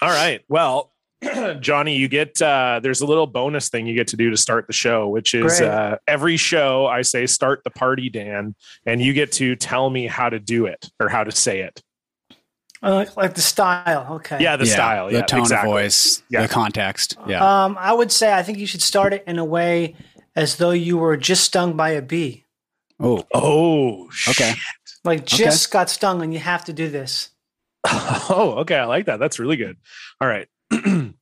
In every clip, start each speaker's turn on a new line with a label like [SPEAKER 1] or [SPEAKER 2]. [SPEAKER 1] All right. Well, Johnny, you get uh, there's a little bonus thing you get to do to start the show, which is
[SPEAKER 2] Great.
[SPEAKER 1] uh, every show I say start the party, Dan, and you get to tell me how to do it or how to say it.
[SPEAKER 2] Uh, like, like the style. Okay.
[SPEAKER 1] Yeah, the
[SPEAKER 3] Yeah,
[SPEAKER 1] style,
[SPEAKER 3] the
[SPEAKER 1] yeah,
[SPEAKER 3] tone
[SPEAKER 1] exactly.
[SPEAKER 3] of voice,
[SPEAKER 1] Yeah.
[SPEAKER 3] the context. Yeah.
[SPEAKER 2] Um, I would say I think you should start it in a way as though you were just stung by a bee.
[SPEAKER 1] Uh,
[SPEAKER 3] oh,
[SPEAKER 1] Oh,
[SPEAKER 3] okay.
[SPEAKER 1] shit.
[SPEAKER 2] Like just got stung and you have to do this.
[SPEAKER 1] Oh, okay. I like that. That's really good. All right.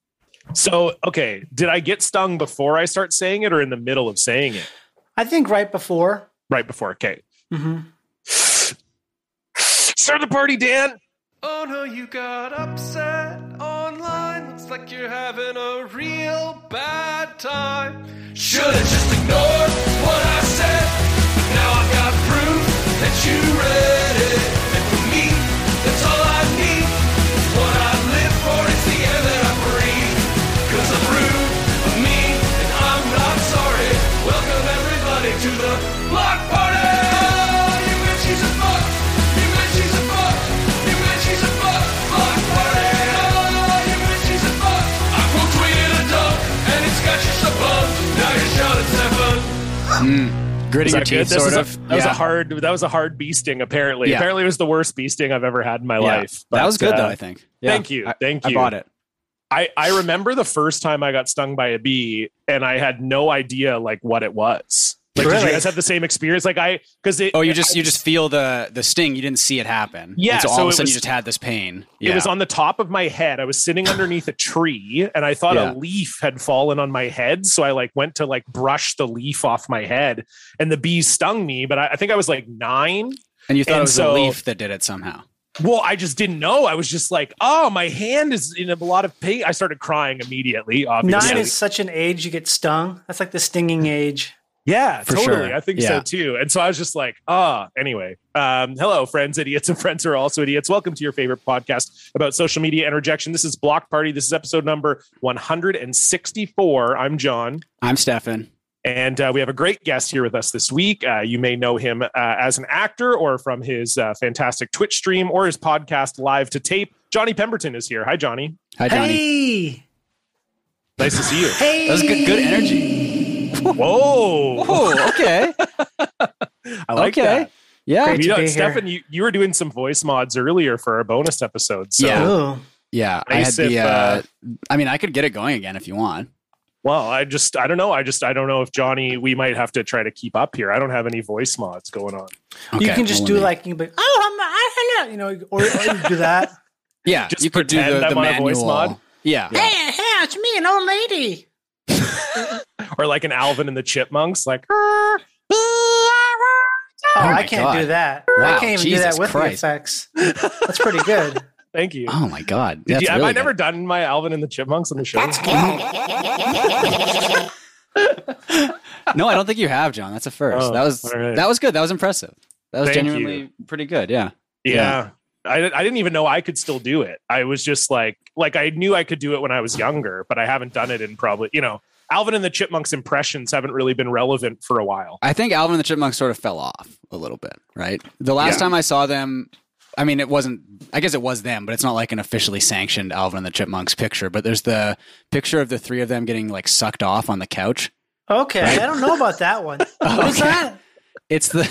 [SPEAKER 1] so, okay, did I get stung before I start saying it, or in the middle of saying it?
[SPEAKER 2] I think right before.
[SPEAKER 1] Right before. Okay.
[SPEAKER 2] hmm
[SPEAKER 1] Start the party, Dan.
[SPEAKER 4] Oh no, you got upset online. Looks like you're having a real bad time. Should've just ignored what I said. Now I've got proof that you read it. And for me, that's all I need. It's what I live for, it's the air that I breathe. Cause I'm rude, I'm mean, and I'm not sorry. Welcome everybody to the block party! You bitch, she's a fuck! You bitch, she's a fuck! You bitch, she's a fuck! Block party! Oh, you bitch, she's a fuck! I quote tweeted a dunk, and it's got you so bummed. Now you're shot at seven.
[SPEAKER 3] Gritting
[SPEAKER 1] Is that
[SPEAKER 3] your
[SPEAKER 1] good?
[SPEAKER 3] teeth,
[SPEAKER 1] This
[SPEAKER 3] sort
[SPEAKER 1] is a-
[SPEAKER 3] of.
[SPEAKER 1] that was
[SPEAKER 3] Yeah.
[SPEAKER 1] a hard. That was a hard bee sting. Apparently,
[SPEAKER 3] Yeah.
[SPEAKER 1] apparently, it was the worst bee sting I've ever had in my
[SPEAKER 3] Yeah.
[SPEAKER 1] life.
[SPEAKER 3] that was good,
[SPEAKER 1] But,
[SPEAKER 3] though,
[SPEAKER 1] uh,
[SPEAKER 3] I think. Yeah.
[SPEAKER 1] thank you,
[SPEAKER 3] I-
[SPEAKER 1] thank
[SPEAKER 3] I
[SPEAKER 1] you.
[SPEAKER 3] bought it.
[SPEAKER 1] I I remember the first time I got stung by a bee, and I had no idea like what it was. Like, did you
[SPEAKER 2] Really?
[SPEAKER 1] guys have the same experience? Like, I because it.
[SPEAKER 3] Oh, you just you just feel the the sting. You didn't see it happen.
[SPEAKER 1] Yeah,
[SPEAKER 3] And so all
[SPEAKER 1] so
[SPEAKER 3] of a
[SPEAKER 1] it
[SPEAKER 3] sudden
[SPEAKER 1] was-
[SPEAKER 3] you just had this pain.
[SPEAKER 1] It
[SPEAKER 3] Yeah.
[SPEAKER 1] was on the top of my head. I was sitting underneath a tree and I thought a
[SPEAKER 3] Yeah.
[SPEAKER 1] leaf had fallen on my head. So I like went to like brush the leaf off my head and the bees stung me. But I, I think I was like nine.
[SPEAKER 3] and you thought
[SPEAKER 1] and
[SPEAKER 3] it was
[SPEAKER 1] so-
[SPEAKER 3] a leaf that did it somehow.
[SPEAKER 1] Well, I just didn't know. I was just like, oh, my hand is in a lot of pain. I started crying immediately, obviously.
[SPEAKER 2] Nine is such an age you get stung. That's like the stinging age.
[SPEAKER 1] Yeah,
[SPEAKER 3] For
[SPEAKER 1] totally.
[SPEAKER 3] sure.
[SPEAKER 1] I think so
[SPEAKER 3] Yeah.
[SPEAKER 1] too. And so I was just like, ah, anyway. Um, hello, friends, idiots, and friends who are also idiots. Welcome to your favorite podcast about social media and rejection. This is Block Party. This is episode number 164. I'm John.
[SPEAKER 3] I'm Stefan.
[SPEAKER 1] And uh, we have a great guest here with us this week. Uh, you may know him uh, as an actor or from his uh, fantastic Twitch stream or his podcast, Live to Tape. Johnny Pemberton is here. Hi, Johnny.
[SPEAKER 3] Hi, Johnny.
[SPEAKER 2] Hey.
[SPEAKER 1] Nice to see you.
[SPEAKER 2] Hey.
[SPEAKER 3] That was good, good energy.
[SPEAKER 1] Whoa.
[SPEAKER 3] Oh, okay.
[SPEAKER 1] I like
[SPEAKER 3] okay.
[SPEAKER 1] that.
[SPEAKER 3] Yeah.
[SPEAKER 2] Great.
[SPEAKER 1] You
[SPEAKER 2] to
[SPEAKER 1] know,
[SPEAKER 2] be here.
[SPEAKER 1] Stefan, you, you were doing some voice mods earlier for our bonus episode. So,
[SPEAKER 3] Yeah.
[SPEAKER 2] Ooh.
[SPEAKER 3] Yeah. I had
[SPEAKER 1] Nice
[SPEAKER 3] the,
[SPEAKER 1] if,
[SPEAKER 3] uh, I mean, I could get it going again if you want.
[SPEAKER 1] well, I just, I don't know. I just, I don't know if Johnny, we might have to try to keep up here. I don't have any voice mods going on.
[SPEAKER 2] you
[SPEAKER 3] Okay,
[SPEAKER 2] can just
[SPEAKER 3] well,
[SPEAKER 2] do
[SPEAKER 3] let me-
[SPEAKER 2] like you can be, oh I'm I don't know, you know, or, or you do that.
[SPEAKER 3] yeah,
[SPEAKER 1] just
[SPEAKER 3] you could do
[SPEAKER 1] pretend
[SPEAKER 3] the,
[SPEAKER 1] I'm
[SPEAKER 3] the
[SPEAKER 1] on a voice
[SPEAKER 3] manual.
[SPEAKER 1] mod.
[SPEAKER 3] Yeah.
[SPEAKER 2] Hey, hey, it's me, an old lady.
[SPEAKER 1] Or like an Alvin and the Chipmunks, like,
[SPEAKER 2] Oh,
[SPEAKER 3] Oh
[SPEAKER 2] I
[SPEAKER 3] my
[SPEAKER 2] can't
[SPEAKER 3] God.
[SPEAKER 2] do that. I
[SPEAKER 3] Wow,
[SPEAKER 2] can't even do
[SPEAKER 3] Jesus
[SPEAKER 2] that with
[SPEAKER 3] Christ.
[SPEAKER 2] the effects. That's pretty good.
[SPEAKER 1] thank you.
[SPEAKER 3] Oh my god.
[SPEAKER 1] Did
[SPEAKER 3] That's
[SPEAKER 1] you have
[SPEAKER 3] really
[SPEAKER 1] I never
[SPEAKER 3] good.
[SPEAKER 1] done my Alvin and the Chipmunks on the show?
[SPEAKER 3] No, I don't think you have, John. That's a first.
[SPEAKER 1] Oh,
[SPEAKER 3] that was
[SPEAKER 1] all right.
[SPEAKER 3] that was good. That was impressive. That was
[SPEAKER 1] Thank you.
[SPEAKER 3] genuinely pretty good. Yeah.
[SPEAKER 1] yeah.
[SPEAKER 3] Yeah.
[SPEAKER 1] I, I didn't even know I could still do it. I was just like, like I knew I could do it when I was younger, but I haven't done it in probably, you know, Alvin and the Chipmunks impressions haven't really been relevant for a while.
[SPEAKER 3] I think Alvin and the Chipmunks sort of fell off a little bit, right? The last
[SPEAKER 1] Yeah.
[SPEAKER 3] time I saw them, I mean, it wasn't, I guess it was them, but it's not like an officially sanctioned Alvin and the Chipmunks picture. But there's the picture of the three of them getting like sucked off on the couch.
[SPEAKER 2] Okay, I don't know about that one. What's
[SPEAKER 3] Okay.
[SPEAKER 2] that?
[SPEAKER 3] It's the,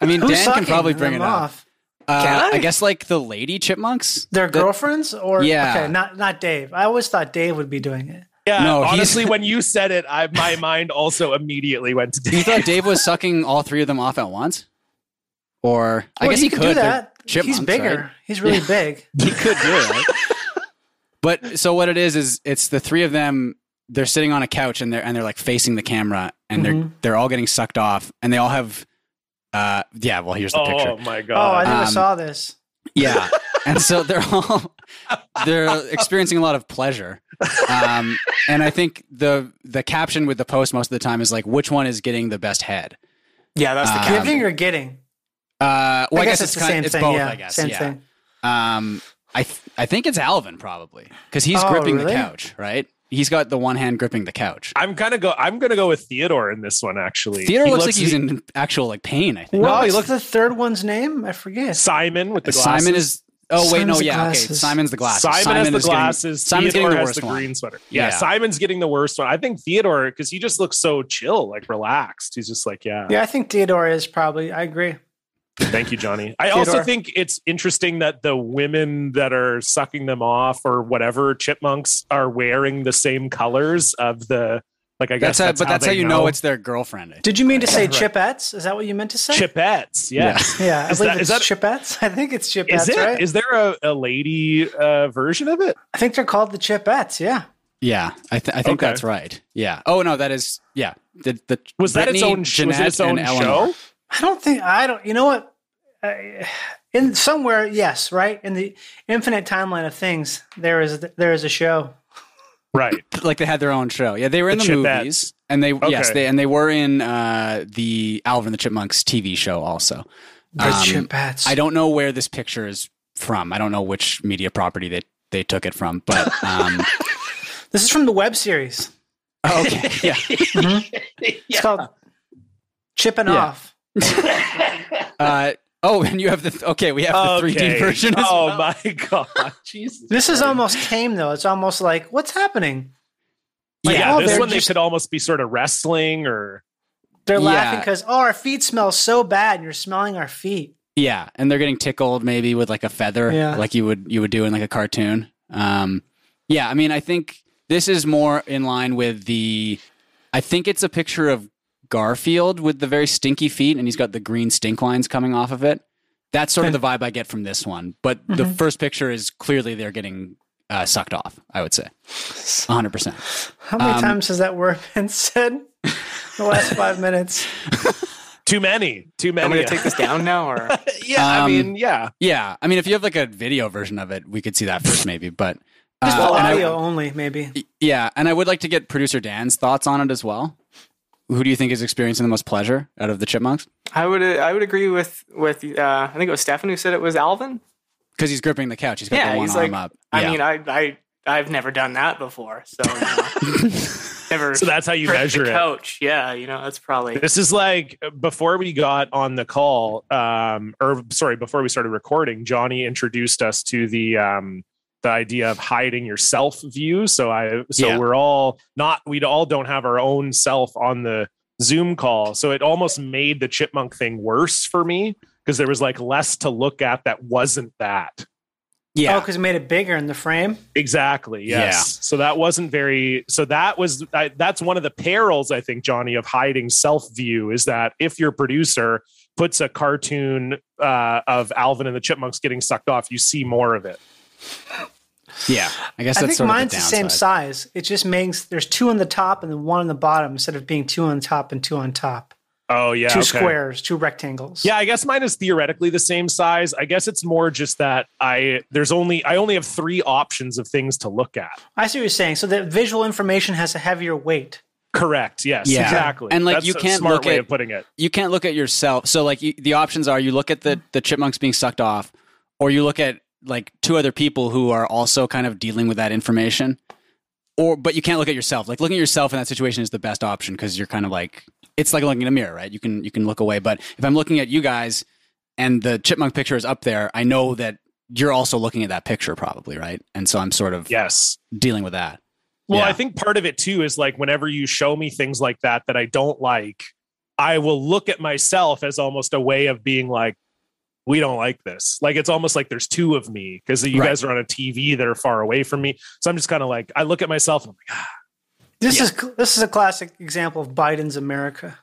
[SPEAKER 3] I mean,
[SPEAKER 2] Who's
[SPEAKER 3] Dan can
[SPEAKER 2] sucking
[SPEAKER 3] probably bring
[SPEAKER 2] them
[SPEAKER 3] it up.
[SPEAKER 2] off?
[SPEAKER 3] Uh,
[SPEAKER 2] Can I?
[SPEAKER 3] I guess like the lady chipmunks.
[SPEAKER 2] Their
[SPEAKER 3] The-
[SPEAKER 2] girlfriends or
[SPEAKER 3] Yeah.
[SPEAKER 2] okay, not not Dave. I always thought Dave would be doing it.
[SPEAKER 1] Yeah,
[SPEAKER 3] No, he's-
[SPEAKER 1] honestly, when you said it, I, my mind also immediately went to
[SPEAKER 3] You
[SPEAKER 1] Dave.
[SPEAKER 3] thought Dave was sucking all three of them off at once? Or I
[SPEAKER 2] Well,
[SPEAKER 3] guess
[SPEAKER 2] you
[SPEAKER 3] he
[SPEAKER 2] can
[SPEAKER 3] could.
[SPEAKER 2] do
[SPEAKER 3] They're
[SPEAKER 2] that. He's
[SPEAKER 3] chipmunks,
[SPEAKER 2] bigger.
[SPEAKER 3] right?
[SPEAKER 2] He's really big.
[SPEAKER 3] he could do it. right? but so what it is is it's the three of them. They're sitting on a couch and they're and they're like facing the camera and they're
[SPEAKER 2] Mhm.
[SPEAKER 3] they're all getting sucked off and they all have. Uh, yeah. Well, here's the
[SPEAKER 1] Oh
[SPEAKER 3] picture.
[SPEAKER 1] my
[SPEAKER 2] Oh, I
[SPEAKER 1] god!
[SPEAKER 2] never
[SPEAKER 3] Um,
[SPEAKER 2] saw this.
[SPEAKER 3] Yeah, and so they're all they're experiencing a lot of pleasure. Um, and I think the the caption with the post most of the time is like, which one is getting the best head?
[SPEAKER 2] Yeah, that's
[SPEAKER 3] the um, caption.
[SPEAKER 2] giving or getting.
[SPEAKER 3] Uh, well, I, guess, it's,
[SPEAKER 2] the
[SPEAKER 3] kind
[SPEAKER 2] same
[SPEAKER 3] of, it's
[SPEAKER 2] thing.
[SPEAKER 3] both.
[SPEAKER 2] yeah,
[SPEAKER 3] I guess
[SPEAKER 2] same
[SPEAKER 3] yeah.
[SPEAKER 2] thing.
[SPEAKER 3] Um, I th- I think it's Alvin probably because he's
[SPEAKER 2] Oh,
[SPEAKER 3] gripping the
[SPEAKER 2] really?
[SPEAKER 3] couch, right? He's got the one hand gripping the couch.
[SPEAKER 1] I'm kind of go. I'm gonna go with Theodore in this one. Actually,
[SPEAKER 3] Theodore
[SPEAKER 1] He
[SPEAKER 3] looks, like he's in actual like pain. I think
[SPEAKER 2] What
[SPEAKER 1] he
[SPEAKER 2] was
[SPEAKER 1] looks-
[SPEAKER 2] the third one's name? I forget.
[SPEAKER 1] Simon with the glasses.
[SPEAKER 3] Simon is Oh wait,
[SPEAKER 2] Simon's
[SPEAKER 3] no,
[SPEAKER 2] the
[SPEAKER 3] yeah, okay.
[SPEAKER 2] glasses.
[SPEAKER 3] Simon's the glasses.
[SPEAKER 1] Simon, has the
[SPEAKER 3] is getting-
[SPEAKER 1] glasses.
[SPEAKER 3] Simon's
[SPEAKER 1] Theodore
[SPEAKER 3] getting the
[SPEAKER 1] has
[SPEAKER 3] worst
[SPEAKER 1] the
[SPEAKER 3] one.
[SPEAKER 1] green sweater. Yeah,
[SPEAKER 3] Yeah.
[SPEAKER 1] Simon's getting the worst one. I think Theodore because he just looks so chill, like relaxed. He's just like, yeah,
[SPEAKER 2] Yeah, I think Theodore is probably. I agree.
[SPEAKER 1] thank you, Johnny. I also
[SPEAKER 2] Theodore.
[SPEAKER 1] think it's interesting that the women that are sucking them off or whatever chipmunks are wearing the same colors of the like. I guess
[SPEAKER 3] That's,
[SPEAKER 1] that's,
[SPEAKER 3] how, but that's how
[SPEAKER 1] they
[SPEAKER 3] you know, it's their girlfriend. I think.
[SPEAKER 2] Did you mean to say
[SPEAKER 1] Right.
[SPEAKER 2] chipettes? Is that what you meant to say?
[SPEAKER 1] chipettes. Yeah.
[SPEAKER 2] Yeah, I
[SPEAKER 1] Is
[SPEAKER 2] believe
[SPEAKER 1] that- is
[SPEAKER 2] it's
[SPEAKER 1] that-
[SPEAKER 2] chipettes. I think it's chipettes,
[SPEAKER 1] Is it? Is
[SPEAKER 2] right?
[SPEAKER 1] there a, a lady uh, version of it?
[SPEAKER 2] I think they're called the chipettes. Yeah.
[SPEAKER 3] Yeah, I, th- I think
[SPEAKER 1] Okay.
[SPEAKER 3] that's right. Yeah. Oh no, that is yeah. The, the
[SPEAKER 1] Was that its
[SPEAKER 3] Brittany,
[SPEAKER 1] own? was it
[SPEAKER 3] Jeanette,
[SPEAKER 1] its own
[SPEAKER 3] and Eleanor.
[SPEAKER 1] show?
[SPEAKER 2] I don't think I don't. You know what? I, in somewhere, yes, right in the infinite timeline of things, there is there is a show.
[SPEAKER 1] Right.
[SPEAKER 3] Like they had their own show. Yeah, they were in
[SPEAKER 1] The
[SPEAKER 3] the,
[SPEAKER 1] Chipettes.
[SPEAKER 3] movies, and they yes,
[SPEAKER 1] Okay.
[SPEAKER 3] they and they were in uh, the Alvin and the Chipmunks TV show also.
[SPEAKER 2] The
[SPEAKER 3] Um,
[SPEAKER 2] chipettes.
[SPEAKER 3] I don't know where this picture is from. I don't know which media property they they took it from, but um,
[SPEAKER 2] This is from the web series. Mm-hmm.
[SPEAKER 3] oh, okay, yeah.
[SPEAKER 2] It's called Chipping
[SPEAKER 3] Yeah.
[SPEAKER 2] Off.
[SPEAKER 3] Uh, oh, and you have the okay. We have the 3D version. As
[SPEAKER 1] Oh
[SPEAKER 3] well.
[SPEAKER 1] my god, Jesus!
[SPEAKER 2] This is almost tame though. It's almost like what's happening. Like,
[SPEAKER 1] yeah,
[SPEAKER 2] oh,
[SPEAKER 1] this
[SPEAKER 2] they're
[SPEAKER 1] one
[SPEAKER 2] just-
[SPEAKER 1] they could almost be sort of wrestling or
[SPEAKER 2] They're
[SPEAKER 3] Yeah.
[SPEAKER 2] laughing because oh, our feet smell so bad, and you're smelling our feet.
[SPEAKER 3] Yeah, and they're getting tickled maybe with like a feather,
[SPEAKER 2] Yeah.
[SPEAKER 3] like you would you would do in like a cartoon. Um, yeah, I mean, I think this is more in line with the. I think it's a picture of Garfield with the very stinky feet, and he's got the green stink lines coming off of it. That's sort of the vibe I get from this one. But the first picture is clearly they're getting uh, sucked off. I would say, hundred percent.
[SPEAKER 2] How many
[SPEAKER 3] Um,
[SPEAKER 2] times has that word been said? in The last five minutes.
[SPEAKER 1] too many, too
[SPEAKER 5] I'm
[SPEAKER 1] many.
[SPEAKER 5] gonna take this down now, or
[SPEAKER 1] yeah, I
[SPEAKER 3] Um,
[SPEAKER 1] mean, yeah,
[SPEAKER 3] Yeah, I mean, if you have like a video version of it, we could see that first, maybe. But
[SPEAKER 2] Just
[SPEAKER 3] uh, and I-
[SPEAKER 2] audio only, maybe.
[SPEAKER 3] Yeah, and I would like to get producer Dan's thoughts on it as well. Who do you think is experiencing the most pleasure out of the chipmunks?
[SPEAKER 5] I would I would agree with with uh, I think it was Stefan who said it was Alvin.
[SPEAKER 3] Because he's gripping the couch. He's got
[SPEAKER 5] Yeah,
[SPEAKER 3] the one
[SPEAKER 5] he's
[SPEAKER 3] arm
[SPEAKER 5] like-
[SPEAKER 3] up.
[SPEAKER 5] I
[SPEAKER 3] Yeah.
[SPEAKER 5] mean, I I I've never done that before, so you know, never.
[SPEAKER 1] So that's how you
[SPEAKER 5] tripped
[SPEAKER 1] measure
[SPEAKER 5] the
[SPEAKER 1] it.
[SPEAKER 5] Coach, yeah, you know that's probably
[SPEAKER 1] This is like uh, before we got on the call, um, or sorry, before we started recording, Johnny introduced us to the um the idea of hiding yourself view. So I so
[SPEAKER 3] Yeah.
[SPEAKER 1] we're all not we all don't have our own self on the Zoom call. So it almost made the chipmunk thing worse for me because there was like less to look at that wasn't that.
[SPEAKER 3] yeah.
[SPEAKER 2] Oh, because made it bigger in the frame.
[SPEAKER 1] Exactly.
[SPEAKER 3] Yeah.
[SPEAKER 1] Yes. So that wasn't very. So that was I, that's one of the perils I think Johnny of hiding self view is that if your producer puts a cartoon uh, of Alvin and the Chipmunks getting sucked off, you see more of it.
[SPEAKER 3] yeah. I guess
[SPEAKER 2] I
[SPEAKER 3] that's
[SPEAKER 2] think
[SPEAKER 3] sort
[SPEAKER 2] mine's
[SPEAKER 3] of
[SPEAKER 2] the,
[SPEAKER 3] the,
[SPEAKER 2] same
[SPEAKER 3] downside.
[SPEAKER 2] size. It just makes there's two on the top and then one on the bottom instead of being two on top and two on top.
[SPEAKER 1] Oh yeah.
[SPEAKER 2] two
[SPEAKER 1] okay.
[SPEAKER 2] squares, two rectangles.
[SPEAKER 1] Yeah, I guess mine is theoretically the same size. I guess it's more just that I there's only I only have three options of things to look at.
[SPEAKER 2] I see what you're saying. So the visual information has a heavier weight.
[SPEAKER 1] Correct. Yes.
[SPEAKER 3] Yeah.
[SPEAKER 1] Exactly.
[SPEAKER 3] And, like, you
[SPEAKER 1] a
[SPEAKER 3] can't
[SPEAKER 1] smart
[SPEAKER 3] look
[SPEAKER 1] way
[SPEAKER 3] at-
[SPEAKER 1] of putting it.
[SPEAKER 3] You can't look at yourself. So, like, you, the options are you look at the, the chipmunks being sucked off, or you look at like two other people who are also kind of dealing with that information. Or, but you can't look at yourself. Like looking at yourself in that situation is the best option because you're kind of like it's like looking in a mirror, right? You can you can look away. But if I'm looking at you guys and the chipmunk picture is up there, I know that you're also looking at that picture probably, right? And so I'm sort of
[SPEAKER 1] Yes.
[SPEAKER 3] dealing with that.
[SPEAKER 1] Well,
[SPEAKER 3] Yeah.
[SPEAKER 1] I think part of it too is like whenever you show me things like that that I don't like, I will look at myself as almost a way of being like, we don't like this. Like it's almost like there's two of me because you
[SPEAKER 3] Right.
[SPEAKER 1] guys are on a TV that are far away from me. So I'm just kind of like, I look at myself. And I'm like,
[SPEAKER 2] This is this is a classic example of Biden's America.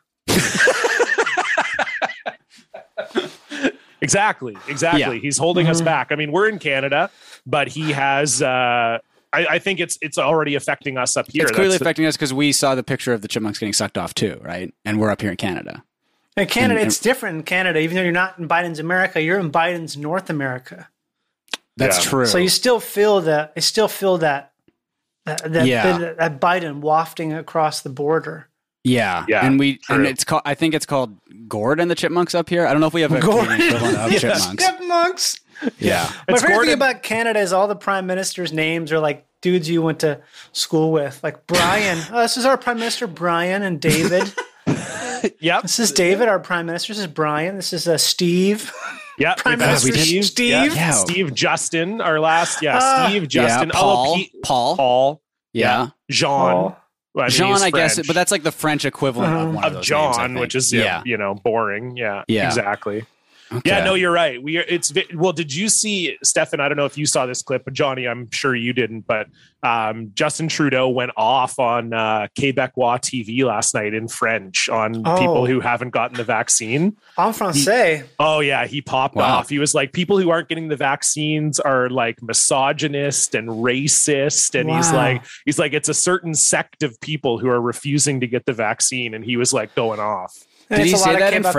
[SPEAKER 1] exactly, exactly.
[SPEAKER 3] Yeah. Mm-hmm.
[SPEAKER 1] He's holding us back. I mean, we're in Canada, but he has. uh I, I think it's it's already affecting us up here.
[SPEAKER 3] it's clearly
[SPEAKER 1] That's the-
[SPEAKER 3] affecting us because we saw the picture of the chipmunks getting sucked off too, right? And we're up here in Canada.
[SPEAKER 2] In Canada,
[SPEAKER 3] And-
[SPEAKER 2] it's different in Canada. Even though you're not in Biden's America, you're in Biden's North America.
[SPEAKER 3] That's
[SPEAKER 1] Yeah.
[SPEAKER 3] true.
[SPEAKER 2] So you still feel that. I still feel that that that,
[SPEAKER 3] Yeah.
[SPEAKER 2] that, that Biden wafting across the border.
[SPEAKER 3] yeah,
[SPEAKER 1] Yeah,
[SPEAKER 3] and we
[SPEAKER 1] true.
[SPEAKER 3] and it's called. I think it's called Gord and the Chipmunks up here. I don't know if we have a
[SPEAKER 2] Gord.
[SPEAKER 3] Canadian equivalent
[SPEAKER 1] Yes.
[SPEAKER 3] of Oh, chipmunks.
[SPEAKER 2] Chipmunks.
[SPEAKER 3] Yeah,
[SPEAKER 2] My
[SPEAKER 1] It's
[SPEAKER 2] favorite
[SPEAKER 1] Gordon-
[SPEAKER 2] thing about Canada is all the prime ministers' names are like dudes you went to school with, like Brian. oh, this is our prime minister Brian and David.
[SPEAKER 1] Yep.
[SPEAKER 2] this is David, our prime minister. This is Brian. This is uh, Steve.
[SPEAKER 1] Yeah,
[SPEAKER 2] Prime
[SPEAKER 1] we've had
[SPEAKER 2] Minister
[SPEAKER 1] Steve,
[SPEAKER 2] Steve.
[SPEAKER 1] yeah,
[SPEAKER 3] Yeah. Uh,
[SPEAKER 1] Steve Justin, our last, yeah,
[SPEAKER 2] Ah.
[SPEAKER 1] Steve Justin,
[SPEAKER 3] yeah, Paul,
[SPEAKER 1] oh, Pete,
[SPEAKER 3] Paul,
[SPEAKER 1] Paul,
[SPEAKER 3] yeah,
[SPEAKER 1] yeah. Jean, Well, I mean,
[SPEAKER 3] John,
[SPEAKER 1] he's
[SPEAKER 3] I guess,
[SPEAKER 1] French.
[SPEAKER 3] but that's like the French equivalent
[SPEAKER 2] Mhm.
[SPEAKER 3] of one of,
[SPEAKER 1] of
[SPEAKER 3] those names, I
[SPEAKER 1] John,
[SPEAKER 3] think.
[SPEAKER 1] which is yeah,
[SPEAKER 3] yeah,
[SPEAKER 1] you know, boring. Yeah,
[SPEAKER 3] Yeah.
[SPEAKER 1] exactly.
[SPEAKER 3] Okay.
[SPEAKER 1] Yeah, no, you're right. We are, it's vi- well. Did you see Stefan? I don't know if you saw this clip, but Johnny, I'm sure you didn't. But um, Justin Trudeau went off on uh, Quebecois TV last night in French on
[SPEAKER 2] Oh.
[SPEAKER 1] people who haven't gotten the vaccine.
[SPEAKER 2] En français.
[SPEAKER 1] Oh yeah, he popped
[SPEAKER 3] Wow.
[SPEAKER 1] off. He was like, people who aren't getting the vaccines are like misogynist and racist, and he's
[SPEAKER 2] Wow.
[SPEAKER 1] like, he's like, it's a certain sect of people who are refusing to get the vaccine, and he was like going off.
[SPEAKER 2] And
[SPEAKER 3] Did
[SPEAKER 2] it's
[SPEAKER 3] he
[SPEAKER 2] a
[SPEAKER 3] say
[SPEAKER 2] lot of
[SPEAKER 3] that in
[SPEAKER 2] Quebecois.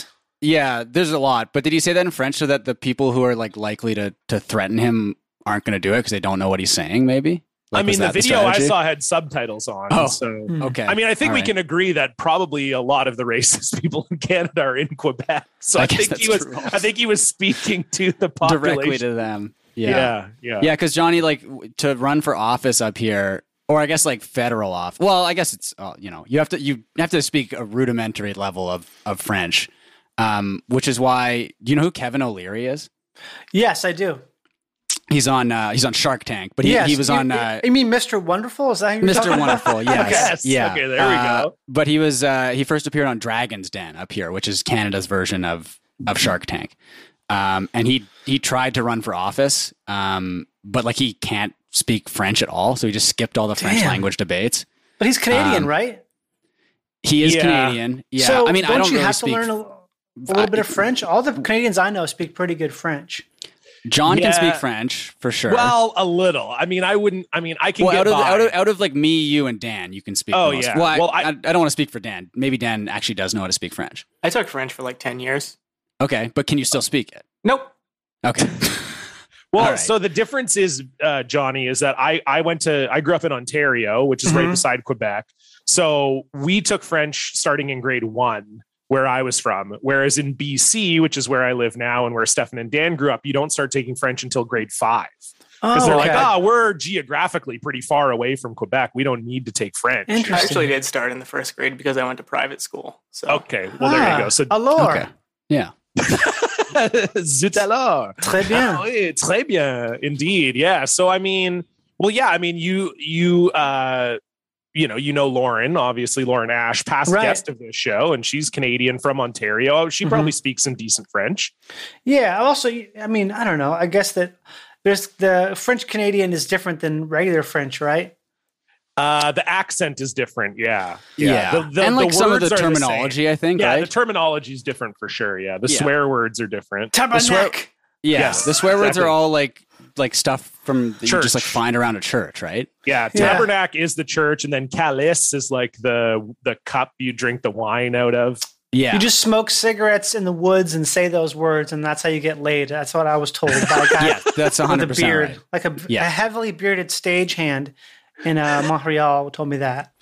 [SPEAKER 3] French? Yeah, there's a lot. But did he say that in French so that the people who are like likely to to threaten him aren't going to do it because they don't know what he's saying? Maybe.
[SPEAKER 1] I
[SPEAKER 3] Like, was
[SPEAKER 1] mean, the
[SPEAKER 3] that
[SPEAKER 1] video I
[SPEAKER 3] strategy?
[SPEAKER 1] saw had subtitles on.
[SPEAKER 3] Oh.
[SPEAKER 1] so
[SPEAKER 2] Mm.
[SPEAKER 3] Okay.
[SPEAKER 1] I mean, I think
[SPEAKER 3] All
[SPEAKER 1] we
[SPEAKER 3] right.
[SPEAKER 1] can agree that probably a lot of the racist people in Canada are in Quebec. So
[SPEAKER 3] I
[SPEAKER 1] I,
[SPEAKER 3] guess
[SPEAKER 1] think he was,
[SPEAKER 3] that's true.
[SPEAKER 1] I think he was speaking to the population.
[SPEAKER 3] directly to them. Yeah.
[SPEAKER 1] yeah, yeah,
[SPEAKER 3] Yeah, because Johnny, like, w- to run for office up here, or I guess like federal off. Well, I guess it's uh, you know you have to you have to speak a rudimentary level of of French, um, which is why do you know who Kevin O'Leary is.
[SPEAKER 2] Yes, I do.
[SPEAKER 3] He's on uh, he's on Shark Tank, but he,
[SPEAKER 2] yes,
[SPEAKER 3] he was
[SPEAKER 2] you-
[SPEAKER 3] on
[SPEAKER 2] you-
[SPEAKER 3] uh,
[SPEAKER 2] You mean Mr. Wonderful? Is that who you're
[SPEAKER 3] Mr.
[SPEAKER 2] talking about?
[SPEAKER 3] Wonderful. Yes.
[SPEAKER 1] Yes.
[SPEAKER 3] Yeah.
[SPEAKER 1] Okay, there we
[SPEAKER 3] Uh,
[SPEAKER 1] go.
[SPEAKER 3] But he was uh, he first appeared on Dragon's Den up here, which is Canada's version of of Shark Tank. Um, and he he tried to run for office, um, but like he can't speak French at all, so he just skipped all the French
[SPEAKER 2] Damn.
[SPEAKER 3] language debates.
[SPEAKER 2] But he's Canadian,
[SPEAKER 3] Um,
[SPEAKER 2] right?
[SPEAKER 3] He is
[SPEAKER 1] Yeah.
[SPEAKER 3] Canadian. Yeah.
[SPEAKER 2] So
[SPEAKER 3] I mean,
[SPEAKER 2] don't
[SPEAKER 3] I don't
[SPEAKER 2] you
[SPEAKER 3] really
[SPEAKER 2] have
[SPEAKER 3] speak.
[SPEAKER 2] to learn a, a little bit of French? All the Canadians I know speak pretty good French.
[SPEAKER 3] John can
[SPEAKER 1] Yeah.
[SPEAKER 3] speak French for sure.
[SPEAKER 1] Well, a little. I mean, I wouldn't. I mean, I can
[SPEAKER 3] Well,
[SPEAKER 1] get
[SPEAKER 3] out, of,
[SPEAKER 1] by.
[SPEAKER 3] out, of, out of like me, you, and Dan, you can speak.
[SPEAKER 1] Oh,
[SPEAKER 3] the most.
[SPEAKER 1] yeah.
[SPEAKER 3] Well, I,
[SPEAKER 1] Well, I-
[SPEAKER 3] I, I don't want to speak for Dan. Maybe Dan actually does know how to speak French.
[SPEAKER 5] I took French for like 10 years.
[SPEAKER 3] Okay, but can you still speak it?
[SPEAKER 5] Nope.
[SPEAKER 3] Okay.
[SPEAKER 1] Well,
[SPEAKER 3] All right.
[SPEAKER 1] so the difference is, uh, Johnny, is that I I went to I grew up in Ontario, which is right
[SPEAKER 2] Mhm.
[SPEAKER 1] beside Quebec. So we took French starting in grade one, where I was from. Whereas in BC, which is where I live now, and where Stefan and Dan grew up, you don't start taking French until grade five
[SPEAKER 2] Oh,
[SPEAKER 1] because they're like,
[SPEAKER 2] okay.
[SPEAKER 1] ah, we're geographically pretty far away from Quebec. We don't need to take French.
[SPEAKER 5] I
[SPEAKER 2] Interesting.
[SPEAKER 5] actually did start in the first grade because I went to private school. So
[SPEAKER 1] Okay, well there
[SPEAKER 2] Ah,
[SPEAKER 1] you go. So
[SPEAKER 2] alors,
[SPEAKER 3] Okay. Yeah.
[SPEAKER 1] zut alors.
[SPEAKER 2] très
[SPEAKER 1] Ah,
[SPEAKER 2] bien.
[SPEAKER 1] oui, très bien, indeed. Yeah. So I mean, well, yeah. I mean, you you uh, you know, you know Lauren, obviously Lauren Ash, past
[SPEAKER 2] Right.
[SPEAKER 1] guest of this show, and she's Canadian from Ontario. Oh, She
[SPEAKER 3] Mm-hmm.
[SPEAKER 1] probably speaks some decent French.
[SPEAKER 2] Yeah. Also, I mean, I don't know. I guess that there's the French Canadian is different than regular French, right?
[SPEAKER 1] Uh, the accent is different. Yeah.
[SPEAKER 3] Yeah.
[SPEAKER 1] The- the-
[SPEAKER 3] and like
[SPEAKER 1] the
[SPEAKER 3] some of
[SPEAKER 1] words
[SPEAKER 3] the
[SPEAKER 1] are the same.
[SPEAKER 3] terminology, I think,
[SPEAKER 1] Yeah,
[SPEAKER 3] right?
[SPEAKER 1] the terminology is different for sure. Yeah, the
[SPEAKER 3] Yeah.
[SPEAKER 1] swear words are different.
[SPEAKER 2] Tabarnak.
[SPEAKER 3] swear- yeah.
[SPEAKER 1] Yes,
[SPEAKER 3] the swear words
[SPEAKER 1] exactly.
[SPEAKER 3] are all like like stuff from that you just like
[SPEAKER 1] Church.
[SPEAKER 3] find around a church, right?
[SPEAKER 1] Yeah,
[SPEAKER 2] Yeah.
[SPEAKER 1] tabernacle is the church, and then calice is like the the cup you drink the wine out of.
[SPEAKER 3] Yeah.
[SPEAKER 2] You just smoke cigarettes in the woods and say those words, and that's how you get laid. That's what I was told by a guy
[SPEAKER 3] yeah, that's
[SPEAKER 2] with
[SPEAKER 3] 100%
[SPEAKER 2] a beard,
[SPEAKER 3] right.
[SPEAKER 2] like a,
[SPEAKER 3] Yeah.
[SPEAKER 2] a heavily bearded stagehand in uh, Montreal told me that.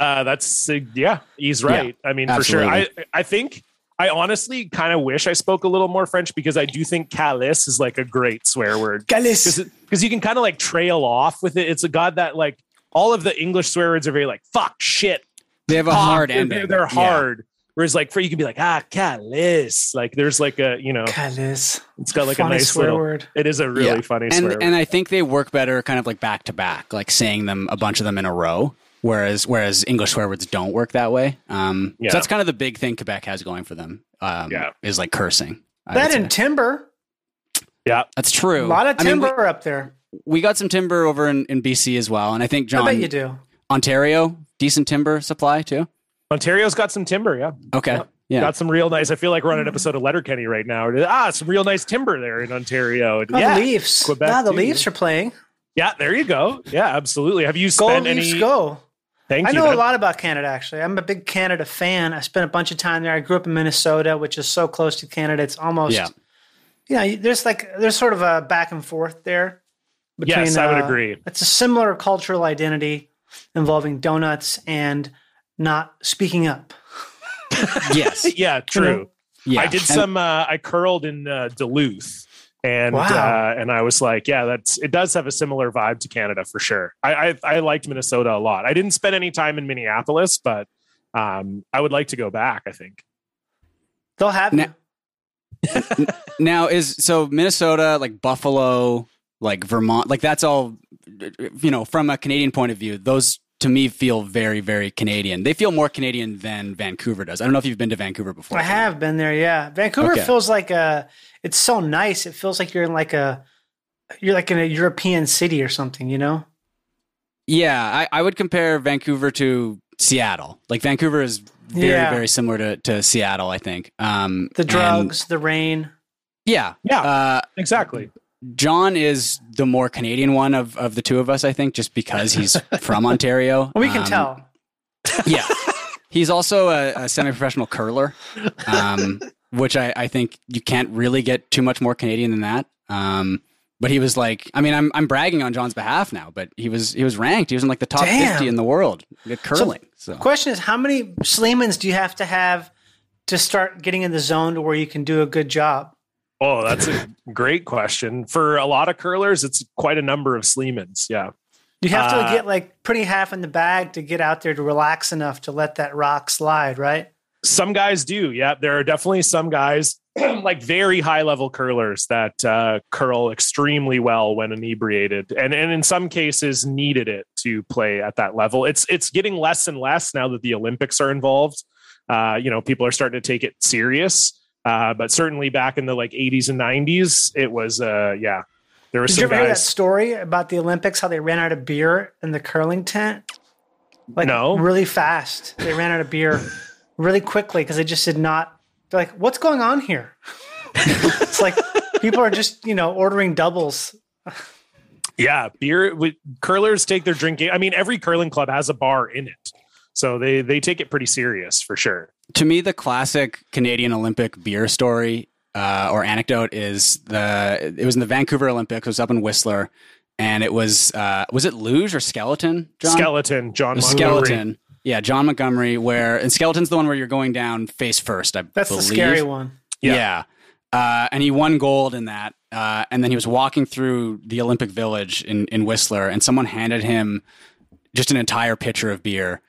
[SPEAKER 1] Uh, that's uh, yeah, he's right. I mean, for sure.
[SPEAKER 3] absolutely.
[SPEAKER 1] I I think I honestly kind of wish I spoke a little more French because I do think calice is like a great swear word
[SPEAKER 2] Galis.
[SPEAKER 1] because you can kind of like trail off with it. It's a god that like all of the English swear words are very like fuck, shit,
[SPEAKER 3] They have a
[SPEAKER 1] cock.
[SPEAKER 3] hard
[SPEAKER 1] They're-
[SPEAKER 3] ending.
[SPEAKER 1] They're
[SPEAKER 3] Yeah.
[SPEAKER 1] hard. Whereas like for you can be like ah calice, like there's like a you know
[SPEAKER 2] Galis.
[SPEAKER 1] it's Oh. got like a
[SPEAKER 2] Funny
[SPEAKER 1] nice
[SPEAKER 2] swear
[SPEAKER 1] little.
[SPEAKER 2] word.
[SPEAKER 1] It is a really
[SPEAKER 3] Yeah.
[SPEAKER 1] funny
[SPEAKER 3] And
[SPEAKER 1] swear.
[SPEAKER 3] and
[SPEAKER 1] word.
[SPEAKER 3] I think they work better kind of like back to back, like saying them a bunch of them in a row. Whereas whereas English swear words don't work that way. Um
[SPEAKER 1] Yeah.
[SPEAKER 3] so that's kind of the big thing Quebec has going for them. Um
[SPEAKER 1] Yeah.
[SPEAKER 3] is like cursing. I
[SPEAKER 2] That
[SPEAKER 3] would say.
[SPEAKER 2] and timber.
[SPEAKER 1] yeah,
[SPEAKER 3] that's
[SPEAKER 2] A
[SPEAKER 3] true.
[SPEAKER 2] lot of
[SPEAKER 3] I mean,
[SPEAKER 2] timber
[SPEAKER 3] we-
[SPEAKER 2] up there.
[SPEAKER 3] we, got some timber over in, in BC as well. And I think John
[SPEAKER 2] I bet you do. Oh,
[SPEAKER 3] Ontario, decent timber supply too.
[SPEAKER 1] Ontario's got some timber. Yeah.
[SPEAKER 3] Okay. Yeah.
[SPEAKER 1] Got some real nice. I feel like we're on an episode of Letterkenny right now. Ah, some real nice timber there in Ontario.
[SPEAKER 2] Oh,
[SPEAKER 1] yeah,
[SPEAKER 2] the Leafs.
[SPEAKER 1] Quebec
[SPEAKER 2] nah, the
[SPEAKER 1] too.
[SPEAKER 2] Leafs are playing.
[SPEAKER 1] yeah, there you go. Yeah, absolutely. Have you
[SPEAKER 2] Go
[SPEAKER 1] spent
[SPEAKER 2] Leafs,
[SPEAKER 1] any?
[SPEAKER 2] go.
[SPEAKER 1] Thank
[SPEAKER 2] I
[SPEAKER 1] you.
[SPEAKER 2] know a
[SPEAKER 1] That-
[SPEAKER 2] lot about Canada, actually. I'm a big Canada fan. I spent a bunch of time there. I grew up in Minnesota, which is so close to Canada. It's almost,
[SPEAKER 3] Yeah.
[SPEAKER 2] you know, you- there's like, there's sort of a back and forth there.
[SPEAKER 1] Yes, I would
[SPEAKER 2] uh,
[SPEAKER 1] agree.
[SPEAKER 2] It's a similar cultural identity involving donuts and not speaking up.
[SPEAKER 3] yes.
[SPEAKER 1] Yeah, true.
[SPEAKER 3] Yeah.
[SPEAKER 1] I did
[SPEAKER 3] And-
[SPEAKER 1] some. Uh, I curled in uh, Duluth, and
[SPEAKER 2] Wow.
[SPEAKER 1] uh, and I was like, yeah, that's it. Does have a similar vibe to Canada for sure. I I, I liked Minnesota a lot. I didn't spend any time in Minneapolis, but um, I would like to go back. I think.
[SPEAKER 2] They'll have
[SPEAKER 3] Now-
[SPEAKER 2] you.
[SPEAKER 3] now is so Minnesota, like Buffalo, like Vermont, like that's all you know, from a Canadian point of view, those to me feel very, very Canadian. They feel more Canadian than Vancouver does. I don't know if you've been to Vancouver before.
[SPEAKER 2] I have been there. Yeah, Vancouver
[SPEAKER 3] Okay.
[SPEAKER 2] feels like a. It's so nice. It feels like you're in like a. You're like in a European city or something. You know.
[SPEAKER 3] Yeah, I, I would compare Vancouver to Seattle. Like Vancouver is very,
[SPEAKER 2] Yeah.
[SPEAKER 3] very similar to, to Seattle, I think. Um
[SPEAKER 2] The
[SPEAKER 3] and-
[SPEAKER 2] drugs, the rain.
[SPEAKER 3] yeah.
[SPEAKER 1] Yeah,
[SPEAKER 3] Uh
[SPEAKER 1] exactly.
[SPEAKER 3] John is the more Canadian one of, of the two of us, I think, just because he's from Ontario.
[SPEAKER 2] Well, we can
[SPEAKER 3] Um,
[SPEAKER 2] tell.
[SPEAKER 3] Yeah. He's also a, a semi professional curler, um, which I, I think you can't really get too much more Canadian than that. Um, but he was like, I mean, I'm, I'm bragging on John's behalf now, but he was he was ranked. He was in like the top
[SPEAKER 2] Damn.
[SPEAKER 3] 50 in the world at curling. So,
[SPEAKER 2] Question is, how many Sleemans do you have to have to start getting in the zone to where you can do a good job?
[SPEAKER 1] Oh, that's a great question. For a lot of curlers, it's quite a number of Sleemans. Yeah.
[SPEAKER 2] You have to
[SPEAKER 1] Uh,
[SPEAKER 2] get like pretty half in the bag to get out there to relax enough to let that rock slide, right?
[SPEAKER 1] Some guys do. Yeah. There are definitely some guys, like very high level curlers, that uh, curl extremely well when inebriated and, and in some cases needed it to play at that level. It's, it's getting less and less now that the Olympics are involved. Uh, you know, people are starting to take it serious. Uh, but certainly back in the like 80s and 90s, it was, uh, yeah. There were
[SPEAKER 2] Did
[SPEAKER 1] some
[SPEAKER 2] you ever
[SPEAKER 1] guys.
[SPEAKER 2] hear that story about the Olympics? How they ran out of beer in the curling tent? Like
[SPEAKER 1] No.
[SPEAKER 2] really fast. They ran out of beer really quickly because they just did not. They're like, "What's going on here?" it's like people are just you know ordering doubles.
[SPEAKER 1] Yeah, beer with curlers take their drinking. I mean, every curling club has a bar in it, so they they take it pretty serious for sure.
[SPEAKER 3] to me, the classic Canadian Olympic beer story uh, or anecdote is the it was in the Vancouver Olympics. It was up in Whistler, and it was uh, was it luge or skeleton? John?
[SPEAKER 1] Skeleton, John
[SPEAKER 3] It was
[SPEAKER 1] Montgomery.
[SPEAKER 3] skeleton. Yeah, John Montgomery. Where and skeleton's the one where you're going down face first. I
[SPEAKER 2] That's
[SPEAKER 3] believe.
[SPEAKER 2] the scary one.
[SPEAKER 1] Yeah.
[SPEAKER 3] Yeah. Uh, and he won gold in that. Uh, and then he was walking through the Olympic Village in, in Whistler, and someone handed him just an entire pitcher of beer.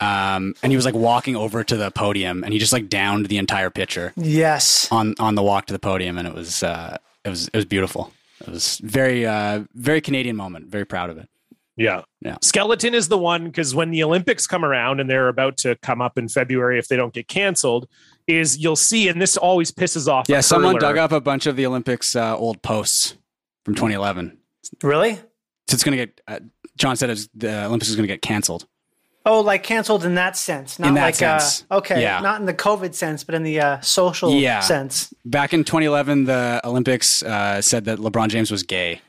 [SPEAKER 3] Um, and he was like walking over to the podium, and he just like downed the entire pitcher
[SPEAKER 2] Yes.
[SPEAKER 3] on on the walk to the podium, and it was uh, it was it was beautiful. It was very uh, very Canadian moment. Very proud of it.
[SPEAKER 1] Yeah.
[SPEAKER 3] Yeah.
[SPEAKER 1] Skeleton is the one because when the Olympics come around and they're about to come up in February if they don't get canceled, is you'll see, and this always pisses off.
[SPEAKER 3] Yeah,
[SPEAKER 1] a
[SPEAKER 3] someone
[SPEAKER 1] curler.
[SPEAKER 3] dug up a bunch of the Olympics uh, old posts from 2011.
[SPEAKER 2] Really?
[SPEAKER 3] So it's going to get. Uh, John said it was, the Olympics is going to get canceled.
[SPEAKER 2] Oh, like canceled in that sense, not
[SPEAKER 3] In that
[SPEAKER 2] like
[SPEAKER 3] sense.
[SPEAKER 2] Uh, okay,
[SPEAKER 3] Yeah.
[SPEAKER 2] not in the COVID sense, but in the uh, social
[SPEAKER 3] Yeah.
[SPEAKER 2] sense.
[SPEAKER 3] Back in 2011, the Olympics uh, said that LeBron James was gay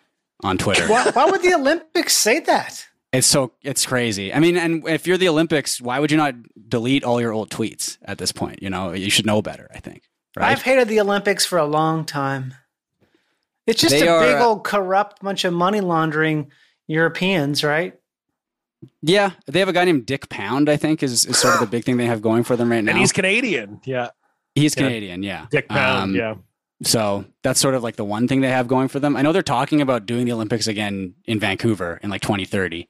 [SPEAKER 3] on Twitter.
[SPEAKER 2] Why, why would the Olympics say that?
[SPEAKER 3] It's so it's crazy. I mean, and if you're the Olympics, why would you not delete all your old tweets at this point? You know, you should know better. I think. Right?
[SPEAKER 2] I've hated the Olympics for a long time. It's just
[SPEAKER 3] They
[SPEAKER 2] a big
[SPEAKER 3] are- uh,
[SPEAKER 2] old corrupt bunch of money laundering Europeans, right?
[SPEAKER 3] yeah, they have a guy named Dick Pound. I think is, is sort of the big thing they have going for them right now.
[SPEAKER 1] and he's Canadian. Yeah,
[SPEAKER 3] He's
[SPEAKER 1] yeah.
[SPEAKER 3] Canadian. Yeah,
[SPEAKER 1] Dick Pound.
[SPEAKER 3] Um,
[SPEAKER 1] yeah,
[SPEAKER 3] So that's sort of like the one thing they have going for them. I know they're talking about doing the Olympics again in Vancouver in like 2030,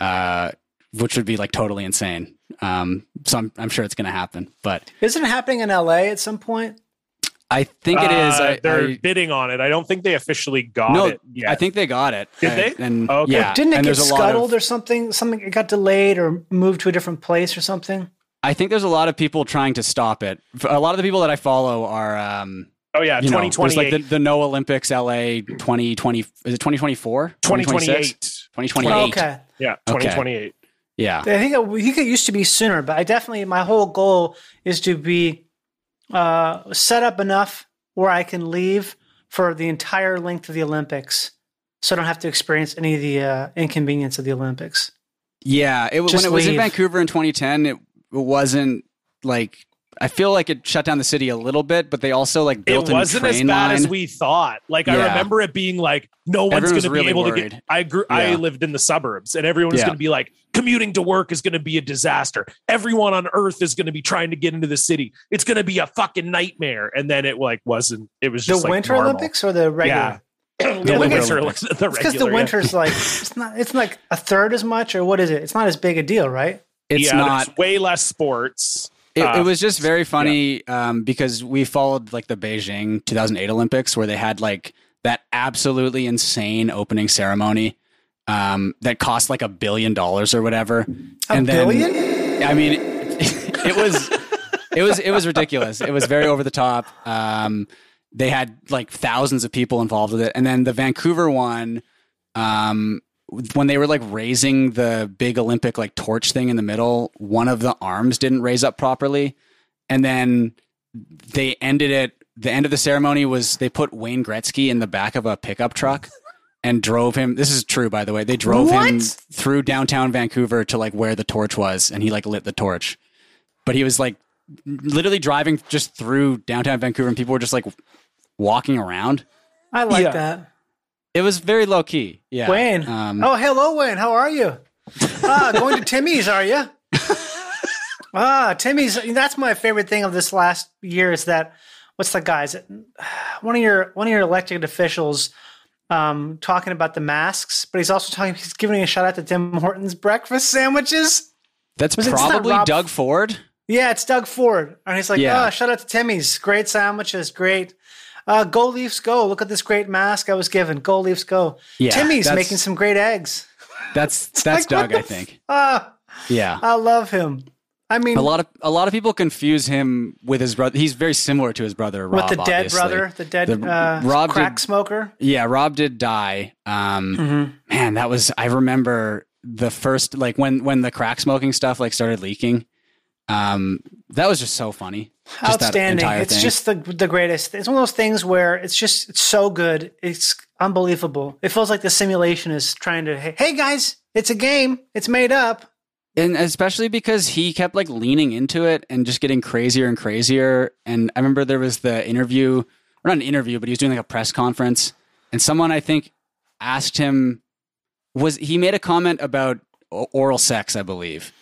[SPEAKER 3] uh, which would be like totally insane. Um, so I'm, I'm sure it's going to happen, but
[SPEAKER 2] Isn't it happening in LA at some point?
[SPEAKER 3] I think it is.
[SPEAKER 1] Uh,
[SPEAKER 3] I,
[SPEAKER 1] they're
[SPEAKER 3] I-
[SPEAKER 1] bidding on it. I don't think they officially got
[SPEAKER 3] no,
[SPEAKER 1] it. Yet.
[SPEAKER 3] I think they got it.
[SPEAKER 1] Did
[SPEAKER 3] I-
[SPEAKER 1] they?
[SPEAKER 3] and
[SPEAKER 1] Okay.
[SPEAKER 3] yeah,
[SPEAKER 2] Didn't it
[SPEAKER 3] Uh, and
[SPEAKER 2] get
[SPEAKER 3] there's a lot
[SPEAKER 2] scuttled
[SPEAKER 3] of,
[SPEAKER 2] or something? Something it got delayed or moved to a different place or something?
[SPEAKER 3] I think there's a lot of people trying to stop it. A lot of the people that I follow are, um,
[SPEAKER 1] Oh yeah,
[SPEAKER 3] you know,
[SPEAKER 1] twenty
[SPEAKER 3] there's
[SPEAKER 1] twenty
[SPEAKER 3] like the,
[SPEAKER 1] eight.
[SPEAKER 3] the No Olympics LA 2020. Is it 2024?
[SPEAKER 1] Twenty twenty
[SPEAKER 3] 2026?
[SPEAKER 1] eight.
[SPEAKER 3] 2028.
[SPEAKER 2] Oh, okay.
[SPEAKER 1] Yeah,
[SPEAKER 3] Okay.
[SPEAKER 1] twenty twenty eight.
[SPEAKER 3] Yeah.
[SPEAKER 2] I think it, I think it used to be sooner, but I definitely my whole goal is to be uh, set up enough where I can leave for the entire length of the Olympics, so I don't have to experience any of the uh, inconvenience of the Olympics.
[SPEAKER 3] Yeah, it was when
[SPEAKER 2] Just
[SPEAKER 3] it was in
[SPEAKER 2] leave.
[SPEAKER 3] Vancouver in 2010. It wasn't like I feel like it shut down the city a little bit, but they also like
[SPEAKER 1] it
[SPEAKER 3] built a new
[SPEAKER 1] wasn't as
[SPEAKER 3] train
[SPEAKER 1] bad as
[SPEAKER 3] line.
[SPEAKER 1] we thought. Like I
[SPEAKER 3] Yeah.
[SPEAKER 1] remember it being like, no one's
[SPEAKER 3] Everyone
[SPEAKER 1] going
[SPEAKER 3] was
[SPEAKER 1] to be
[SPEAKER 3] really
[SPEAKER 1] able to
[SPEAKER 3] worried.
[SPEAKER 1] get. I grew. I
[SPEAKER 3] Yeah.
[SPEAKER 1] lived in the suburbs, and everyone was
[SPEAKER 3] Yeah.
[SPEAKER 1] going to be like, commuting to work is going to be a disaster. Everyone on Earth is going to be trying to get into the city. It's going to be a fucking nightmare. And then it like wasn't. It was
[SPEAKER 2] The
[SPEAKER 1] just like,
[SPEAKER 2] Winter
[SPEAKER 1] normal.
[SPEAKER 2] Olympics or the regular?
[SPEAKER 1] Yeah. the
[SPEAKER 2] Yeah, look at-
[SPEAKER 1] winter Olympics. The
[SPEAKER 2] It's because
[SPEAKER 1] regular.
[SPEAKER 2] the
[SPEAKER 1] yeah.
[SPEAKER 2] winter's like it's not. It's like a third as much, or what is it? It's not as big a deal, right?
[SPEAKER 3] It's
[SPEAKER 1] yeah,
[SPEAKER 3] not.
[SPEAKER 1] there's way less sports.
[SPEAKER 3] It,
[SPEAKER 1] Uh,
[SPEAKER 3] it was just very funny um, because we followed like the Beijing 2008 Olympics where they had like that absolutely insane opening ceremony um, that cost like a billion dollars or whatever.
[SPEAKER 2] A billion?
[SPEAKER 3] I mean, it was it was it was ridiculous. It was very over the top. Um, they had like thousands of people involved with it, and then the Vancouver one, um, when they were like raising the big Olympic like torch thing in the middle, one of the arms didn't raise up properly, and then they ended it. The end of the ceremony was they put Wayne Gretzky in the back of a pickup truck and drove him. This is true, by the way. They drove him
[SPEAKER 2] What?
[SPEAKER 3] through downtown Vancouver to like where the torch was, and he like lit the torch. But he was like literally driving just through downtown Vancouver, and people were just like walking around.
[SPEAKER 2] I like
[SPEAKER 1] Yeah.
[SPEAKER 2] that.
[SPEAKER 3] It was very low key. Yeah,
[SPEAKER 2] Wayne.
[SPEAKER 3] Um,
[SPEAKER 2] oh, hello, Wayne. How are you? ah, going to Timmy's, are you? ah, Timmy's. That's my favorite thing of this last year is that what's the guys? One of your one of your elected officials um, talking about the masks, but he's also talking. He's giving a shout out to Tim Hortons breakfast sandwiches.
[SPEAKER 3] that's
[SPEAKER 2] it- it's not
[SPEAKER 3] probably
[SPEAKER 2] Rob-
[SPEAKER 3] Doug Ford.
[SPEAKER 2] Yeah, it's Doug Ford. And he's like,
[SPEAKER 3] Yeah.
[SPEAKER 2] oh, shout out to Timmy's. Great sandwiches. Great. Uh, go Leafs, go. Look at this great mask I was given. Go Leafs, go.
[SPEAKER 3] Yeah,
[SPEAKER 2] Timmy's
[SPEAKER 3] that's-
[SPEAKER 2] making some great eggs.
[SPEAKER 3] That's
[SPEAKER 2] like, what
[SPEAKER 3] that's Doug,
[SPEAKER 2] the
[SPEAKER 3] I think.
[SPEAKER 2] Ah,
[SPEAKER 3] yeah,
[SPEAKER 2] I love him. I mean,
[SPEAKER 3] a lot of a lot of people confuse him with his brother. He's very similar to his brother Rob.
[SPEAKER 2] with the dead
[SPEAKER 3] obviously.
[SPEAKER 2] brother, the dead
[SPEAKER 3] The-
[SPEAKER 2] uh,
[SPEAKER 3] Rob
[SPEAKER 2] crack
[SPEAKER 3] did-
[SPEAKER 2] smoker.
[SPEAKER 3] Yeah, Rob did die. Um,
[SPEAKER 2] Mm-hmm.
[SPEAKER 3] Man, that was I remember the first like when when the crack smoking stuff like started leaking. Um, that was just so funny. Just that
[SPEAKER 2] Outstanding.
[SPEAKER 3] entire
[SPEAKER 2] It's
[SPEAKER 3] thing.
[SPEAKER 2] just the the greatest. It's one of those things where it's just it's so good. It's unbelievable. It feels like the simulation is trying to, hey, hey guys, it's a game. It's made up.
[SPEAKER 3] and especially because he kept like leaning into it and just getting crazier and crazier. And I remember there was the interview, or not an interview, but he was doing like a press conference, and someone I think asked him was he made a comment about o- oral sex, I believe.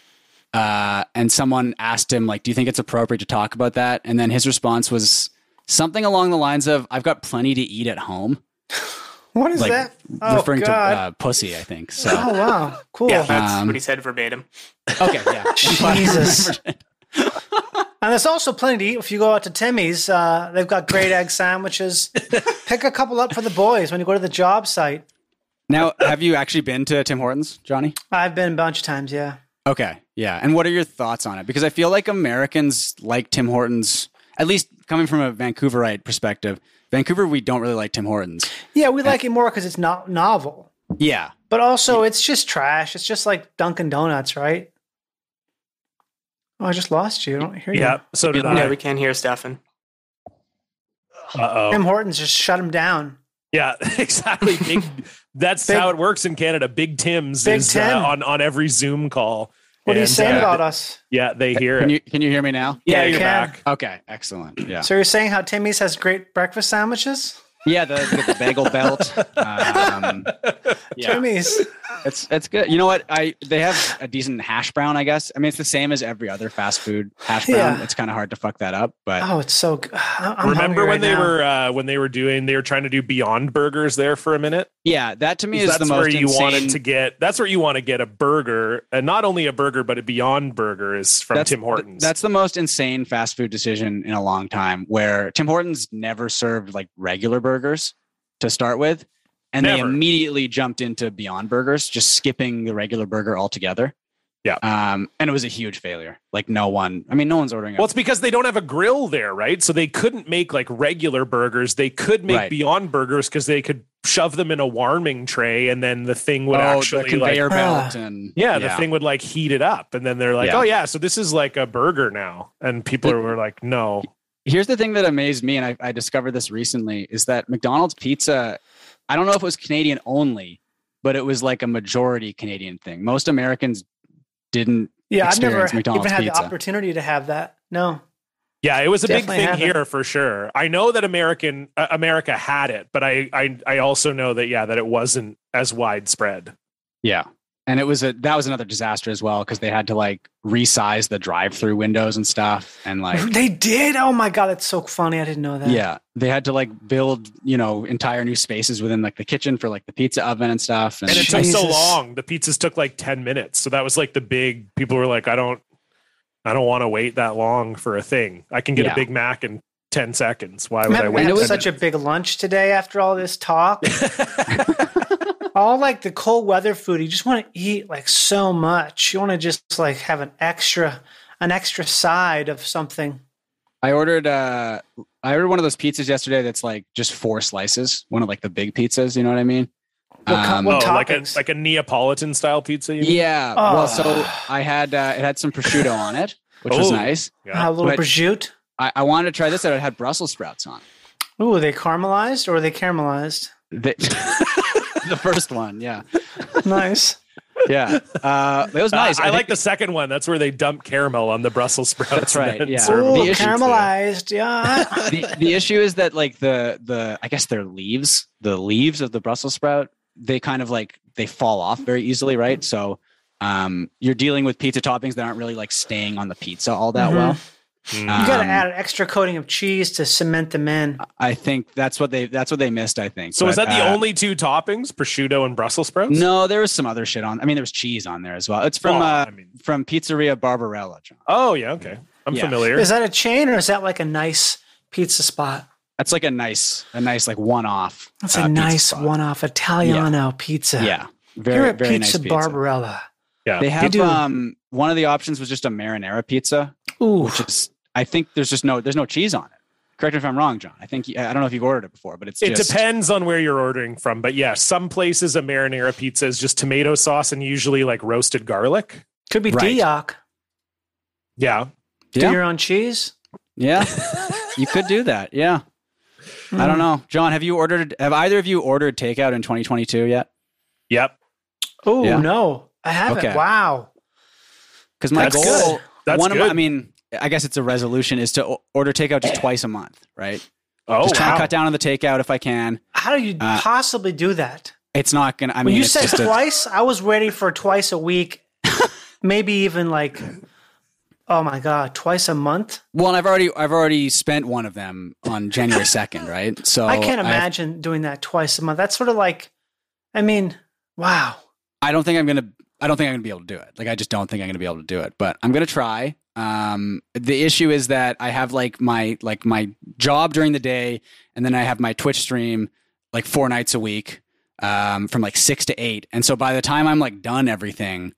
[SPEAKER 3] Uh, and someone asked him like, "Do you think it's appropriate to talk about that?" And then his response was something along the lines of, "I've got plenty to eat at home,"
[SPEAKER 2] What is
[SPEAKER 3] like
[SPEAKER 2] that? Oh,
[SPEAKER 3] referring to
[SPEAKER 2] God.
[SPEAKER 3] uh, pussy, I think. So
[SPEAKER 2] Oh wow, cool.
[SPEAKER 5] Yeah, that's
[SPEAKER 3] Um,
[SPEAKER 5] what he said verbatim.
[SPEAKER 3] okay, yeah,
[SPEAKER 2] Jesus. and there's also plenty to eat if you go out to Timmy's. Uh, they've got great egg sandwiches. Pick a couple up for the boys when you go to the job site.
[SPEAKER 3] Now, have you actually been to Tim Hortons, Johnny?
[SPEAKER 2] I've been a bunch of times. Yeah,
[SPEAKER 3] Okay, yeah. And what are your thoughts on it? Because I feel like Americans like Tim Hortons, at least coming from a Vancouverite perspective. Vancouver, we don't really like Tim Hortons.
[SPEAKER 2] yeah, we like it more because it's not novel,
[SPEAKER 3] Yeah,
[SPEAKER 2] but also it's just trash. It's just like Dunkin' Donuts, right? Oh, I just lost you. I don't hear
[SPEAKER 1] Yeah, so did
[SPEAKER 5] No,
[SPEAKER 1] I.
[SPEAKER 5] we can't hear Stefan.
[SPEAKER 2] you.
[SPEAKER 1] Uh oh.
[SPEAKER 2] Tim Hortons just shut him down.
[SPEAKER 1] Yeah, exactly. Big, that's
[SPEAKER 2] Big-
[SPEAKER 1] how it works in Canada. Big Tim's
[SPEAKER 2] Big
[SPEAKER 1] is
[SPEAKER 2] Tim.
[SPEAKER 1] Uh, on on every Zoom call.
[SPEAKER 2] What are you
[SPEAKER 1] And,
[SPEAKER 2] saying
[SPEAKER 1] uh,
[SPEAKER 2] about us?
[SPEAKER 1] Yeah, they hear
[SPEAKER 3] can
[SPEAKER 1] it.
[SPEAKER 3] you can you hear me now?
[SPEAKER 1] yeah,
[SPEAKER 2] Yeah,
[SPEAKER 1] you're
[SPEAKER 2] can.
[SPEAKER 1] back.
[SPEAKER 3] Okay, excellent. Yeah,
[SPEAKER 2] So you're saying how Timmy's has great breakfast sandwiches?
[SPEAKER 3] yeah. The, the, the bagel belt. Um, yeah,
[SPEAKER 2] Timmy's.
[SPEAKER 3] it's it's good. You know what? I they have a decent hash brown. I guess. I mean, it's the same as every other fast food hash brown.
[SPEAKER 2] Yeah.
[SPEAKER 3] It's kind of hard to fuck that up, but
[SPEAKER 2] Oh, it's so good. I'm hungry
[SPEAKER 1] Remember when
[SPEAKER 2] right
[SPEAKER 1] they
[SPEAKER 2] now.
[SPEAKER 1] were uh, when they were doing they were trying to do Beyond Burgers there for a minute.
[SPEAKER 3] yeah, that to me is
[SPEAKER 1] that's
[SPEAKER 3] the most
[SPEAKER 1] where you
[SPEAKER 3] insane.
[SPEAKER 1] wanted to get. That's where you want to get a burger, and not only a burger, but a Beyond Burger is from Tim Hortons.
[SPEAKER 3] That's the most insane fast food decision in a long time where Tim Hortons never served like regular burgers to start with. And they
[SPEAKER 1] Never.
[SPEAKER 3] immediately jumped into Beyond Burgers, just skipping the regular burger altogether.
[SPEAKER 1] Yeah.
[SPEAKER 3] Um, and it was a huge failure. Like no one, I mean, no one's ordering it.
[SPEAKER 1] well, it's because they don't have a grill there, right? So they couldn't make like regular burgers. They could make
[SPEAKER 3] Right.
[SPEAKER 1] Beyond Burgers because they could shove them in a warming tray, and then the thing would
[SPEAKER 3] oh,
[SPEAKER 1] actually
[SPEAKER 3] the
[SPEAKER 1] like
[SPEAKER 3] conveyor belt and
[SPEAKER 1] Yeah, the thing would like heat it up, and then they're like,
[SPEAKER 3] Yeah.
[SPEAKER 1] "Oh yeah, so this is like a burger now," and people were like, "No,
[SPEAKER 3] here's the thing that amazed me, and I, I discovered this recently, is that McDonald's pizza, I don't know if it was Canadian only, but it was like a majority Canadian thing. Most Americans didn't.
[SPEAKER 2] Yeah, I've never
[SPEAKER 3] experience McDonald's
[SPEAKER 2] even had
[SPEAKER 3] pizza.
[SPEAKER 2] the opportunity to have that. No.
[SPEAKER 1] yeah, it was a big
[SPEAKER 2] Definitely
[SPEAKER 1] thing
[SPEAKER 2] haven't.
[SPEAKER 1] here for sure." I know that American uh, America had it, but I, I I also know that yeah, that it wasn't as widespread.
[SPEAKER 3] Yeah. And it was a that was another disaster as well because they had to like resize the drive-through windows and stuff and like
[SPEAKER 2] they did. Oh my god, that's so funny. I didn't know that.
[SPEAKER 3] yeah they had to like build you know entire new spaces within like the kitchen for like the pizza oven and stuff and,
[SPEAKER 1] And it took so
[SPEAKER 2] Jesus.
[SPEAKER 1] long. The pizzas took like ten minutes, so that was like the big. People were like, "I don't." I don't want to wait that long for a thing. I can get
[SPEAKER 3] Yeah.
[SPEAKER 1] a Big Mac in ten seconds. Why would I
[SPEAKER 2] Remember, we
[SPEAKER 1] wait?
[SPEAKER 2] had
[SPEAKER 1] 10
[SPEAKER 2] such a big lunch today after all this talk. all like the cold weather food, you just want to eat like so much. You want to just like have an extra, an extra side of something.
[SPEAKER 3] I ordered uh I ordered one of those pizzas yesterday that's like just four slices, one of like the big pizzas, you know what I mean?
[SPEAKER 2] What
[SPEAKER 3] Um,
[SPEAKER 2] co- what
[SPEAKER 1] oh, like a
[SPEAKER 2] toppings.
[SPEAKER 1] like a Neapolitan style pizza. You mean?
[SPEAKER 3] yeah.
[SPEAKER 2] Oh.
[SPEAKER 3] Well, so I had uh, it had some prosciutto on it, which was
[SPEAKER 1] Oh.
[SPEAKER 3] nice.
[SPEAKER 1] Yeah.
[SPEAKER 2] a little
[SPEAKER 3] But-
[SPEAKER 2] prosciutto.
[SPEAKER 3] I, I wanted to try this out. It had Brussels sprouts on.
[SPEAKER 2] Ooh, are they caramelized or are they caramelized?
[SPEAKER 3] The, the first one, yeah.
[SPEAKER 2] Nice.
[SPEAKER 3] Yeah. Uh it was
[SPEAKER 1] Uh,
[SPEAKER 3] nice.
[SPEAKER 1] I,
[SPEAKER 3] think-
[SPEAKER 1] like the second one. That's where they dump caramel on the Brussels sprouts.
[SPEAKER 3] That's
[SPEAKER 1] and
[SPEAKER 3] right,
[SPEAKER 1] then
[SPEAKER 3] yeah.
[SPEAKER 1] serve
[SPEAKER 3] Or
[SPEAKER 2] Ooh,
[SPEAKER 1] them.
[SPEAKER 3] the issues
[SPEAKER 2] caramelized. Yeah.
[SPEAKER 3] the, the issue is that like the the I guess their leaves, the leaves of the Brussels sprout, they kind of like they fall off very easily, right? So um you're dealing with pizza toppings that aren't really like staying on the pizza all that
[SPEAKER 2] Mhm.
[SPEAKER 3] well.
[SPEAKER 1] Mm.
[SPEAKER 2] You got to
[SPEAKER 3] Um,
[SPEAKER 2] add an extra coating of cheese to cement them in.
[SPEAKER 3] I think that's what they that's what they missed, I think.
[SPEAKER 1] So is
[SPEAKER 3] But,
[SPEAKER 1] that the
[SPEAKER 3] uh,
[SPEAKER 1] only two toppings, prosciutto and Brussels sprouts?
[SPEAKER 3] No, there was some other shit on. I mean, there was cheese on there as well. It's from
[SPEAKER 1] Oh,
[SPEAKER 3] uh
[SPEAKER 1] I mean-
[SPEAKER 3] from Pizzeria Barbarella, John.
[SPEAKER 1] Oh yeah, okay. I'm
[SPEAKER 3] Yeah.
[SPEAKER 1] familiar.
[SPEAKER 2] Is that a chain or is that like a nice pizza spot?
[SPEAKER 3] That's like a nice a nice like one off.
[SPEAKER 2] That's a nice one-off Italiano pizza.
[SPEAKER 3] Uh, Yeah.
[SPEAKER 2] You're
[SPEAKER 3] Very
[SPEAKER 2] at
[SPEAKER 3] very
[SPEAKER 2] Pizza
[SPEAKER 3] nice pizza.
[SPEAKER 2] Barbarella.
[SPEAKER 3] They have
[SPEAKER 2] do.
[SPEAKER 3] um one of the options was just a marinara pizza,
[SPEAKER 2] Ooh,
[SPEAKER 3] which is I think there's just no there's no cheese on it. Correct me if I'm wrong, John. I think I don't know if you've ordered it before, but it's
[SPEAKER 1] It
[SPEAKER 3] just,
[SPEAKER 1] depends on where you're ordering from, but yeah, some places a marinara pizza is just tomato sauce and usually like roasted garlic.
[SPEAKER 2] could be
[SPEAKER 3] Right.
[SPEAKER 2] Dioc.
[SPEAKER 1] Yeah,
[SPEAKER 2] Do
[SPEAKER 3] Yeah,
[SPEAKER 2] your own cheese.
[SPEAKER 3] yeah. you could do that. Yeah, I
[SPEAKER 1] Hmm.
[SPEAKER 3] don't know, John. Have you ordered? Have either of you ordered takeout in 2022 yet?
[SPEAKER 1] yep.
[SPEAKER 2] Oh
[SPEAKER 3] Yeah.
[SPEAKER 2] no, I haven't.
[SPEAKER 3] Okay.
[SPEAKER 2] Wow.
[SPEAKER 3] Because my
[SPEAKER 1] That's
[SPEAKER 3] goal,
[SPEAKER 1] good. That's
[SPEAKER 3] one of my,
[SPEAKER 1] good.
[SPEAKER 3] I mean, I guess it's a resolution is to o- order takeout just twice a month, right?
[SPEAKER 1] Oh,
[SPEAKER 3] just try
[SPEAKER 1] wow.
[SPEAKER 3] and cut down on the takeout if I can.
[SPEAKER 2] How do you
[SPEAKER 3] Uh,
[SPEAKER 2] possibly do that?
[SPEAKER 3] It's not gonna. I mean,
[SPEAKER 2] When you
[SPEAKER 3] it's
[SPEAKER 2] said
[SPEAKER 3] just a-
[SPEAKER 2] twice, I was ready for twice a week, maybe even like, oh my god, twice a month.
[SPEAKER 3] Well, and I've already I've already spent one of them on January second, right? So
[SPEAKER 2] I can't
[SPEAKER 3] have-
[SPEAKER 2] imagine doing that twice a month. That's sort of like, I mean, wow.
[SPEAKER 3] I, don't think I'm gonna. I don't think I'm gonna be able to do it. Like I just don't think I'm gonna be able to do it. But I'm gonna try. Um, the issue is that I have like my like my job during the day, and then I have my Twitch stream like four nights a week, um, from like six to eight. And so by the time I'm like done everything,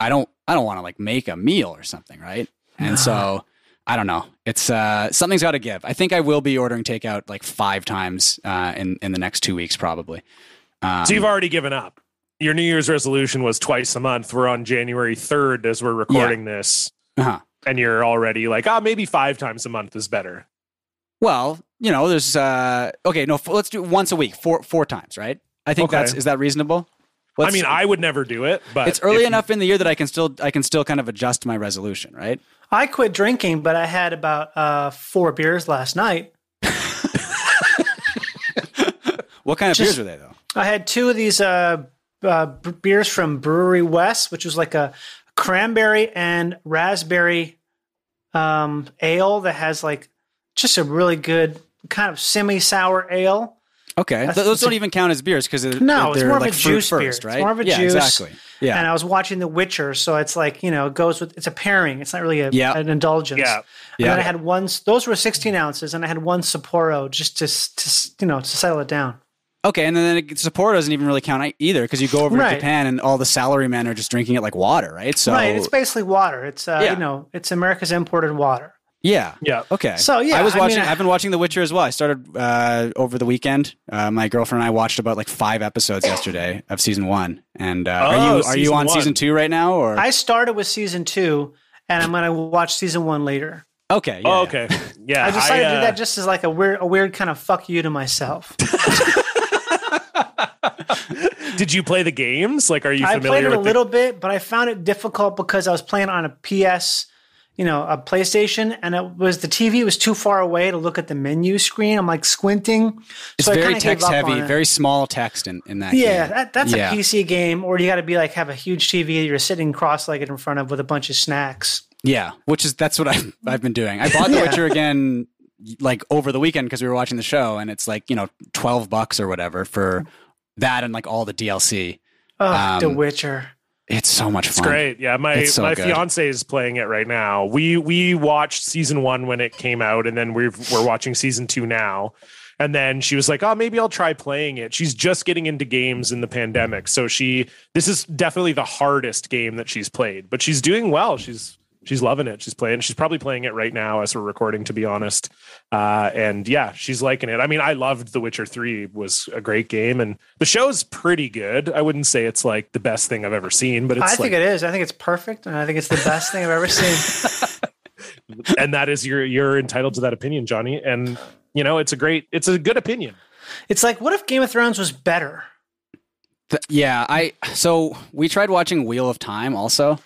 [SPEAKER 3] I don't I don't want to like make a meal or something, right? And so I don't know. It's uh something's got to give. I think I will be ordering takeout like five times uh in in the next 2 weeks probably. Um,
[SPEAKER 1] So you've already given up. Your New Year's resolution was twice a month. We're on January 3rd as we're recording this.
[SPEAKER 3] uh-huh.
[SPEAKER 1] And you're already like, ah, maybe five times a month is better.
[SPEAKER 3] Well, you know, there's uh okay, no, f- let's do once a week, four four times, right? I think
[SPEAKER 1] Okay.
[SPEAKER 3] that's is that reasonable?
[SPEAKER 1] I
[SPEAKER 3] Let's,
[SPEAKER 1] mean, I would never do it,
[SPEAKER 2] uh,
[SPEAKER 1] but
[SPEAKER 3] it's early
[SPEAKER 1] if-
[SPEAKER 3] enough in the year that I can still I can still kind of adjust my resolution, right?
[SPEAKER 2] I quit drinking, but I had about uh, four beers last night.
[SPEAKER 3] What kind of
[SPEAKER 2] Just-
[SPEAKER 3] beers were they though?
[SPEAKER 2] I had two of these uh, uh, b- beers from Brewery West, which was like a cranberry and raspberry um, ale that has like just a really good kind of semi sour ale.
[SPEAKER 3] Okay, Th- those don't even count as beers because they're,
[SPEAKER 2] No, it's
[SPEAKER 3] they're
[SPEAKER 2] more of
[SPEAKER 3] like
[SPEAKER 2] a
[SPEAKER 3] fruit
[SPEAKER 2] juice beer.
[SPEAKER 3] first,
[SPEAKER 2] It's
[SPEAKER 3] right?
[SPEAKER 2] more of a
[SPEAKER 3] yeah,
[SPEAKER 2] juice.
[SPEAKER 3] exactly. Yeah,
[SPEAKER 2] And I was watching The Witcher, so it's like you know it goes with it's a pairing. It's not really a,
[SPEAKER 3] Yeah.
[SPEAKER 2] an indulgence.
[SPEAKER 1] Yeah.
[SPEAKER 2] And then
[SPEAKER 3] Yeah.
[SPEAKER 2] I had one. Those were sixteen ounces, and I had one Sapporo just to s- to s- you know to settle it down.
[SPEAKER 3] Okay, and then it, Sapporo doesn't even really count ei- either because you go over
[SPEAKER 2] Right.
[SPEAKER 3] to Japan and all the salarymen are just drinking it like water, right? So
[SPEAKER 2] right, it's basically water. It's uh,
[SPEAKER 3] Yeah.
[SPEAKER 2] you know, it's America's imported water.
[SPEAKER 3] yeah,
[SPEAKER 1] Yeah.
[SPEAKER 3] okay.
[SPEAKER 2] So, yeah,
[SPEAKER 3] I was
[SPEAKER 2] I mean,
[SPEAKER 3] watching.
[SPEAKER 2] I-
[SPEAKER 3] I've been watching The Witcher as well. I started uh, over the weekend. Uh, my girlfriend and I watched about like five episodes yesterday of season one. And uh,
[SPEAKER 1] Oh,
[SPEAKER 3] are you are you
[SPEAKER 1] season
[SPEAKER 3] on
[SPEAKER 1] one.
[SPEAKER 3] season two right now? Or
[SPEAKER 2] I started with season two, and I'm going to watch season one later.
[SPEAKER 3] okay, yeah,
[SPEAKER 1] Oh,
[SPEAKER 3] yeah.
[SPEAKER 1] okay. Yeah.
[SPEAKER 2] I decided to do
[SPEAKER 1] uh,
[SPEAKER 2] that just as like a weird, a weird kind of fuck you to myself.
[SPEAKER 1] Did you play the games? Like, are you
[SPEAKER 2] I
[SPEAKER 1] familiar
[SPEAKER 2] played it
[SPEAKER 1] with
[SPEAKER 2] a
[SPEAKER 1] the-
[SPEAKER 2] little bit, but I found it difficult because I was playing on a PS, you know, a PlayStation, and it was the TV was too far away to look at the menu screen. I'm like squinting.
[SPEAKER 3] It's
[SPEAKER 2] So I
[SPEAKER 3] very
[SPEAKER 2] kinda gave
[SPEAKER 3] text
[SPEAKER 2] up
[SPEAKER 3] heavy,
[SPEAKER 2] on it.
[SPEAKER 3] very small text in, in that.
[SPEAKER 2] Yeah,
[SPEAKER 3] game.
[SPEAKER 2] that, that's
[SPEAKER 3] Yeah.
[SPEAKER 2] a PC game, or you got to be like have a huge TV that you're sitting cross-legged in front of with a bunch of snacks.
[SPEAKER 3] Yeah, which is that's what I've I've been doing. I bought The
[SPEAKER 2] Yeah.
[SPEAKER 3] Witcher again like over the weekend because we were watching the show, and it's like you know twelve bucks or whatever for that and like all the DLC.
[SPEAKER 2] Oh, The
[SPEAKER 3] Um,
[SPEAKER 2] Witcher.
[SPEAKER 3] It's so much
[SPEAKER 1] It's
[SPEAKER 3] fun.
[SPEAKER 1] great. Yeah, my
[SPEAKER 3] It's so
[SPEAKER 1] my
[SPEAKER 3] good.
[SPEAKER 1] fiance is playing it right now. We we watched season one when it came out, and then we've, we're watching season two now. And then she was like, "Oh, maybe I'll try playing it." She's just getting into games in the pandemic, so she this is definitely the hardest game that she's played. But she's doing well. She's she's loving it. She's playing. She's probably playing it right now as we're recording, to be honest. Uh, and yeah, she's liking it. I mean, I loved The Witcher Three. Was a great game, and the show's pretty good. I wouldn't say it's like the best thing I've ever seen, but it's
[SPEAKER 2] I
[SPEAKER 1] like,
[SPEAKER 2] think it is. I think it's perfect, and I think it's the best thing I've ever seen.
[SPEAKER 1] and that is your you're entitled to that opinion, Johnny. And you know, it's a great, it's a good opinion.
[SPEAKER 2] It's like, what if Game of Thrones was better?
[SPEAKER 3] Th- yeah, I so we tried watching Wheel of Time also.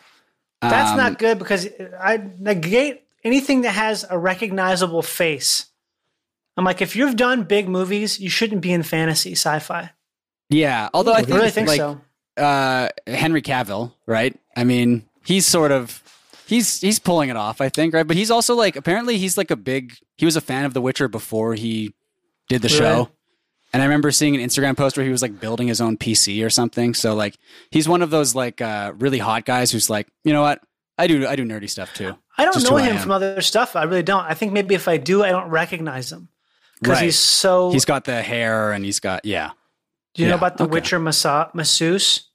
[SPEAKER 2] That's
[SPEAKER 3] Um,
[SPEAKER 2] not good because I negate anything that has a recognizable face. I'm like, if you've done big movies, you shouldn't be in fantasy sci-fi.
[SPEAKER 3] Yeah, although I
[SPEAKER 2] I
[SPEAKER 3] think,
[SPEAKER 2] really think
[SPEAKER 3] like,
[SPEAKER 2] so.
[SPEAKER 3] uh, Henry Cavill, right? I mean, he's sort of he's he's pulling it off, I think, right? But he's also like apparently he's like a big he was a fan of The Witcher before he did the
[SPEAKER 2] Right.
[SPEAKER 3] show. And I remember seeing an Instagram post where he was like building his own PC or something. So like he's one of those like uh really hot guys who's like, you know what? I do I do nerdy stuff too.
[SPEAKER 2] I don't
[SPEAKER 3] just
[SPEAKER 2] know
[SPEAKER 3] who I
[SPEAKER 2] him
[SPEAKER 3] am.
[SPEAKER 2] from other stuff. I really don't. I think maybe if I do, I don't recognize him because
[SPEAKER 3] Right.
[SPEAKER 2] he's so.
[SPEAKER 3] He's got the hair and he's got yeah.
[SPEAKER 2] do you know
[SPEAKER 3] yeah,
[SPEAKER 2] about the
[SPEAKER 3] okay.
[SPEAKER 2] Witcher massa- masseuse?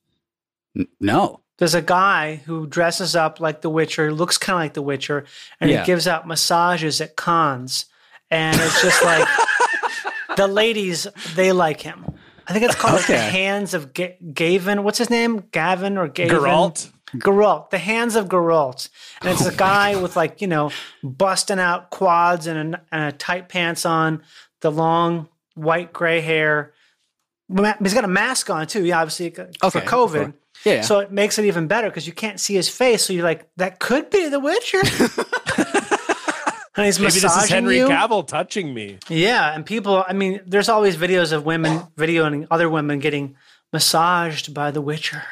[SPEAKER 3] N- no.
[SPEAKER 2] There's a guy who dresses up like the Witcher, looks kind of like the Witcher, and
[SPEAKER 3] Yeah.
[SPEAKER 2] he gives out massages at cons. And it's just like the ladies, they like him. I think it's called like, the
[SPEAKER 3] Okay.
[SPEAKER 2] hands of Ga- Gavin. What's his name? Gavin or Gavin?
[SPEAKER 1] Geralt.
[SPEAKER 2] Geralt. The hands of Geralt. And
[SPEAKER 3] Oh
[SPEAKER 2] it's a guy with like, you know, busting out quads and a, and a tight pants on, the long white gray hair. Ma- He's got a mask on too. Yeah, obviously uh, for
[SPEAKER 3] Okay,
[SPEAKER 2] COVID.
[SPEAKER 3] for- Yeah. yeah.
[SPEAKER 2] So it makes it even better because you can't see his face. So you're like, that could be The Witcher. and he's
[SPEAKER 1] Maybe
[SPEAKER 2] massaging
[SPEAKER 1] this is Henry
[SPEAKER 2] you.
[SPEAKER 1] Cavill touching me.
[SPEAKER 2] Yeah, and people. I mean, there's always videos of women videoing other women getting massaged by The Witcher.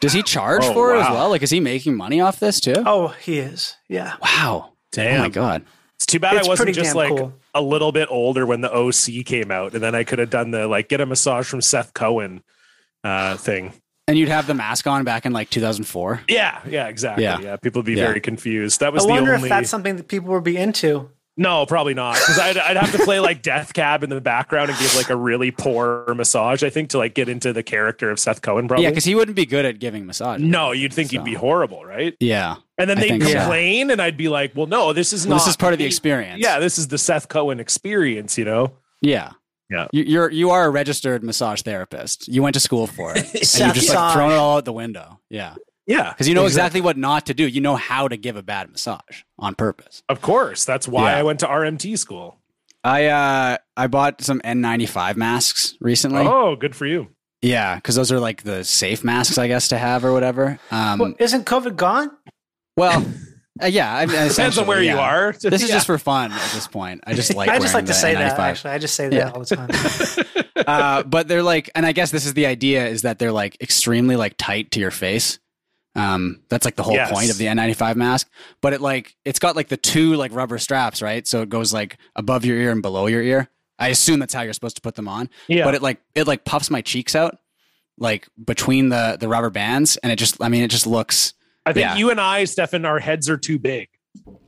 [SPEAKER 3] Does he charge
[SPEAKER 1] Oh,
[SPEAKER 3] for it as
[SPEAKER 1] wow.
[SPEAKER 3] well? Like is he making money off this too?
[SPEAKER 2] Oh, he is. Yeah.
[SPEAKER 3] Wow.
[SPEAKER 1] Damn.
[SPEAKER 3] Oh my god.
[SPEAKER 1] It's too bad
[SPEAKER 2] It's
[SPEAKER 1] I wasn't
[SPEAKER 2] pretty
[SPEAKER 1] just
[SPEAKER 2] damn
[SPEAKER 1] like
[SPEAKER 2] cool.
[SPEAKER 1] a little bit older when the OC came out, and then I could have done the like get a massage from Seth Cohen uh, thing.
[SPEAKER 3] And you'd have the mask on back in like 2004.
[SPEAKER 1] Yeah, yeah, exactly.
[SPEAKER 3] Yeah.
[SPEAKER 1] Yeah, people would be
[SPEAKER 3] Yeah.
[SPEAKER 1] very confused. That was
[SPEAKER 2] I
[SPEAKER 1] the
[SPEAKER 2] wonder
[SPEAKER 1] only.
[SPEAKER 2] if that's something that people would be into.
[SPEAKER 1] No, probably not. Because I'd, I'd have to play like Death Cab in the background and give like a really poor massage. I think to like get into the character of Seth Cohen. Probably.
[SPEAKER 3] Yeah, because he wouldn't be good at giving massage.
[SPEAKER 1] no, you'd think he'd be
[SPEAKER 3] So.
[SPEAKER 1] horrible, right?
[SPEAKER 3] Yeah.
[SPEAKER 1] And then
[SPEAKER 3] I
[SPEAKER 1] they'd
[SPEAKER 3] think so.
[SPEAKER 1] complain, and I'd be like, "Well, no, this is
[SPEAKER 3] Well,
[SPEAKER 1] not.
[SPEAKER 3] this is part of the experience.
[SPEAKER 1] yeah, this is the Seth Cohen experience. You know,
[SPEAKER 3] Yeah.
[SPEAKER 1] Yeah.
[SPEAKER 3] You, you're you are a registered massage therapist. You went to school for it. and
[SPEAKER 2] Seth
[SPEAKER 3] you've just like
[SPEAKER 2] Saj.
[SPEAKER 3] thrown it all out the window. Yeah.
[SPEAKER 1] yeah,
[SPEAKER 3] Because you know exactly what not to do. You know how to give a bad massage on purpose.
[SPEAKER 1] of course. That's why
[SPEAKER 3] Yeah.
[SPEAKER 1] I went to RMT school.
[SPEAKER 3] I uh I bought some N95 masks recently.
[SPEAKER 1] Oh, good for you.
[SPEAKER 3] Yeah, because those are like the safe masks, I guess, to have or whatever. Um,
[SPEAKER 2] Well, isn't COVID gone?
[SPEAKER 3] well, uh, yeah, I mean,
[SPEAKER 1] Depends on
[SPEAKER 3] essentially,
[SPEAKER 1] where you
[SPEAKER 3] yeah.
[SPEAKER 1] are.
[SPEAKER 3] This is
[SPEAKER 1] Yeah.
[SPEAKER 3] just for fun at this point. I just like.
[SPEAKER 2] I just like
[SPEAKER 3] wearing
[SPEAKER 2] to
[SPEAKER 3] the
[SPEAKER 2] say that.
[SPEAKER 3] N95.
[SPEAKER 2] Actually, I just say that
[SPEAKER 3] Yeah.
[SPEAKER 2] all the time.
[SPEAKER 3] uh, but they're like, and I guess this is the idea is that they're like extremely like tight to your face. Um, that's like the whole
[SPEAKER 1] Yes.
[SPEAKER 3] point of the N95 mask. But it like it's got like the two like rubber straps, right? So it goes like above your ear and below your ear. I assume that's how you're supposed to put them on.
[SPEAKER 1] Yeah.
[SPEAKER 3] But it like it like puffs my cheeks out, like between the the rubber bands, and it just I mean it just looks
[SPEAKER 1] I think
[SPEAKER 3] Yeah.
[SPEAKER 1] you and I, Stefan, our heads are too big.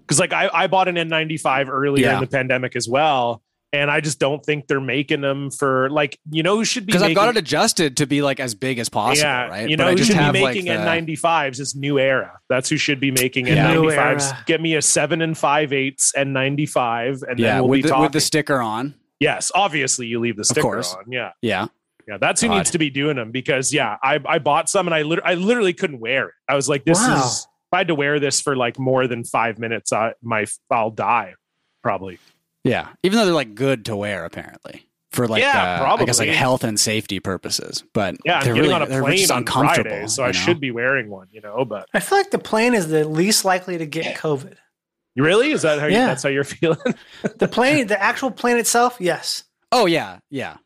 [SPEAKER 1] Because like I, I bought an N95 earlier
[SPEAKER 3] Yeah.
[SPEAKER 1] in the pandemic as well, and I just don't think they're making them for like you know who should be
[SPEAKER 3] because I've got it
[SPEAKER 1] making-
[SPEAKER 3] adjusted to be like as big as possible, right?
[SPEAKER 1] You
[SPEAKER 3] But
[SPEAKER 1] know
[SPEAKER 3] I
[SPEAKER 1] who
[SPEAKER 3] just
[SPEAKER 1] should be
[SPEAKER 3] have, like,
[SPEAKER 1] making
[SPEAKER 3] the-
[SPEAKER 1] N95s is New Era. That's who should be making
[SPEAKER 3] Yeah.
[SPEAKER 2] New Era.
[SPEAKER 1] N95s. Get me a seven and five eighths N95, and
[SPEAKER 3] yeah
[SPEAKER 1] then we'll
[SPEAKER 3] with,
[SPEAKER 1] be
[SPEAKER 3] the,
[SPEAKER 1] talking.
[SPEAKER 3] with the sticker on.
[SPEAKER 1] yes, obviously you leave the sticker
[SPEAKER 3] course.
[SPEAKER 1] on. Yeah,
[SPEAKER 3] Yeah.
[SPEAKER 1] yeah, that's who
[SPEAKER 3] God.
[SPEAKER 1] needs to be doing them because yeah, I I bought some and I lit- I literally couldn't wear it. I was like, this
[SPEAKER 2] Wow.
[SPEAKER 1] is if I had to wear this for like more than five minutes, I my I'll die probably.
[SPEAKER 3] Yeah, even though they're like good to wear apparently for like
[SPEAKER 1] Yeah,
[SPEAKER 3] uh, I guess like
[SPEAKER 1] probably.
[SPEAKER 3] health and safety purposes, but
[SPEAKER 1] Yeah, I'm
[SPEAKER 3] they're
[SPEAKER 1] getting
[SPEAKER 3] really
[SPEAKER 1] on a
[SPEAKER 3] they're
[SPEAKER 1] plane
[SPEAKER 3] just
[SPEAKER 1] on
[SPEAKER 3] uncomfortable.
[SPEAKER 1] Friday, so I
[SPEAKER 3] you know?
[SPEAKER 1] should be wearing one. You know, but
[SPEAKER 2] I feel like the plane is the least likely to get COVID.
[SPEAKER 1] really, is that how you,
[SPEAKER 2] Yeah.
[SPEAKER 1] that's how you're feeling?
[SPEAKER 2] The plane, the actual plane itself, yes.
[SPEAKER 3] Oh yeah, yeah,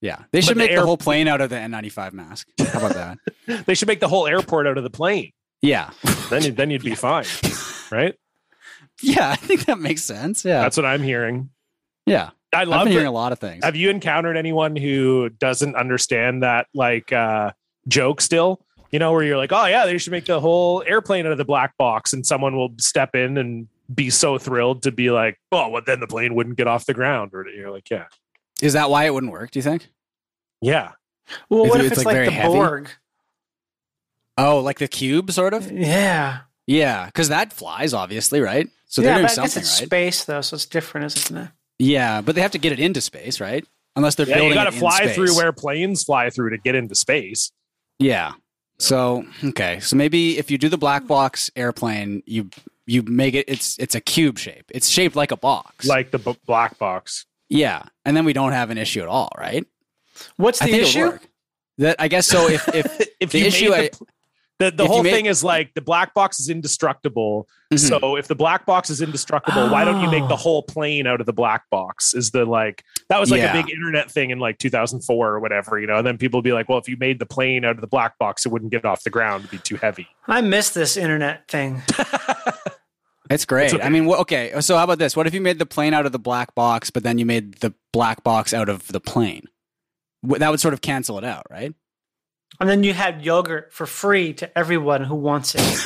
[SPEAKER 3] yeah. They
[SPEAKER 1] But
[SPEAKER 3] should
[SPEAKER 1] the
[SPEAKER 3] make the
[SPEAKER 1] air-
[SPEAKER 3] whole plane out of the N95 mask. How about that?
[SPEAKER 1] they should make the whole airport out of the plane.
[SPEAKER 3] yeah,
[SPEAKER 1] Then you, then you'd be fine, right?
[SPEAKER 3] yeah. I think that makes sense. Yeah,
[SPEAKER 1] That's what I'm hearing.
[SPEAKER 3] yeah.
[SPEAKER 1] I
[SPEAKER 3] I've
[SPEAKER 1] love
[SPEAKER 3] been
[SPEAKER 1] it.
[SPEAKER 3] hearing a lot of things.
[SPEAKER 1] Have you encountered anyone who doesn't understand that like uh joke still? You know, where you're like, oh yeah, they should make the whole airplane out of the black box, and someone will step in and be so thrilled to be like, oh, well, then the plane wouldn't get off the ground, or you're like, yeah,
[SPEAKER 3] Is that why it wouldn't work? Do you think?
[SPEAKER 1] yeah,
[SPEAKER 2] Well,
[SPEAKER 3] Is
[SPEAKER 2] what
[SPEAKER 3] it-
[SPEAKER 2] if
[SPEAKER 3] it's,
[SPEAKER 2] it's,
[SPEAKER 3] like,
[SPEAKER 2] like,
[SPEAKER 3] very
[SPEAKER 2] the
[SPEAKER 3] heavy?
[SPEAKER 2] Borg?
[SPEAKER 3] Oh, like the cube, sort of.
[SPEAKER 2] Yeah.
[SPEAKER 3] Yeah, because that flies, obviously, right? So they're
[SPEAKER 2] yeah,
[SPEAKER 3] doing
[SPEAKER 2] but I guess
[SPEAKER 3] something, right?
[SPEAKER 2] it's space though, so it's different, isn't it?
[SPEAKER 3] yeah, but they have to get it into space, right? Unless they're
[SPEAKER 1] yeah
[SPEAKER 3] building.
[SPEAKER 1] you got
[SPEAKER 3] it
[SPEAKER 1] to
[SPEAKER 3] in
[SPEAKER 1] fly
[SPEAKER 3] space.
[SPEAKER 1] through where planes fly through to get into space.
[SPEAKER 3] Yeah. So okay, so maybe if you do the black box airplane, you you make it. It's it's a cube shape. It's shaped like a box.
[SPEAKER 1] like the b- black box.
[SPEAKER 3] yeah, and then we don't have an issue at all, right?
[SPEAKER 2] What's the
[SPEAKER 3] I think
[SPEAKER 2] issue?
[SPEAKER 3] it work. That I guess so. If if
[SPEAKER 1] If
[SPEAKER 3] The
[SPEAKER 1] you
[SPEAKER 3] issue I-
[SPEAKER 1] made the, the, the
[SPEAKER 3] if you
[SPEAKER 1] whole
[SPEAKER 3] made-
[SPEAKER 1] thing is like the black box is indestructible.
[SPEAKER 3] Mhm.
[SPEAKER 1] So if the black box is indestructible, why don't you make the
[SPEAKER 2] Mm-hmm. Oh.
[SPEAKER 1] whole plane out of the black box? Is the like that was like
[SPEAKER 3] Yeah.
[SPEAKER 1] a big internet thing in like 2004 or whatever, you know? And then people would be like, well, if you made the plane out of the black box, it wouldn't get off the ground; it'd be too heavy.
[SPEAKER 2] I miss this internet thing.
[SPEAKER 3] It's great.
[SPEAKER 1] It's okay.
[SPEAKER 3] I mean, wh- okay. So how about this? What if you made the plane out of the black box, but then you made the black box out of the plane? Wh- That would sort of cancel it out, right?
[SPEAKER 2] And then you had yogurt for free to everyone who wants it.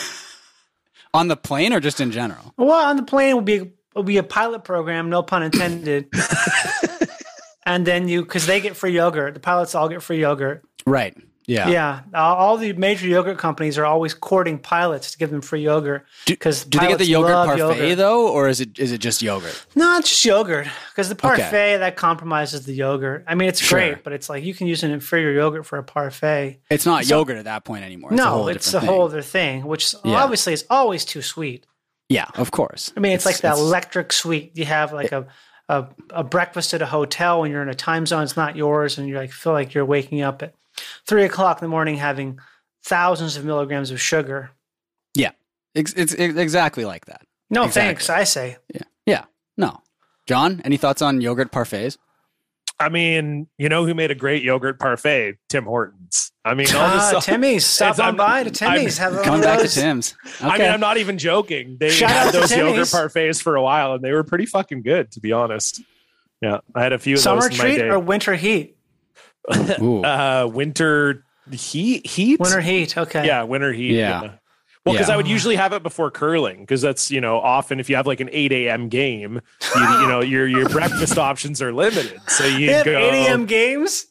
[SPEAKER 3] On the plane or just in general?
[SPEAKER 2] well, on the plane would be would be a pilot program, no pun intended. and then you, because they get free yogurt, the pilots all get free yogurt.
[SPEAKER 3] Right. Yeah.
[SPEAKER 2] Yeah, Uh, all the major yogurt companies are always courting pilots to give them free yogurt.
[SPEAKER 3] Do,
[SPEAKER 2] Because
[SPEAKER 3] do they get the
[SPEAKER 2] pilots
[SPEAKER 3] yogurt
[SPEAKER 2] love
[SPEAKER 3] parfait
[SPEAKER 2] yogurt.
[SPEAKER 3] though, or is it is it just yogurt?
[SPEAKER 2] No, it's just yogurt because the
[SPEAKER 3] Okay.
[SPEAKER 2] parfait that compromises the yogurt. I mean, it's
[SPEAKER 3] Sure.
[SPEAKER 2] great, but it's like you can use an inferior yogurt for a parfait.
[SPEAKER 3] It's not
[SPEAKER 2] So-
[SPEAKER 3] yogurt at that point anymore. It's a
[SPEAKER 2] no,
[SPEAKER 3] whole
[SPEAKER 2] it's a
[SPEAKER 3] different thing.
[SPEAKER 2] whole other thing, which is-
[SPEAKER 3] Yeah.
[SPEAKER 2] obviously is always too sweet.
[SPEAKER 3] Yeah, of course.
[SPEAKER 2] I mean, it's, like that electric sweet you have like a, a a breakfast at a hotel when you're in a time zone it's not yours, and you like feel like you're waking up at three o'clock in the morning having thousands of milligrams of sugar.
[SPEAKER 3] It's, it's, it's exactly like that.
[SPEAKER 2] No
[SPEAKER 3] Exactly.
[SPEAKER 2] thanks, I say.
[SPEAKER 3] Yeah. No. John, any thoughts on yogurt parfaits?
[SPEAKER 1] I mean, you know who made a great yogurt parfait? Tim Hortons. I mean, all
[SPEAKER 2] Ah,
[SPEAKER 1] this.
[SPEAKER 2] Timmy's, stop
[SPEAKER 1] It's-
[SPEAKER 2] on
[SPEAKER 1] I'm-
[SPEAKER 2] by to
[SPEAKER 1] I'm-
[SPEAKER 2] Timmy's. have one
[SPEAKER 3] Coming
[SPEAKER 2] of
[SPEAKER 3] back to
[SPEAKER 2] those.
[SPEAKER 3] Tim's. Okay.
[SPEAKER 1] I mean, I'm not even joking. They
[SPEAKER 2] Shout
[SPEAKER 1] had
[SPEAKER 2] out to
[SPEAKER 1] those yogurt
[SPEAKER 2] Timmy's.
[SPEAKER 1] parfaits for a while, and they were pretty fucking good, to be honest. Yeah, I had a few of
[SPEAKER 2] Summer
[SPEAKER 1] those in my
[SPEAKER 2] treat
[SPEAKER 1] day.
[SPEAKER 2] or winter heat?
[SPEAKER 3] Ooh.
[SPEAKER 1] uh winter heat heat
[SPEAKER 2] Winter heat. Okay.
[SPEAKER 1] yeah winter heat
[SPEAKER 3] Yeah.
[SPEAKER 1] well because
[SPEAKER 3] Yeah.
[SPEAKER 1] i would usually have it before curling because that's you know often if you have like an 8 a.m game you, you know your your breakfast options are limited so you
[SPEAKER 2] They have
[SPEAKER 1] go
[SPEAKER 2] 8 a.m. games.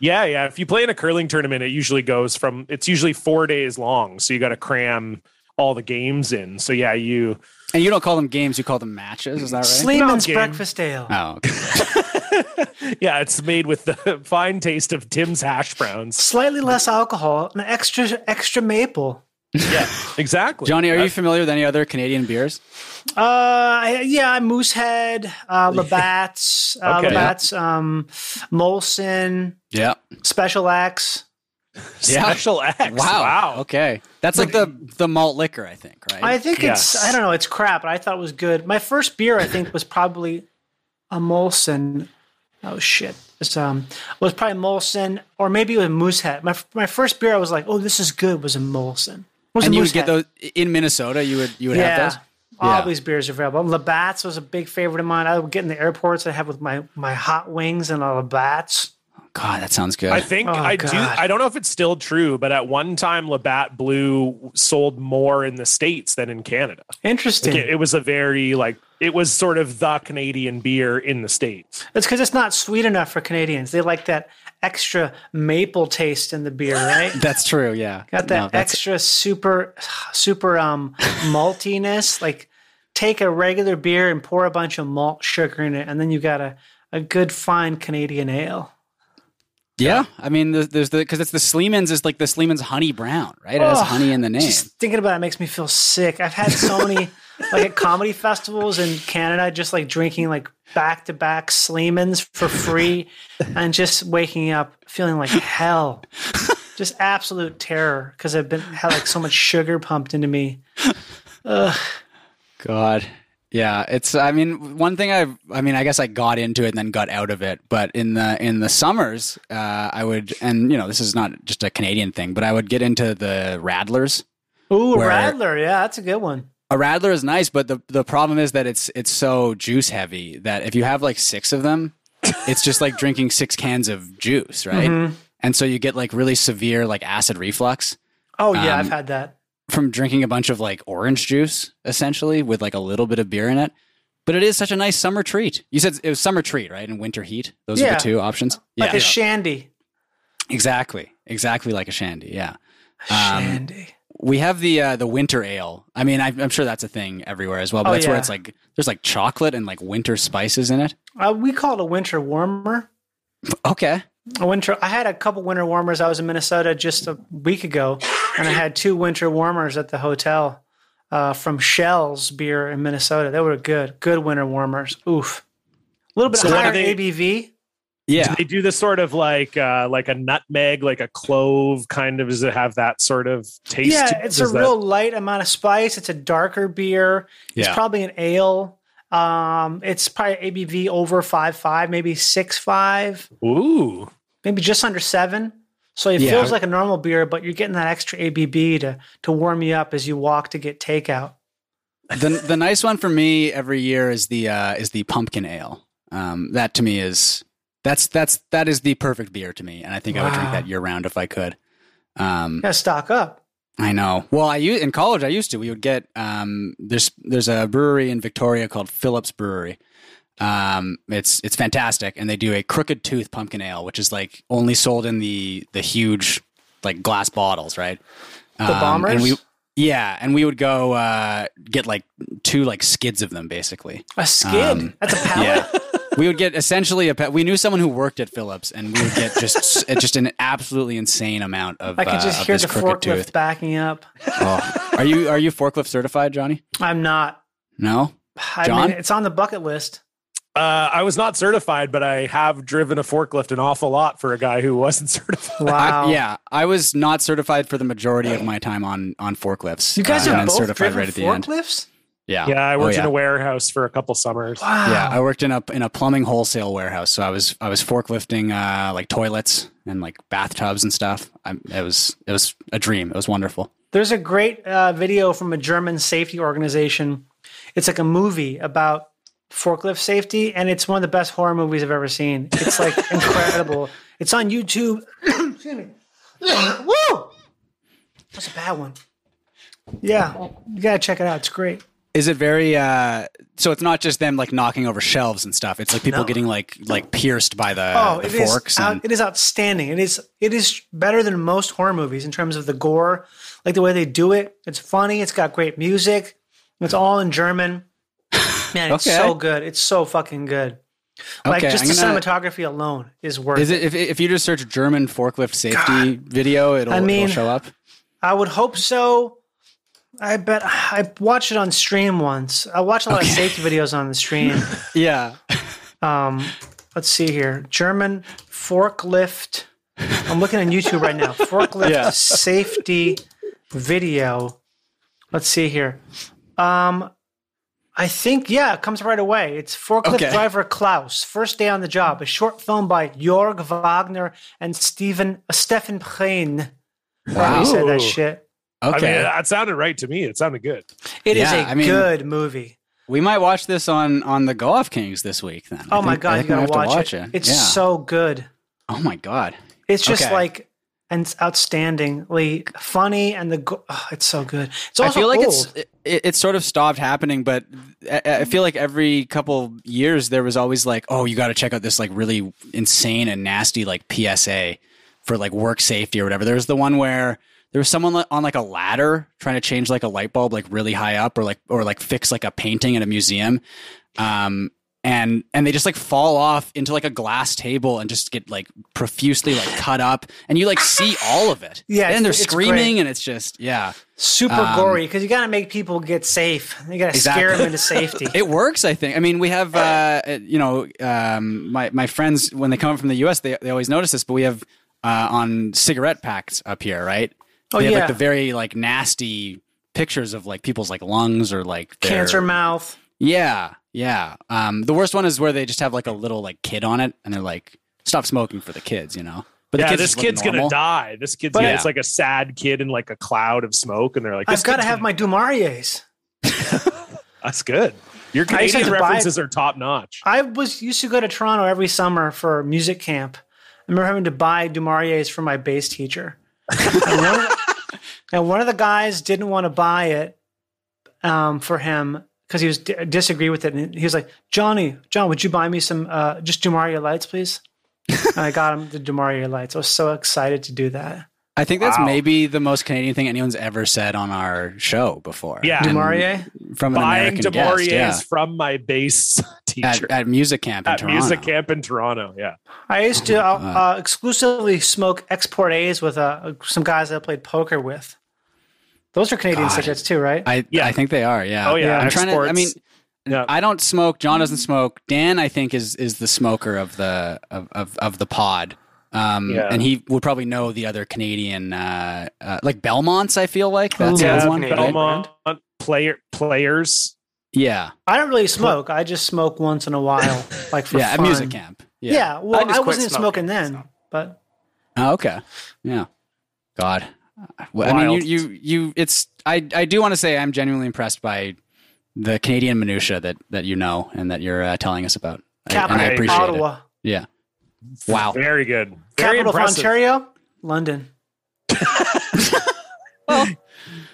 [SPEAKER 1] yeah yeah if you play in a curling tournament it usually goes from it's usually four days long so you got to cram all the games in so yeah you
[SPEAKER 3] and you don't call them games, you call them matches. Is that right?
[SPEAKER 2] Sleeman's
[SPEAKER 1] game.
[SPEAKER 2] breakfast ale.
[SPEAKER 3] Oh, okay.
[SPEAKER 1] yeah it's made with the fine taste of tim's hash browns
[SPEAKER 2] Slightly less alcohol, an extra extra maple.
[SPEAKER 1] yeah exactly
[SPEAKER 3] Johnny, are you familiar with any other Canadian beers?
[SPEAKER 2] Uh, I- yeah, Moosehead, uh, Labatt's, uh,
[SPEAKER 1] Okay.
[SPEAKER 2] Labatt's, um, Molson,
[SPEAKER 3] Yeah.
[SPEAKER 2] Special X.
[SPEAKER 3] Yeah.
[SPEAKER 1] special x wow,
[SPEAKER 3] Wow. Okay. That's like the the malt liquor, I think, right?
[SPEAKER 2] I think
[SPEAKER 1] Yes.
[SPEAKER 2] it's I don't know, it's crap, but I thought it was good. My first beer, I think, was probably a Molson. Oh shit, it's um was probably Molson or maybe it was Moosehead. My my first beer, I was like, oh, this is good, was a Molson. It Was
[SPEAKER 3] and
[SPEAKER 2] a
[SPEAKER 3] you would get
[SPEAKER 2] Moosehead.
[SPEAKER 3] those in Minnesota. You would you would have those.
[SPEAKER 2] All
[SPEAKER 3] Yeah.
[SPEAKER 2] these beers are available. Labatt's was a big favorite of mine. I would get in the airports. I have with my my hot wings and a Labatt's.
[SPEAKER 3] God, that sounds good.
[SPEAKER 1] I think
[SPEAKER 2] Oh,
[SPEAKER 1] I do.
[SPEAKER 2] God.
[SPEAKER 1] I don't know if it's still true, but at one time, Labatt Blue sold more in the states than in Canada.
[SPEAKER 2] Interesting.
[SPEAKER 1] Like, it, it was a very like it was sort of the Canadian beer in the states.
[SPEAKER 2] It's because it's not sweet enough for Canadians. They like that extra maple taste in the beer, right?
[SPEAKER 3] that's true. Yeah.
[SPEAKER 2] Got
[SPEAKER 3] No,
[SPEAKER 2] that
[SPEAKER 3] that's-
[SPEAKER 2] extra super super um maltiness. Like take a regular beer and pour a bunch of malt sugar in it, and then you got a, a good fine Canadian ale.
[SPEAKER 3] Yeah. I mean, there's, there's the because it's the Sleeman's is like the Sleeman's honey brown, right? It has
[SPEAKER 2] Ugh,
[SPEAKER 3] honey in the name.
[SPEAKER 2] Just thinking about it makes me feel sick. I've had so many like at comedy festivals in Canada, just like drinking like back to back Sleemans for free and just waking up feeling like hell. Just absolute terror because I've been had like so much sugar pumped into me.
[SPEAKER 3] God. Yeah, it's. I mean, one thing I. I mean, I guess I got into it and then got out of it. But in the in the summers, uh, I would, and you know, this is not just a Canadian thing, but I would get into the Rattlers.
[SPEAKER 2] Ooh,
[SPEAKER 3] Where-
[SPEAKER 2] Rattler. Yeah, that's a good one.
[SPEAKER 3] A rattler is nice, but the the problem is that it's it's so juice heavy that if you have like six of them, it's just like Mm-hmm. drinking six cans of juice, right? And so you get like really severe like acid reflux.
[SPEAKER 2] Oh yeah, I've
[SPEAKER 3] Um,
[SPEAKER 2] had that.
[SPEAKER 3] from drinking a bunch of like orange juice essentially with like a little bit of beer in it. But it is such a nice summer treat. You said it was summer treat, right? And winter heat. Those are
[SPEAKER 2] Yeah.
[SPEAKER 3] the two options.
[SPEAKER 2] Like
[SPEAKER 3] yeah.
[SPEAKER 2] a shandy.
[SPEAKER 3] exactly. Exactly like a shandy. Yeah.
[SPEAKER 2] Um, Shandy.
[SPEAKER 3] We have the uh, the winter ale. I mean, I, I'm sure that's a thing everywhere as well. But
[SPEAKER 2] Oh,
[SPEAKER 3] that's where
[SPEAKER 2] yeah.
[SPEAKER 3] it's like there's like chocolate and like winter spices in it.
[SPEAKER 2] Uh, we call it a winter warmer.
[SPEAKER 3] Okay.
[SPEAKER 2] A winter. I had a couple winter warmers. I was in Minnesota just a week ago, and I had two winter warmers at the hotel uh, from Shell's beer in Minnesota. They were good. Good winter warmers. Oof. A little bit
[SPEAKER 1] So what
[SPEAKER 2] higher
[SPEAKER 1] are they-
[SPEAKER 2] ABV.
[SPEAKER 3] Yeah.
[SPEAKER 1] They do this sort of like uh, like a nutmeg, like a clove kind of. Does it have that sort of taste? to
[SPEAKER 2] Yeah,
[SPEAKER 1] it?
[SPEAKER 2] it's
[SPEAKER 1] Does
[SPEAKER 2] a
[SPEAKER 1] that-
[SPEAKER 2] real light amount of spice. It's a darker beer. It's
[SPEAKER 3] Yeah.
[SPEAKER 2] probably an ale. Um, it's probably ABV over five five, maybe six five,
[SPEAKER 1] ooh.
[SPEAKER 2] maybe just under seven. So it
[SPEAKER 3] Yeah.
[SPEAKER 2] feels like a normal beer, but you're getting that extra ABV to to warm you up as you walk to get takeout.
[SPEAKER 3] the the nice one for me every year is the uh, is the pumpkin ale. Um, that to me is that's that's that is the perfect beer to me, and I think I would drink
[SPEAKER 2] Wow.
[SPEAKER 3] that year round if I could. Um,
[SPEAKER 2] You gotta stock up.
[SPEAKER 3] I know. Well, I u- in college I used to. We would get um, there's there's a brewery in Victoria called Phillips Brewery. Um, it's it's fantastic, and they do a crooked tooth pumpkin ale, which is like only sold in the the huge like glass bottles, right?
[SPEAKER 2] The bombers.
[SPEAKER 3] Um, And we, yeah, and we would go uh, get like two like skids of them, basically.
[SPEAKER 2] A skid.
[SPEAKER 3] Um,
[SPEAKER 2] That's a palate.
[SPEAKER 3] Yeah. we would get essentially a pet. We knew someone who worked at Phillips, and we would get just just an absolutely insane amount of.
[SPEAKER 2] I can
[SPEAKER 3] uh,
[SPEAKER 2] just
[SPEAKER 3] of
[SPEAKER 2] hear
[SPEAKER 3] this
[SPEAKER 2] the
[SPEAKER 3] crooked
[SPEAKER 2] forklift
[SPEAKER 3] tooth.
[SPEAKER 2] backing up.
[SPEAKER 3] Oh. Are you are you forklift certified, Johnny?
[SPEAKER 2] I'm not.
[SPEAKER 3] No.
[SPEAKER 2] I
[SPEAKER 3] John?
[SPEAKER 2] mean, it's on the bucket list.
[SPEAKER 1] Uh, I was not certified, but I have driven a forklift an awful lot for a guy who wasn't certified.
[SPEAKER 2] Wow.
[SPEAKER 3] I, Uh, yeah, I was not certified for the majority of my time on on forklifts.
[SPEAKER 2] You guys
[SPEAKER 3] uh,
[SPEAKER 2] are
[SPEAKER 3] and then
[SPEAKER 2] both
[SPEAKER 3] certified
[SPEAKER 2] driven
[SPEAKER 3] right at the end.
[SPEAKER 2] forklifts.
[SPEAKER 3] Yeah.
[SPEAKER 1] Yeah, I
[SPEAKER 3] Oh,
[SPEAKER 1] worked
[SPEAKER 3] yeah.
[SPEAKER 1] in a warehouse for a couple summers.
[SPEAKER 2] Wow.
[SPEAKER 3] Yeah, I worked in a in a plumbing wholesale warehouse, so I was I was forklifting uh, like toilets and like bathtubs and stuff. I, it was it was a dream. It was wonderful.
[SPEAKER 2] There's a great uh, video from a German safety organization. It's like a movie about forklift safety, and it's one of the best horror movies I've ever seen. It's like incredible. It's on YouTube. Excuse me. Woo! That's a bad one. Yeah, you gotta check it out. It's great.
[SPEAKER 3] Is it very uh, so? It's not just them like knocking over shelves and stuff. It's like people getting like like pierced by the,
[SPEAKER 2] Oh,
[SPEAKER 3] the
[SPEAKER 2] it is
[SPEAKER 3] forks.
[SPEAKER 2] out-
[SPEAKER 3] and,
[SPEAKER 2] it is outstanding. It is it is better than most horror movies in terms of the gore, like the way they do it. It's funny. It's got great music. It's all in German. Man, it's
[SPEAKER 3] Okay.
[SPEAKER 2] so good. It's so fucking good. Like
[SPEAKER 3] Okay,
[SPEAKER 2] just
[SPEAKER 3] I'm
[SPEAKER 2] the
[SPEAKER 3] gonna-
[SPEAKER 2] cinematography alone is worth
[SPEAKER 3] Is
[SPEAKER 2] it.
[SPEAKER 3] it if if you just search German forklift safety video, it'll,
[SPEAKER 2] I mean-
[SPEAKER 3] it'll show up.
[SPEAKER 2] I would hope so. I bet I watched it on stream once. I watched a lot of safety videos on the stream.
[SPEAKER 3] Yeah.
[SPEAKER 2] Um, let's see here. German forklift. I'm looking on YouTube right now. Forklift
[SPEAKER 3] Yeah.
[SPEAKER 2] safety video. Let's see here. Um, I think yeah, it comes right away. It's forklift
[SPEAKER 3] Okay.
[SPEAKER 2] driver Klaus, first day on the job. A short film by Jörg Wagner and uh, Stephen Stefan Prehn. Wow, he said
[SPEAKER 1] Wow.
[SPEAKER 2] that shit.
[SPEAKER 1] I mean,
[SPEAKER 3] Okay.
[SPEAKER 2] uh,
[SPEAKER 1] that sounded right to me. It sounded good.
[SPEAKER 2] It is a
[SPEAKER 3] Yeah, I mean-
[SPEAKER 2] good movie.
[SPEAKER 3] we might watch this on on the Golf Kings this week then.
[SPEAKER 2] Oh
[SPEAKER 3] I
[SPEAKER 2] my
[SPEAKER 3] think-
[SPEAKER 2] god,
[SPEAKER 3] I
[SPEAKER 2] you
[SPEAKER 3] think we
[SPEAKER 2] gotta
[SPEAKER 3] have to
[SPEAKER 2] watch, it. It's
[SPEAKER 3] yeah.
[SPEAKER 2] so good.
[SPEAKER 3] Oh my god.
[SPEAKER 2] It's just
[SPEAKER 3] Okay.
[SPEAKER 2] like and it's outstandingly funny, and the go- oh, it's so good. It's
[SPEAKER 3] I
[SPEAKER 2] also
[SPEAKER 3] feel like it's
[SPEAKER 2] old.
[SPEAKER 3] it, it sort of stopped happening, but I, I feel like every couple years there was always like, oh, you got to check out this like really insane and nasty like PSA for like work safety or whatever. There was the one where there was someone li- on like a ladder trying to change like a light bulb like really high up or like or like fix like a painting at a museum. Um and and they just like fall off into like a glass table and just get like profusely like cut up and you like see all of it.
[SPEAKER 2] Yeah,
[SPEAKER 3] And they're
[SPEAKER 2] it's- it's great.
[SPEAKER 3] screaming and it's just yeah.
[SPEAKER 2] super gory because you got to make people get safe. You got to scare
[SPEAKER 3] um, Exactly.
[SPEAKER 2] them into safety.
[SPEAKER 3] It works, I think. I mean, we have, uh, you know, um, my my friends when they come from the U.S., they they always notice this, but we have uh, on cigarette packs up here, right?
[SPEAKER 2] Oh,
[SPEAKER 3] they have,
[SPEAKER 2] yeah.
[SPEAKER 3] like the very like nasty pictures of like people's like lungs or like their-
[SPEAKER 2] Cancer mouth.
[SPEAKER 3] Yeah, yeah. Um, the worst one is where they just have like a little like kid on it, and they're like, "Stop smoking for the kids," you know. But
[SPEAKER 1] yeah,
[SPEAKER 3] the kids
[SPEAKER 1] this
[SPEAKER 3] just look
[SPEAKER 1] kid's gonna
[SPEAKER 3] normal.
[SPEAKER 1] die. This kid's
[SPEAKER 3] But-
[SPEAKER 1] gonna,
[SPEAKER 3] Yeah.
[SPEAKER 1] it's like a sad kid in like a cloud of smoke, and they're like,
[SPEAKER 2] I've
[SPEAKER 1] "This
[SPEAKER 2] got to
[SPEAKER 1] kid's
[SPEAKER 2] have my Dumariers.
[SPEAKER 1] That's good. Your
[SPEAKER 2] I used
[SPEAKER 1] Canadian
[SPEAKER 2] to have to buy-
[SPEAKER 1] references are top notch.
[SPEAKER 2] I was used to go to Toronto every summer for music camp. I remember having to buy Dumariers for my bass teacher. I wanted- And one of the guys didn't want to buy it um, for him because he was d- disagreed with it, and he was like, "Johnny, John, would you buy me some uh, just Demario lights, please?" and I got him the Demario lights. I was so excited to do that.
[SPEAKER 3] I think that's maybe the most Canadian thing anyone's ever said on our show before.
[SPEAKER 1] Yeah.
[SPEAKER 3] And
[SPEAKER 2] Demario,
[SPEAKER 3] from an
[SPEAKER 1] Buying
[SPEAKER 3] American guest,
[SPEAKER 1] Demariers
[SPEAKER 3] yeah.
[SPEAKER 1] from my bass
[SPEAKER 3] At,
[SPEAKER 1] teacher
[SPEAKER 3] at music camp in
[SPEAKER 1] at,
[SPEAKER 3] Toronto.
[SPEAKER 1] music camp in Toronto. Yeah.
[SPEAKER 2] I used to uh, uh, exclusively smoke export A's with uh, some guys that I played poker with. Those are Canadian
[SPEAKER 3] God.
[SPEAKER 2] cigarettes too, right?
[SPEAKER 3] I
[SPEAKER 1] Yeah.
[SPEAKER 3] I think they are. Yeah.
[SPEAKER 1] Oh, yeah.
[SPEAKER 3] I'm trying to. I mean,
[SPEAKER 1] Exports. Yeah.
[SPEAKER 3] I don't smoke. John doesn't smoke. Dan, I think, is is the smoker of the of of, of the pod. Um,
[SPEAKER 1] Yeah.
[SPEAKER 3] and he would probably know the other Canadian, uh, uh like Belmonts. I feel like that's
[SPEAKER 2] Ooh.
[SPEAKER 3] the
[SPEAKER 1] Oh, yeah
[SPEAKER 3] one.
[SPEAKER 5] Canadian
[SPEAKER 3] right?
[SPEAKER 1] Belmont player players.
[SPEAKER 3] Yeah,
[SPEAKER 2] I don't really smoke. I just smoke once in a while, like for
[SPEAKER 3] yeah, at
[SPEAKER 2] fun.
[SPEAKER 3] music camp.
[SPEAKER 2] Yeah,
[SPEAKER 3] Yeah.
[SPEAKER 2] well,
[SPEAKER 5] I
[SPEAKER 2] I,
[SPEAKER 5] just quit
[SPEAKER 2] wasn't smoking,
[SPEAKER 5] smoking,
[SPEAKER 2] then,
[SPEAKER 5] so.
[SPEAKER 2] but
[SPEAKER 3] Oh, okay. Yeah. God. Well, I mean,
[SPEAKER 1] Wild.
[SPEAKER 3] you, you, you. It's. I, I do want to say I'm genuinely impressed by the Canadian minutia that that you know and that you're uh, telling us about. I- and I
[SPEAKER 2] capital
[SPEAKER 3] appreciate it.
[SPEAKER 2] Ottawa,
[SPEAKER 3] Yeah. Wow.
[SPEAKER 1] Very good. Very
[SPEAKER 2] capital of
[SPEAKER 1] impressive.
[SPEAKER 2] Ontario, London.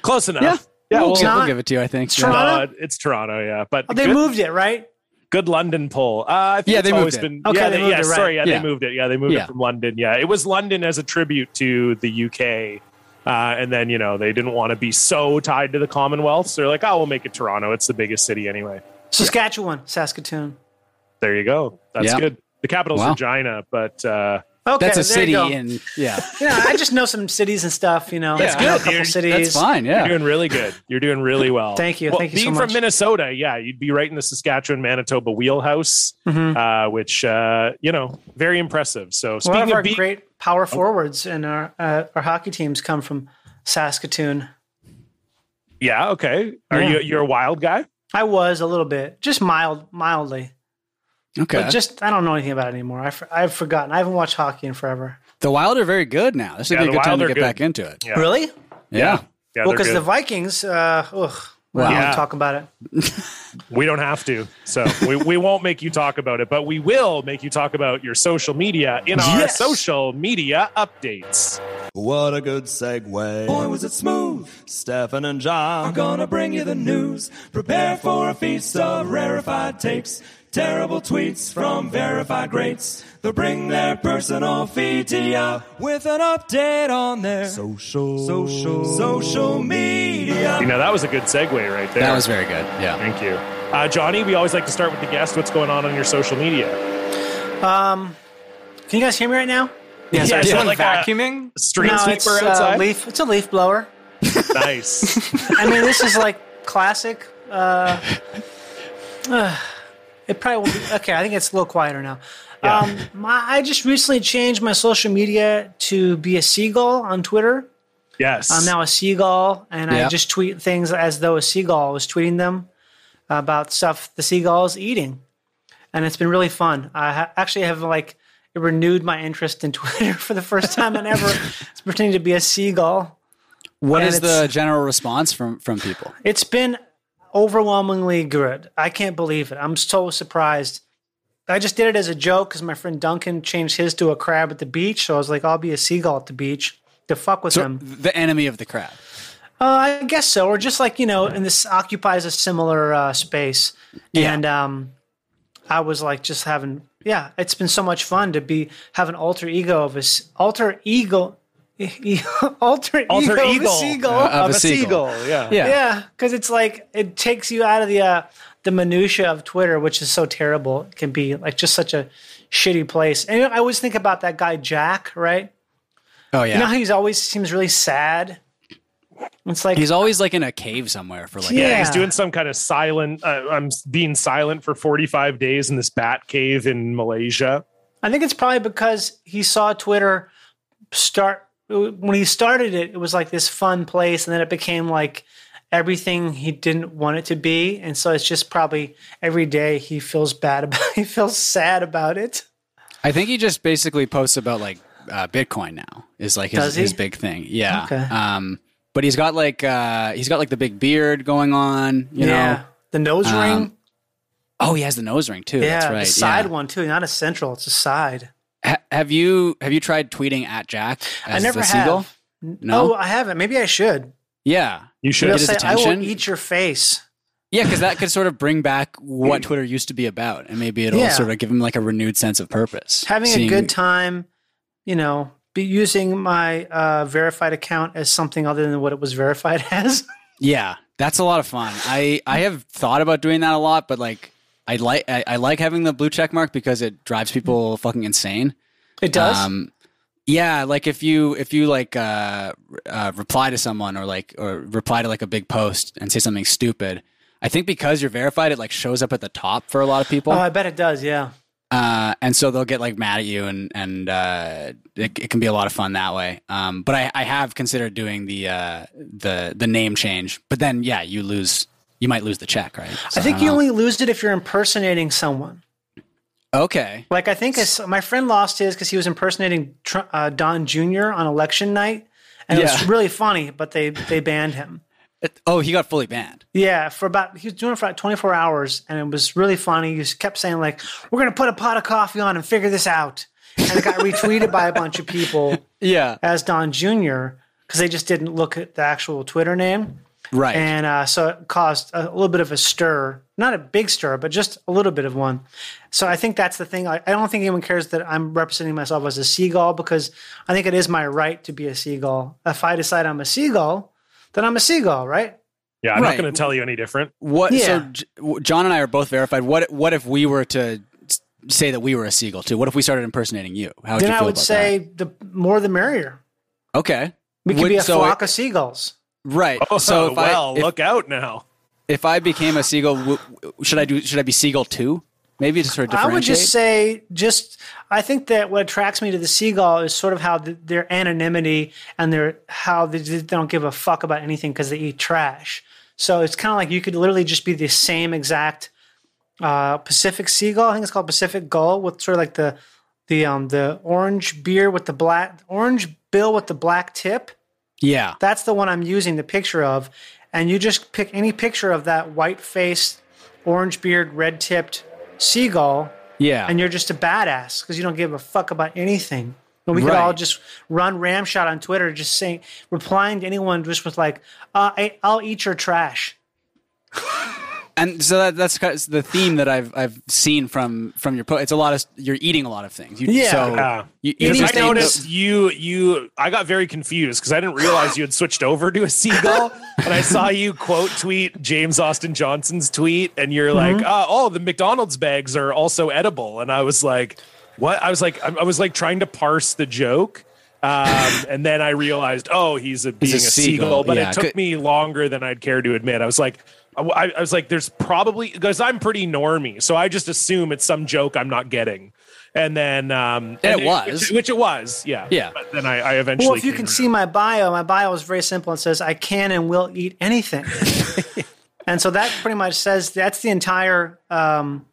[SPEAKER 1] Close enough.
[SPEAKER 3] Yeah, we'll,
[SPEAKER 2] it's
[SPEAKER 3] we'll
[SPEAKER 2] not-
[SPEAKER 3] give it to you. I think.
[SPEAKER 2] it's
[SPEAKER 3] Yeah.
[SPEAKER 2] Toronto.
[SPEAKER 1] Uh, it's Toronto, yeah, but
[SPEAKER 2] Oh, they
[SPEAKER 1] good,
[SPEAKER 2] moved it, right?
[SPEAKER 1] good London poll. Uh, I think
[SPEAKER 3] Yeah,
[SPEAKER 1] it's
[SPEAKER 3] they moved
[SPEAKER 1] always
[SPEAKER 3] it.
[SPEAKER 1] been.
[SPEAKER 2] Okay,
[SPEAKER 1] yeah,
[SPEAKER 2] they
[SPEAKER 1] they-
[SPEAKER 2] moved
[SPEAKER 1] yeah,
[SPEAKER 2] it, right.
[SPEAKER 1] sorry, yeah,
[SPEAKER 3] Yeah.
[SPEAKER 1] they moved it. Yeah, they moved
[SPEAKER 3] Yeah.
[SPEAKER 1] it from London. Yeah, it was London as a tribute to the UK, uh, and then you know they didn't want to be so tied to the Commonwealth, so they're like, oh, we'll make it Toronto. It's the biggest city anyway.
[SPEAKER 2] Saskatchewan, Saskatoon.
[SPEAKER 1] There you go. That's
[SPEAKER 3] Yeah.
[SPEAKER 1] good. The capital's
[SPEAKER 3] Wow.
[SPEAKER 1] Regina, but uh,
[SPEAKER 2] Okay,
[SPEAKER 3] That's a
[SPEAKER 2] there
[SPEAKER 3] city,
[SPEAKER 2] You go.
[SPEAKER 3] and yeah,
[SPEAKER 2] yeah, I just know some cities and stuff. You know,
[SPEAKER 1] That's
[SPEAKER 2] I know a
[SPEAKER 1] good,
[SPEAKER 2] couple
[SPEAKER 1] dude.
[SPEAKER 2] cities.
[SPEAKER 3] that's fine. Yeah.
[SPEAKER 1] You're doing really good. You're doing really well.
[SPEAKER 2] Thank you.
[SPEAKER 1] Well,
[SPEAKER 2] Thank you so
[SPEAKER 1] Being
[SPEAKER 2] much.
[SPEAKER 1] from Minnesota, yeah, you'd be right in the Saskatchewan Manitoba wheelhouse,
[SPEAKER 2] Mm-hmm.
[SPEAKER 1] uh, which uh, you know, very impressive. So
[SPEAKER 2] One of
[SPEAKER 1] speaking
[SPEAKER 2] our
[SPEAKER 1] of being
[SPEAKER 2] great power forwards and our uh, our hockey teams come from Saskatoon.
[SPEAKER 1] yeah, okay. Are
[SPEAKER 2] Yeah.
[SPEAKER 1] you you're a wild guy?
[SPEAKER 2] I was a little bit, just mild, mildly,
[SPEAKER 3] Okay.
[SPEAKER 2] but just I don't know anything about it anymore. I for, I've forgotten. I haven't watched hockey in forever.
[SPEAKER 3] the Wild are very good now. This would
[SPEAKER 1] Yeah,
[SPEAKER 3] be a
[SPEAKER 1] the
[SPEAKER 3] good time
[SPEAKER 1] Wild
[SPEAKER 3] to
[SPEAKER 1] are
[SPEAKER 3] get
[SPEAKER 1] good.
[SPEAKER 3] back into it.
[SPEAKER 1] Yeah.
[SPEAKER 2] Really?
[SPEAKER 3] Yeah.
[SPEAKER 1] Yeah,
[SPEAKER 2] well,
[SPEAKER 1] they're
[SPEAKER 2] because the
[SPEAKER 1] good.
[SPEAKER 2] Vikings, uh, ugh, we
[SPEAKER 3] Wow.
[SPEAKER 2] don't
[SPEAKER 1] Yeah.
[SPEAKER 2] talk about it.
[SPEAKER 1] we don't have to. So we, we won't make you talk about it, but we will make you talk about your social media in our
[SPEAKER 2] Yes.
[SPEAKER 1] social media updates.
[SPEAKER 6] What a good segue. Boy, was it smooth. Stefan and John are gonna bring you the news. Prepare for a feast of rarefied takes, terrible tweets from verified greats. They'll bring their personal feed to ya with an update on their social, social, social media.
[SPEAKER 1] You know, that was a good segue right there.
[SPEAKER 3] That was very good. Yeah.
[SPEAKER 1] Thank you. Uh, Johnny, we always like to start with the guest. What's going on on your social media?
[SPEAKER 2] Can you guys hear me right now?
[SPEAKER 5] Yeah, so
[SPEAKER 1] Yeah,
[SPEAKER 5] is
[SPEAKER 1] so
[SPEAKER 5] someone
[SPEAKER 1] like a-
[SPEAKER 5] vacuuming?
[SPEAKER 1] Street
[SPEAKER 2] no,
[SPEAKER 1] sweeper
[SPEAKER 2] it's
[SPEAKER 1] outside.
[SPEAKER 2] uh, leaf. It's a leaf blower.
[SPEAKER 1] Nice.
[SPEAKER 2] I mean, this is like classic. Uh, ugh. it probably will be okay. I think it's a little quieter now. Um, my, I just recently changed my social media to be a seagull on Twitter.
[SPEAKER 1] Yes.
[SPEAKER 3] uh,
[SPEAKER 2] I'm now a seagull, and I
[SPEAKER 3] Yeah.
[SPEAKER 2] just tweet things as though a seagull was tweeting them about stuff the seagull is eating, and it's been really fun. I ha- actually have like it renewed my interest in Twitter for the first time in ever. it's pretending to be a seagull.
[SPEAKER 3] What
[SPEAKER 2] And
[SPEAKER 3] is
[SPEAKER 2] it's-
[SPEAKER 3] the general response from from people?
[SPEAKER 2] It's been overwhelmingly good. I can't believe it. I'm so surprised. I just did it as a joke because my friend Duncan changed his to a crab at the beach. So I was like, I'll be a seagull at the beach to fuck with
[SPEAKER 3] So,
[SPEAKER 2] him.
[SPEAKER 3] the enemy of the crowd.
[SPEAKER 2] Uh, I guess so, or just like you know, and this occupies a similar uh, space.
[SPEAKER 3] Yeah.
[SPEAKER 2] And um, I was like, just having, yeah, it's been so much fun to be have an alter ego of a s- alter ego, alter,
[SPEAKER 1] Alter
[SPEAKER 2] ego of a
[SPEAKER 1] eagle.
[SPEAKER 2] seagull.
[SPEAKER 3] Uh, of a seagull.
[SPEAKER 1] Oh, Yeah.
[SPEAKER 3] Yeah.
[SPEAKER 2] yeah, because it's like it takes you out of the uh, the minutia of Twitter, which is so terrible. It can be like just such a shitty place. And you know, I always think about that guy Jack, right?
[SPEAKER 3] Oh yeah.
[SPEAKER 2] You know how he's always seems really sad. It's like
[SPEAKER 3] He's always like in a cave somewhere for like.
[SPEAKER 1] Yeah,
[SPEAKER 2] Yeah.
[SPEAKER 1] he's doing some kind of silent. Uh, I'm s- being silent for 45 days in this bat cave in Malaysia.
[SPEAKER 2] I think it's probably because he saw Twitter start when he started it. It was like this fun place, and then it became like everything he didn't want it to be. And so it's just probably every day he feels bad about. He feels sad about it.
[SPEAKER 3] I think he just basically posts about like uh, Bitcoin now is like his,
[SPEAKER 2] Does he?
[SPEAKER 3] his big thing. Yeah.
[SPEAKER 2] Okay.
[SPEAKER 3] Um, but he's got like uh, he's got like the big beard going on. You know.
[SPEAKER 2] the nose
[SPEAKER 3] um,
[SPEAKER 2] ring.
[SPEAKER 3] Oh, he has the nose ring too.
[SPEAKER 2] Yeah,
[SPEAKER 3] That's right.
[SPEAKER 2] the side
[SPEAKER 3] yeah.
[SPEAKER 2] one too, not a central. It's a side.
[SPEAKER 3] Ha- have you have you tried tweeting at Jack as
[SPEAKER 2] I never
[SPEAKER 3] the
[SPEAKER 2] have.
[SPEAKER 3] seagull? No.
[SPEAKER 2] Oh, I haven't. Maybe I should.
[SPEAKER 3] yeah.
[SPEAKER 1] You should.
[SPEAKER 2] They'll
[SPEAKER 3] his
[SPEAKER 2] say, I will
[SPEAKER 3] attention?
[SPEAKER 2] eat your face.
[SPEAKER 3] Yeah, because that could sort of bring back what Twitter used to be about, and maybe it'll
[SPEAKER 2] Yeah.
[SPEAKER 3] sort of give him like a renewed sense of purpose.
[SPEAKER 2] Having
[SPEAKER 3] Seeing-
[SPEAKER 2] a good time, you know, be using my uh, verified account as something other than what it was verified as.
[SPEAKER 3] Yeah, that's a lot of fun. I I have thought about doing that a lot, but like I like I, I like having the blue check mark because it drives people fucking insane.
[SPEAKER 2] It does.
[SPEAKER 3] Um, yeah, like if you if you like uh, uh, reply to someone or like or reply to like a big post and say something stupid, I think because you're verified, it like shows up at the top for a lot of people,
[SPEAKER 2] oh,
[SPEAKER 3] uh,
[SPEAKER 2] I bet it does. Yeah.
[SPEAKER 3] and so they'll get like mad at you, and and uh, it, it can be a lot of fun that way. Um, but I, I have considered doing the uh, the the name change, but then yeah, you lose. You might lose the check, right? So
[SPEAKER 2] I think
[SPEAKER 3] don't
[SPEAKER 2] you
[SPEAKER 3] know.
[SPEAKER 2] only lose it if you're impersonating someone.
[SPEAKER 3] okay.
[SPEAKER 2] Like I think it's, my friend lost his because he was impersonating Tr- uh, Don Jr. on election night, and it was
[SPEAKER 3] Yeah.
[SPEAKER 2] really funny. But they they banned him.
[SPEAKER 3] It- oh, he got fully banned.
[SPEAKER 2] Yeah, for about he was doing it for about 24 hours, and it was really funny. He just kept saying like, "We're gonna put a pot of coffee on and figure this out," and it got retweeted by a bunch of people
[SPEAKER 3] Yeah.
[SPEAKER 2] as Don Jr. because they just didn't look at the actual Twitter name.
[SPEAKER 3] Right.
[SPEAKER 2] And uh, so it caused a little bit of a stir, not a big stir, but just a little bit of one. So I think that's the thing. I, I don't think anyone cares that I'm representing myself as a seagull because I think it is my right to be a seagull. If I decide I'm a seagull, then I'm a seagull, right?
[SPEAKER 1] Yeah, I'm not
[SPEAKER 3] Right.
[SPEAKER 1] going to tell you any different.
[SPEAKER 3] What? So
[SPEAKER 2] Yeah.
[SPEAKER 3] J- w- John and I are both verified. What? What if we were to s- say that we were a seagull too? What if we started impersonating you? How would
[SPEAKER 2] then
[SPEAKER 3] you
[SPEAKER 2] I
[SPEAKER 3] feel
[SPEAKER 2] would
[SPEAKER 3] about
[SPEAKER 2] say the more the merrier.
[SPEAKER 3] that? Okay.
[SPEAKER 2] We could
[SPEAKER 3] Would-
[SPEAKER 2] be a
[SPEAKER 3] so
[SPEAKER 2] flock
[SPEAKER 3] it-
[SPEAKER 2] of seagulls.
[SPEAKER 3] right.
[SPEAKER 1] Oh,
[SPEAKER 3] so if
[SPEAKER 1] well,
[SPEAKER 3] I if,
[SPEAKER 1] look out now.
[SPEAKER 3] if I became a seagull, w- w- should I do? Should I be seagull too? Maybe to sort of
[SPEAKER 2] I
[SPEAKER 3] differentiate.
[SPEAKER 2] would just say, just I think that what attracts me to the seagull is sort of how th their anonymity and their how they, they don't give a fuck about anything because they eat trash. So it's kind of like you could literally just be the same exact uh, Pacific seagull. I think it's called Pacific gull with sort of like the the um the orange beer with the black orange bill with the black tip.
[SPEAKER 3] yeah.
[SPEAKER 2] That's the one I'm using the picture of. And you just pick any picture of that white faced, orange beard, red tipped seagull,
[SPEAKER 3] Yeah.
[SPEAKER 2] and you're just a badass because you don't give a fuck about anything. And we could
[SPEAKER 3] Right.
[SPEAKER 2] all just run ramshot on Twitter, just saying, replying to anyone just with like, uh, I, I'll eat your trash.
[SPEAKER 3] and so that, that's kind of the theme that I've I've seen from from your post. It's a lot of you're eating a lot of things. You,
[SPEAKER 2] Yeah.
[SPEAKER 3] So
[SPEAKER 1] Yeah.
[SPEAKER 3] You, you
[SPEAKER 1] Because
[SPEAKER 3] just
[SPEAKER 1] I
[SPEAKER 3] ate-
[SPEAKER 1] noticed you, you, I got very confused because I didn't realize you had switched over to a seagull. and I saw you quote tweet James Austin Johnson's tweet, and you're like, uh, oh, the McDonald's bags are also edible. And I was like, what? I was like, I, I was like trying to parse the joke. Um, and then I realized, oh, he's a, being a, seagull,
[SPEAKER 3] seagull,
[SPEAKER 1] but
[SPEAKER 3] yeah.
[SPEAKER 1] it took
[SPEAKER 3] Could-
[SPEAKER 1] me longer than I'd care to admit. I was like, I, I was like, there's probably because I'm pretty normie, so I just assume it's some joke I'm not getting. And then, um,
[SPEAKER 3] And it
[SPEAKER 1] which-
[SPEAKER 3] was.
[SPEAKER 1] which it was, yeah,
[SPEAKER 3] Yeah.
[SPEAKER 1] But then I, I eventually.
[SPEAKER 2] Well, if you
[SPEAKER 1] came
[SPEAKER 2] can
[SPEAKER 1] around.
[SPEAKER 2] see my bio, my bio is very simple. It says, I can and will eat anything. and so that pretty much says that's the entire um,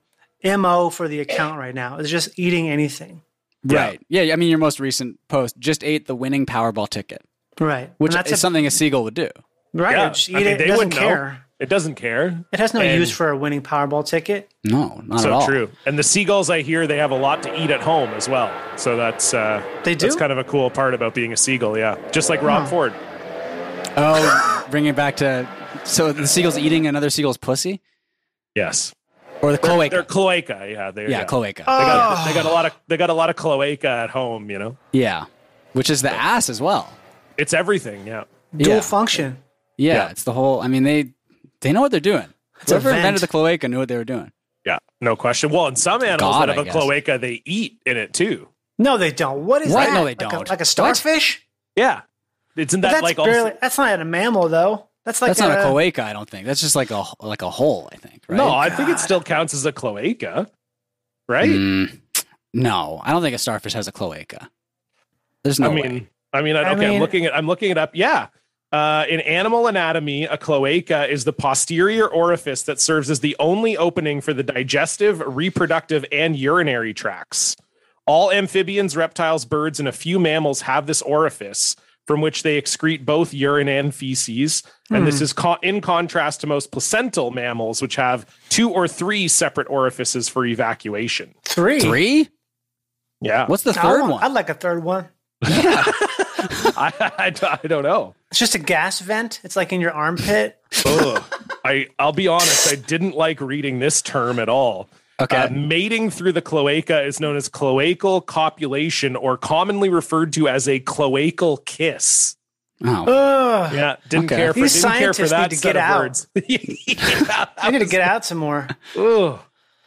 [SPEAKER 2] MO for the account right now is just eating anything.
[SPEAKER 3] right. Yeah. I mean, your most recent post just ate the winning Powerball ticket,
[SPEAKER 2] Right.
[SPEAKER 3] which
[SPEAKER 2] and that's a,
[SPEAKER 3] is something a seagull would do.
[SPEAKER 2] right.
[SPEAKER 1] yeah,
[SPEAKER 2] Just eat
[SPEAKER 1] I mean,
[SPEAKER 2] it. It
[SPEAKER 1] they
[SPEAKER 2] doesn't
[SPEAKER 1] wouldn't know.
[SPEAKER 2] care.
[SPEAKER 1] It doesn't care.
[SPEAKER 2] It has no
[SPEAKER 1] And-
[SPEAKER 2] use for a winning Powerball ticket.
[SPEAKER 3] No, not at
[SPEAKER 1] So
[SPEAKER 3] all.
[SPEAKER 1] true. And the seagulls, I hear, they have a lot to eat at home as well. So that's uh,
[SPEAKER 2] They do?
[SPEAKER 1] That's kind of a cool part about being a seagull. Yeah, just like Rob Ford.
[SPEAKER 3] Oh, bring it back to so the seagull's eating another seagull's pussy
[SPEAKER 1] Yes,
[SPEAKER 3] or the cloaca.
[SPEAKER 1] they're cloaca. Yeah, Uh, they're,
[SPEAKER 3] yeah, cloaca.
[SPEAKER 1] They got, they got a lot of they got a lot of cloaca at home. You know,
[SPEAKER 3] Yeah, which is the ass as well.
[SPEAKER 1] it's everything. Yeah.
[SPEAKER 2] Dual
[SPEAKER 3] Yeah.
[SPEAKER 2] function.
[SPEAKER 3] Yeah,
[SPEAKER 1] Yeah.
[SPEAKER 3] it's the whole. I mean, they they know what they're doing.
[SPEAKER 2] a
[SPEAKER 3] Whoever invented
[SPEAKER 2] vent.
[SPEAKER 3] the cloaca knew what they were doing.
[SPEAKER 1] Yeah, no question. Well, and some animals
[SPEAKER 3] God,
[SPEAKER 1] that
[SPEAKER 3] I
[SPEAKER 1] have a
[SPEAKER 3] guess.
[SPEAKER 1] cloaca, they eat in it too.
[SPEAKER 2] No, they don't. What is
[SPEAKER 3] What?
[SPEAKER 2] that?
[SPEAKER 3] No, they
[SPEAKER 2] Like a-
[SPEAKER 3] don't.
[SPEAKER 2] like a starfish?
[SPEAKER 1] Yeah, isn't
[SPEAKER 2] But
[SPEAKER 1] that
[SPEAKER 2] that's
[SPEAKER 1] like also-
[SPEAKER 2] barely, that's not a mammal though. That's like
[SPEAKER 3] That's not a cloaca, I don't think. That's just like a like a hole. I think. Right?
[SPEAKER 1] uh, No, I think it still counts as a cloaca, right?
[SPEAKER 3] Mm, no, I don't think a starfish has a cloaca. There's no
[SPEAKER 1] I
[SPEAKER 3] way.
[SPEAKER 1] mean, I mean, I- okay,
[SPEAKER 2] I
[SPEAKER 1] I'm
[SPEAKER 2] mean-
[SPEAKER 1] looking at, I'm looking it up. Yeah. Uh, in animal anatomy, a cloaca is the posterior orifice that serves as the only opening for the digestive, reproductive, and urinary tracts. All amphibians, reptiles, birds, and a few mammals have this orifice from which they excrete both urine and feces. And
[SPEAKER 2] Hmm.
[SPEAKER 1] this is co- in contrast to most placental mammals, which have two or three separate orifices for evacuation.
[SPEAKER 2] three.
[SPEAKER 3] Three?
[SPEAKER 1] Yeah.
[SPEAKER 3] What's the
[SPEAKER 2] I
[SPEAKER 3] third
[SPEAKER 2] want- I'd
[SPEAKER 3] one?
[SPEAKER 2] like a third one.
[SPEAKER 1] I, I, I don't know.
[SPEAKER 2] It's just a gas vent. It's like in your armpit.
[SPEAKER 1] Ugh. I I'll be honest. I didn't like reading this term at all.
[SPEAKER 3] Okay.
[SPEAKER 1] Uh, mating through the cloaca is known as cloacal copulation, or commonly referred to as a cloacal kiss.
[SPEAKER 3] Oh,
[SPEAKER 2] Ugh.
[SPEAKER 1] Yeah, didn't
[SPEAKER 3] Okay.
[SPEAKER 1] care for
[SPEAKER 2] These
[SPEAKER 1] didn't care for
[SPEAKER 2] scientists
[SPEAKER 1] that
[SPEAKER 2] need to
[SPEAKER 1] set
[SPEAKER 2] get
[SPEAKER 1] of
[SPEAKER 2] out.
[SPEAKER 1] words. yeah,
[SPEAKER 2] I need to get out some more.
[SPEAKER 1] ugh.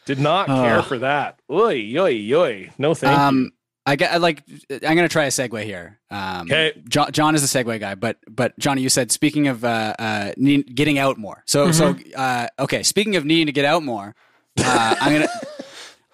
[SPEAKER 1] did not care
[SPEAKER 3] Ugh.
[SPEAKER 1] for that. Oy, oy, oy. No thank you.
[SPEAKER 3] um, I get I like I'm gonna try a segue here. Um,
[SPEAKER 1] 'Kay.
[SPEAKER 3] John, John is the segue guy, but but Johnny, you said speaking of uh, uh, need, getting out more. So so uh, okay. Speaking of needing to get out more, uh, I'm gonna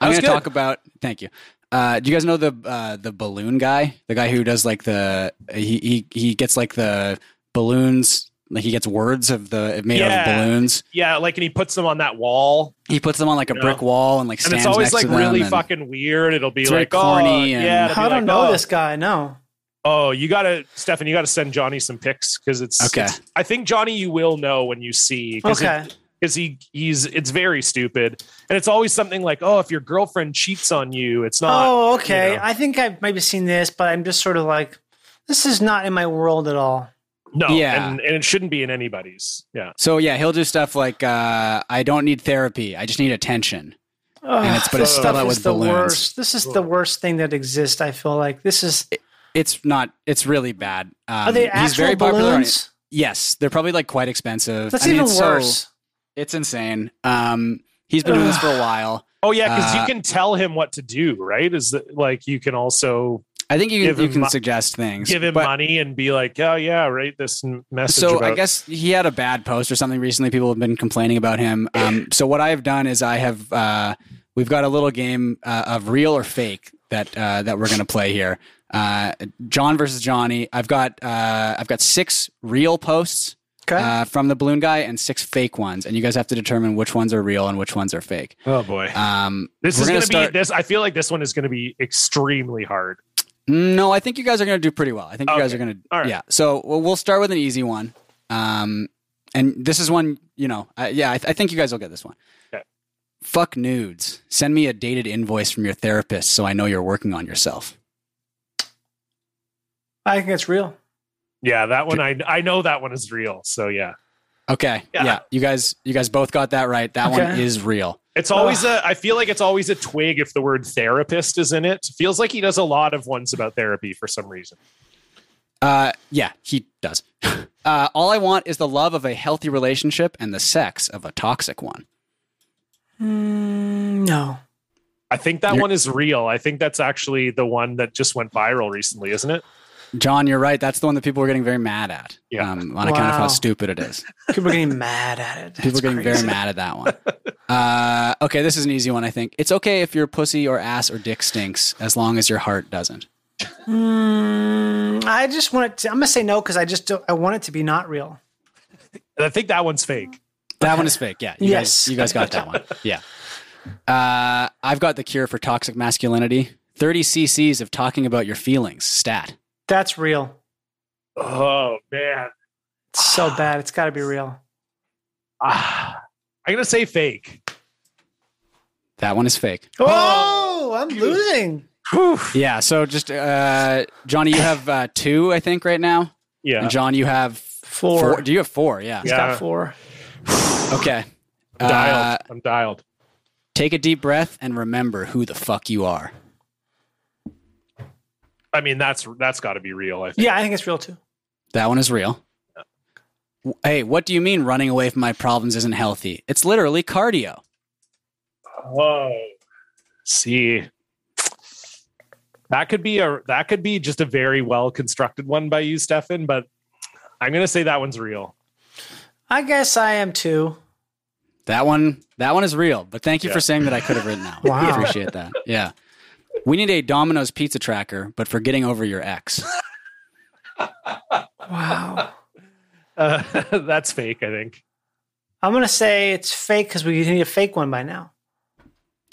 [SPEAKER 3] I'm
[SPEAKER 1] was
[SPEAKER 3] gonna
[SPEAKER 1] good.
[SPEAKER 3] talk about. Thank you. Uh, do you guys know the uh, the balloon guy? The guy who does like the he he, he gets like the balloons. Like he gets words of the made out
[SPEAKER 1] Yeah.
[SPEAKER 3] of balloons.
[SPEAKER 1] Yeah, like and he puts them on that wall,
[SPEAKER 3] He puts them on like a brick wall and like
[SPEAKER 1] and
[SPEAKER 3] stands
[SPEAKER 1] it's always
[SPEAKER 3] next
[SPEAKER 1] like
[SPEAKER 3] to them
[SPEAKER 1] really
[SPEAKER 3] and-
[SPEAKER 1] fucking weird. It'll be
[SPEAKER 3] It's very
[SPEAKER 1] like oh,
[SPEAKER 3] corny and-
[SPEAKER 1] yeah. it'll be
[SPEAKER 2] I don't
[SPEAKER 1] like,
[SPEAKER 2] know
[SPEAKER 1] oh,
[SPEAKER 2] this guy. No.
[SPEAKER 1] Oh, you gotta, Stefan. You gotta send Johnny some pics because it's
[SPEAKER 3] Okay.
[SPEAKER 1] it's- I think Johnny, you will know when you see.
[SPEAKER 2] Okay.
[SPEAKER 1] because he he's it's very stupid, and it's always something like, oh, if your girlfriend cheats on you, it's not.
[SPEAKER 2] oh, okay.
[SPEAKER 1] you know.
[SPEAKER 2] I think I've maybe seen this, but I'm just sort of like, this is not in my world at all.
[SPEAKER 1] No,
[SPEAKER 3] Yeah.
[SPEAKER 1] and, and it shouldn't be in anybody's. Yeah,
[SPEAKER 3] So yeah, he'll do stuff like uh, I don't need therapy. I just need attention. And it's- but it's
[SPEAKER 2] Ugh,
[SPEAKER 3] spelled
[SPEAKER 2] stuff
[SPEAKER 3] out
[SPEAKER 2] is
[SPEAKER 3] with
[SPEAKER 2] the
[SPEAKER 3] balloons.
[SPEAKER 2] worst. This is the worst thing that exists. I feel like this is.
[SPEAKER 3] It's not. It's really bad. Um,
[SPEAKER 2] Are they actual
[SPEAKER 3] he's very popular. On,
[SPEAKER 2] balloons?
[SPEAKER 3] yes, they're probably like quite expensive.
[SPEAKER 2] That's
[SPEAKER 3] I mean,
[SPEAKER 2] even
[SPEAKER 3] it's so-
[SPEAKER 2] worse.
[SPEAKER 3] it's insane. Um, he's been doing this for a while.
[SPEAKER 1] oh yeah, because
[SPEAKER 3] Uh,
[SPEAKER 1] you can tell him what to do, right? Is that like you can also
[SPEAKER 3] I think you,
[SPEAKER 1] Give
[SPEAKER 3] you
[SPEAKER 1] him
[SPEAKER 3] can
[SPEAKER 1] mo-
[SPEAKER 3] suggest things.
[SPEAKER 1] give him
[SPEAKER 3] but-
[SPEAKER 1] money and be like, oh yeah, write this n- message.
[SPEAKER 3] So I
[SPEAKER 1] about-
[SPEAKER 3] guess he had a bad post or something recently. People have been complaining about him. Um, so what I have done is I have uh, we've got a little game uh, of real or fake that uh, that we're going to play here. Uh, John versus Johnny. I've got uh, I've got six real posts
[SPEAKER 2] Okay.
[SPEAKER 3] uh, from the balloon guy and six fake ones, and you guys have to determine which ones are real and which ones are fake.
[SPEAKER 1] oh boy,
[SPEAKER 3] Um,
[SPEAKER 1] this
[SPEAKER 3] we're
[SPEAKER 1] is
[SPEAKER 3] gonna
[SPEAKER 1] gonna
[SPEAKER 3] start-
[SPEAKER 1] be this. I feel like this one is gonna be extremely hard.
[SPEAKER 3] No, I think you guys are going to do pretty well. I think you guys
[SPEAKER 1] Okay.
[SPEAKER 3] are going to.
[SPEAKER 1] All right.
[SPEAKER 3] Yeah. So well, we'll start with an easy one. Um, and this is one, you know, I, yeah, I, th- I think you guys will get this one.
[SPEAKER 1] Okay.
[SPEAKER 3] Fuck nudes. Send me a dated invoice from your therapist so I know you're working on yourself.
[SPEAKER 2] I think it's real.
[SPEAKER 1] Yeah, that one I I know that one is real. So yeah,
[SPEAKER 3] Okay.
[SPEAKER 1] Yeah.
[SPEAKER 3] Yeah. You guys, you guys both got that right. That one
[SPEAKER 2] Okay.
[SPEAKER 3] is real.
[SPEAKER 1] It's always a. I feel like it's always a twig if the word therapist is in it. Feels like he does a lot of ones about therapy for some reason.
[SPEAKER 3] Uh, yeah, he does. uh, all I want is the love of a healthy relationship and the sex of a toxic one.
[SPEAKER 2] Mm, no.
[SPEAKER 1] I think that
[SPEAKER 3] You're-
[SPEAKER 1] one is real. I think that's actually the one that just went viral recently, isn't it?
[SPEAKER 3] John, you're right. That's the one that people were getting very mad at.
[SPEAKER 1] Yeah.
[SPEAKER 3] Um, on account of how
[SPEAKER 2] Wow.
[SPEAKER 3] stupid it is.
[SPEAKER 2] People are getting mad at it.
[SPEAKER 3] People
[SPEAKER 2] That's
[SPEAKER 3] are getting
[SPEAKER 2] crazy.
[SPEAKER 3] very mad at that one. Uh, okay, this is an easy one, I think. It's okay if your pussy or ass or dick stinks as long as your heart doesn't.
[SPEAKER 2] Mm, I just want it to, I'm gonna say no because I just don't, I want it to be not real.
[SPEAKER 1] And I think that one's fake.
[SPEAKER 3] That one is fake. Yeah. You
[SPEAKER 2] Yes.
[SPEAKER 3] Guys, you guys got that one. Yeah. Uh, I've got the cure for toxic masculinity 30 cc's of talking about your feelings. Stat.
[SPEAKER 2] That's real.
[SPEAKER 1] Oh man,
[SPEAKER 2] It's so bad. It's got to be real.
[SPEAKER 1] ah, I'm gonna say fake.
[SPEAKER 3] That one is fake.
[SPEAKER 2] Oh, I'm losing.
[SPEAKER 1] Whew.
[SPEAKER 3] Yeah. So just, uh, Johnny, you have uh, two, I think, right now.
[SPEAKER 1] Yeah,
[SPEAKER 3] And John, you have
[SPEAKER 2] Four.
[SPEAKER 3] Do you have four? Yeah.
[SPEAKER 2] He's
[SPEAKER 1] Yeah.
[SPEAKER 2] got four.
[SPEAKER 3] Okay. Uh,
[SPEAKER 1] dialed. I'm dialed.
[SPEAKER 3] Take a deep breath and remember who the fuck you are.
[SPEAKER 1] I mean, that's that's got to be real. I think.
[SPEAKER 2] Yeah, I think it's real too.
[SPEAKER 3] That one is real. W- Hey, what do you mean running away from my problems isn't healthy? It's literally cardio.
[SPEAKER 1] Oh, see, that could be a that could be just a very well constructed one by you, Stefan. But I'm gonna say that one's real.
[SPEAKER 2] I guess I am too.
[SPEAKER 3] That one, that one is real. But thank you
[SPEAKER 1] Yeah.
[SPEAKER 3] for saying that I could have written that. One.
[SPEAKER 2] Wow.
[SPEAKER 3] I appreciate that. Yeah. We need a Domino's pizza tracker, but for getting over your ex.
[SPEAKER 2] Wow.
[SPEAKER 1] Uh, that's fake, I think.
[SPEAKER 2] I'm gonna say it's fake because we need a fake one by now.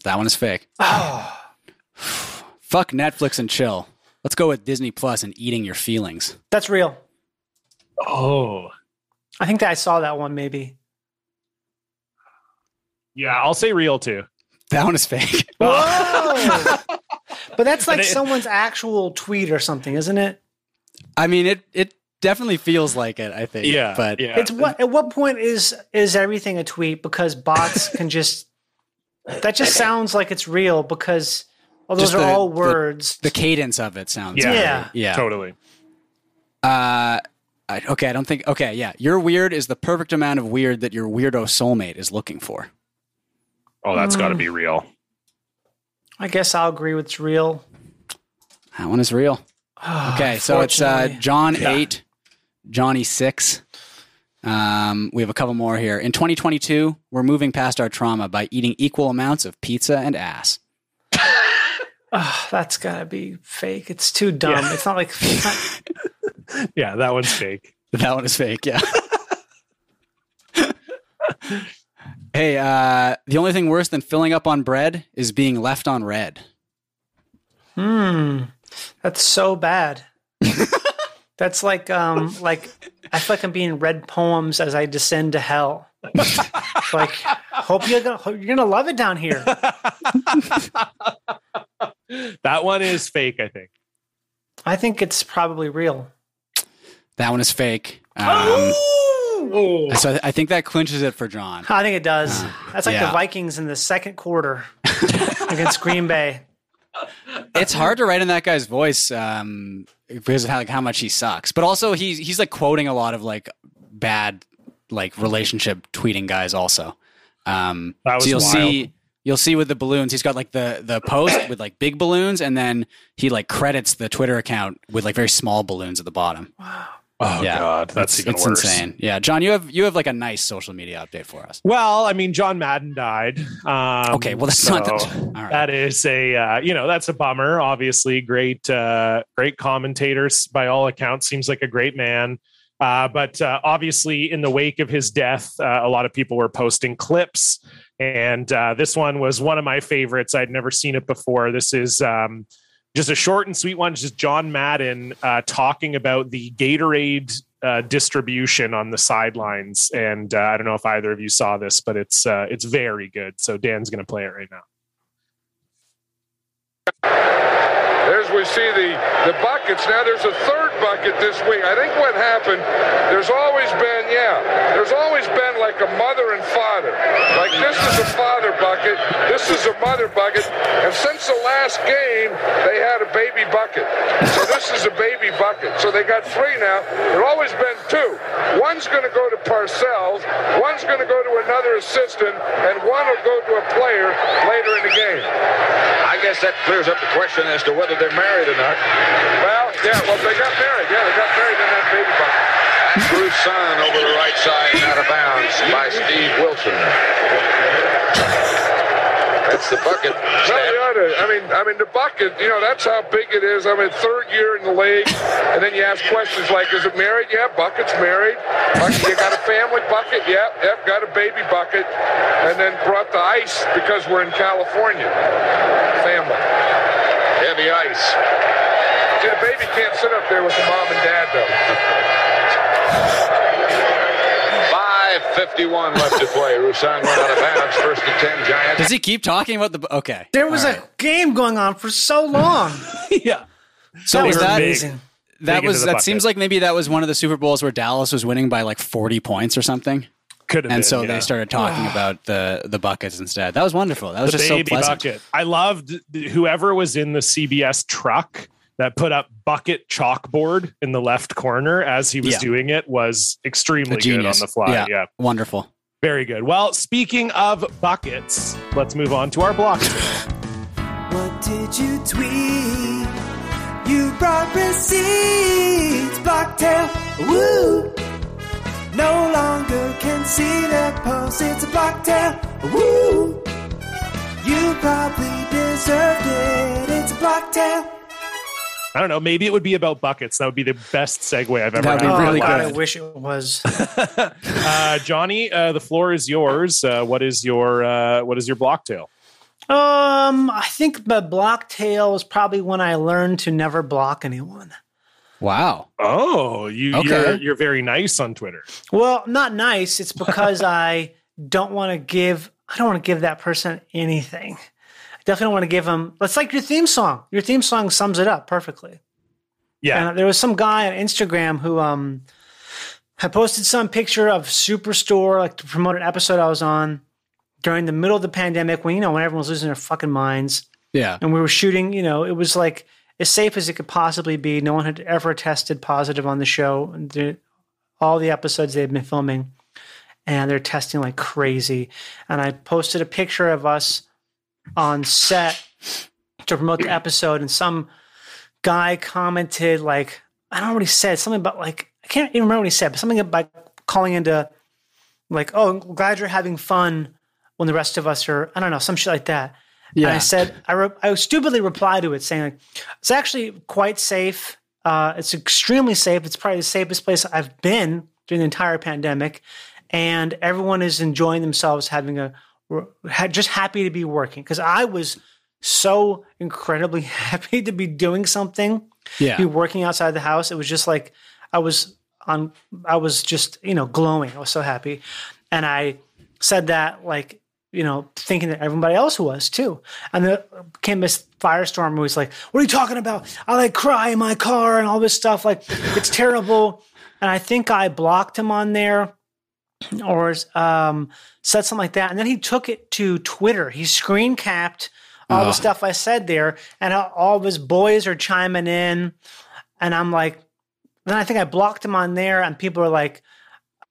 [SPEAKER 3] That one is fake. Fuck Netflix and chill. Let's go with Disney Plus and eating your feelings.
[SPEAKER 2] That's real.
[SPEAKER 1] Oh,
[SPEAKER 2] I think that I saw that one maybe.
[SPEAKER 1] yeah, I'll say real too.
[SPEAKER 3] That one is fake.
[SPEAKER 2] Whoa! but that's like
[SPEAKER 1] it-
[SPEAKER 2] someone's actual tweet or something, isn't it?
[SPEAKER 3] I mean, it it definitely feels like it. I think.
[SPEAKER 1] Yeah,
[SPEAKER 3] but
[SPEAKER 1] yeah.
[SPEAKER 2] It's what at what point is is everything a tweet because bots can just that just sounds like it's real because well, those
[SPEAKER 3] Just
[SPEAKER 2] are
[SPEAKER 3] the-
[SPEAKER 2] all
[SPEAKER 3] the-
[SPEAKER 2] words.
[SPEAKER 3] the cadence of it sounds.
[SPEAKER 1] Yeah.
[SPEAKER 2] yeah.
[SPEAKER 3] Yeah.
[SPEAKER 1] Totally.
[SPEAKER 3] Uh, I, okay, I don't think. Okay, yeah, you're weird is the perfect amount of weird that your weirdo soulmate is looking for.
[SPEAKER 1] Oh, that's got to be real.
[SPEAKER 2] I guess I'll agree with it's real. Ah,
[SPEAKER 3] That one is real. Okay, so it's uh,
[SPEAKER 2] Fortunately.
[SPEAKER 3] John eight, Johnny six. Um, we have a couple more here. In 2022, we're moving past our trauma by eating equal amounts of pizza and ass.
[SPEAKER 2] Ugh, that's gotta be fake. It's too dumb. It's not like
[SPEAKER 1] Yeah, that one's fake.
[SPEAKER 3] That one is fake, yeah. hey, uh, the only thing worse than filling up on bread is being left on red.
[SPEAKER 2] Hmm. That's so bad. that's like um like I feel like I'm being read poems as I descend to hell. It's like hope you're gonna hope you're gonna love it down here.
[SPEAKER 1] That one is fake. I think.
[SPEAKER 2] I think it's probably real.
[SPEAKER 3] That one is fake. Um,
[SPEAKER 1] Oh,
[SPEAKER 3] so I- I think that clinches it for John.
[SPEAKER 2] I think it does. That's like
[SPEAKER 3] Uh, yeah.
[SPEAKER 2] the Vikings in the second quarter against Green Bay.
[SPEAKER 3] It's hard to write in that guy's voice um, because of how, like, how much he sucks. But also, he's, he's like quoting a lot of like bad like relationship tweeting guys also. Um,
[SPEAKER 1] That was
[SPEAKER 3] so you'll
[SPEAKER 1] wild.
[SPEAKER 3] see you'll see with the balloons, he's got like the the post with like big balloons, and then he like credits the Twitter account with like very small balloons at the bottom. yeah.
[SPEAKER 1] God, that's
[SPEAKER 3] it's,
[SPEAKER 1] even
[SPEAKER 3] it's
[SPEAKER 1] worse.
[SPEAKER 3] insane. Yeah, John, you have you have like a nice social media update for us.
[SPEAKER 1] Well, I mean, John Madden died. Um,
[SPEAKER 3] Okay, well that's not the, all right.
[SPEAKER 1] That is a uh, you know that's a bummer. Obviously, great uh, great commentators by all accounts. Seems like a great man. Uh, but uh, obviously, in the wake of his death, uh, a lot of people were posting clips, and uh, this one was one of my favorites. I'd never seen it before. This is um, just a short and sweet one. It's Just John Madden uh, talking about the Gatorade uh, distribution on the sidelines, and uh, I don't know if either of you saw this, but it's uh, it's very good. So Dan's going to play it right now.
[SPEAKER 7] There's we see the, the buckets. Now there's a third bucket this week. I think what happened, there's always been, yeah, there's always been like a mother and father. Like this is a father bucket, this is a mother bucket, and since the last game, they had a baby bucket. So this is a baby bucket. So they got three now. There's always been two. One's going to go to Parcells, one's going to go to another assistant, and one will go to a player later in the game.
[SPEAKER 8] I guess that clears up the question as to whether they're married or not.
[SPEAKER 7] Well, yeah, well, they got married. Yeah, they got married in that baby bucket.
[SPEAKER 8] Bruce Son over the right side and out of bounds by Steve Wilson. That's the bucket.
[SPEAKER 7] No,
[SPEAKER 8] Stan.
[SPEAKER 7] they ought to. I mean, I mean, the bucket. You know, that's how big it is. I mean, third year in the league, and then you ask questions like, "Is it married? Yeah, bucket's married. Bucket, you got a family bucket? Yep, yep. Got a baby bucket, and then brought the ice because we're in California. Family.
[SPEAKER 8] Heavy ice.
[SPEAKER 7] See, the baby can't sit up there with the mom and dad though.
[SPEAKER 8] 5.51 left to play. Roussan went out of bounds. First and 10 Giants.
[SPEAKER 3] Does he keep talking about the? Okay,
[SPEAKER 2] There was
[SPEAKER 3] All
[SPEAKER 2] a
[SPEAKER 3] right.
[SPEAKER 2] game going on for so long.
[SPEAKER 1] yeah.
[SPEAKER 3] so
[SPEAKER 2] That
[SPEAKER 3] was
[SPEAKER 2] was
[SPEAKER 3] that
[SPEAKER 2] amazing.
[SPEAKER 3] that
[SPEAKER 1] Big
[SPEAKER 3] was
[SPEAKER 1] into the
[SPEAKER 3] that
[SPEAKER 1] bucket.
[SPEAKER 3] seems like maybe that was one of the Super Bowls where Dallas was winning by like forty points or something,
[SPEAKER 1] Could have been.
[SPEAKER 3] and so
[SPEAKER 1] yeah.
[SPEAKER 3] they started talking about the the buckets instead. That was wonderful. That was
[SPEAKER 1] the
[SPEAKER 3] just so
[SPEAKER 1] baby
[SPEAKER 3] pleasant.
[SPEAKER 1] bucket. I loved th- whoever was in the CBS truck that put up bucket chalkboard in the left corner as he was
[SPEAKER 3] Yeah.
[SPEAKER 1] doing it was extremely
[SPEAKER 3] A
[SPEAKER 1] good on
[SPEAKER 3] genius
[SPEAKER 1] the fly. Yeah.
[SPEAKER 3] wonderful.
[SPEAKER 1] very good. Well, speaking of buckets, let's move on to our block.
[SPEAKER 9] What did you tweet? You brought receipts, Blocktail. Woo! No longer can see the post. It's a Blocktail. Woo! You probably deserved it. It's a Blocktail.
[SPEAKER 1] I don't know. Maybe it would be about buckets. That would be the best segue I've ever
[SPEAKER 3] That
[SPEAKER 1] had.
[SPEAKER 3] would be
[SPEAKER 2] Oh
[SPEAKER 3] really
[SPEAKER 2] God,
[SPEAKER 3] good.
[SPEAKER 2] I wish it was.
[SPEAKER 1] Uh, Johnny, uh, the floor is yours. Uh, what is your uh, what is your block tail?
[SPEAKER 2] Um, I think the block tail was probably when I learned to never block anyone.
[SPEAKER 3] Wow.
[SPEAKER 1] Oh, you,
[SPEAKER 3] Okay.
[SPEAKER 1] you're you're very nice on Twitter.
[SPEAKER 2] Well, not nice. It's because I don't want to give. I don't want to give that person anything. I definitely don't want to give them. It's like your theme song. Your theme song sums it up perfectly.
[SPEAKER 1] Yeah.
[SPEAKER 2] And there was some guy on Instagram who um had posted some picture of Superstore, like to promote an episode I was on during the middle of the pandemic when you know when everyone was losing their fucking minds
[SPEAKER 3] Yeah.
[SPEAKER 2] and we were shooting, you know, it was like as safe as it could possibly be. No one had ever tested positive on the show. The- all the episodes they've been filming, and they're testing like crazy. And I posted a picture of us on set to promote the episode, and some guy commented like, I don't know what he said, something about like I can't even remember what he said, but something about calling into like, oh, I'm glad you're having fun when the rest of us are, I don't know, some shit like that. And I
[SPEAKER 3] Yeah.
[SPEAKER 2] said, I, re- I stupidly replied to it saying, like, it's actually quite safe. Uh, it's extremely safe. It's probably the safest place I've been during the entire pandemic. And everyone is enjoying themselves, having a, we're ha- just happy to be working. Because I was so incredibly happy to be doing something
[SPEAKER 3] Yeah.
[SPEAKER 2] be working outside the house. It was just like I was on. I was just you know glowing. I was so happy, and I said that like you know thinking that everybody else was too. And then came this firestorm where he's like, "What are you talking about? I like cry in my car and all this stuff. Like it's terrible." And I think I blocked him on there or um, said something like that. And then he took it to Twitter. He screen capped all the stuff I said there, and all- all of his boys are chiming in. And I'm like, then I think I blocked him on there, and people are like,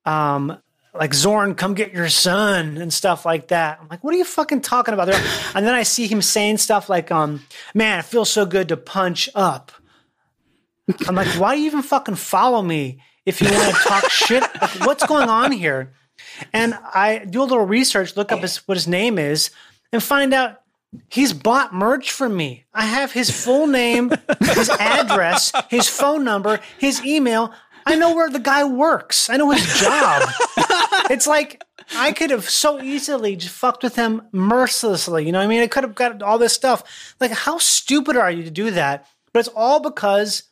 [SPEAKER 2] um, like Zorn, come get your son and stuff like that. I'm like, what are you fucking talking about? They're- and then I see him saying stuff like, um, man, it feels so good to punch up. I'm like, why do you even fucking follow me if you want to talk shit? Like, what's going on here? And I do a little research, look up his, what his name is, and find out he's bought merch from me. I have his full name, his address, his phone number, his email. I know where the guy works. I know his job. it's like I could have so easily just fucked with him mercilessly. You know what I mean? I could have got all this stuff. Like, how stupid are you to do that? But it's all because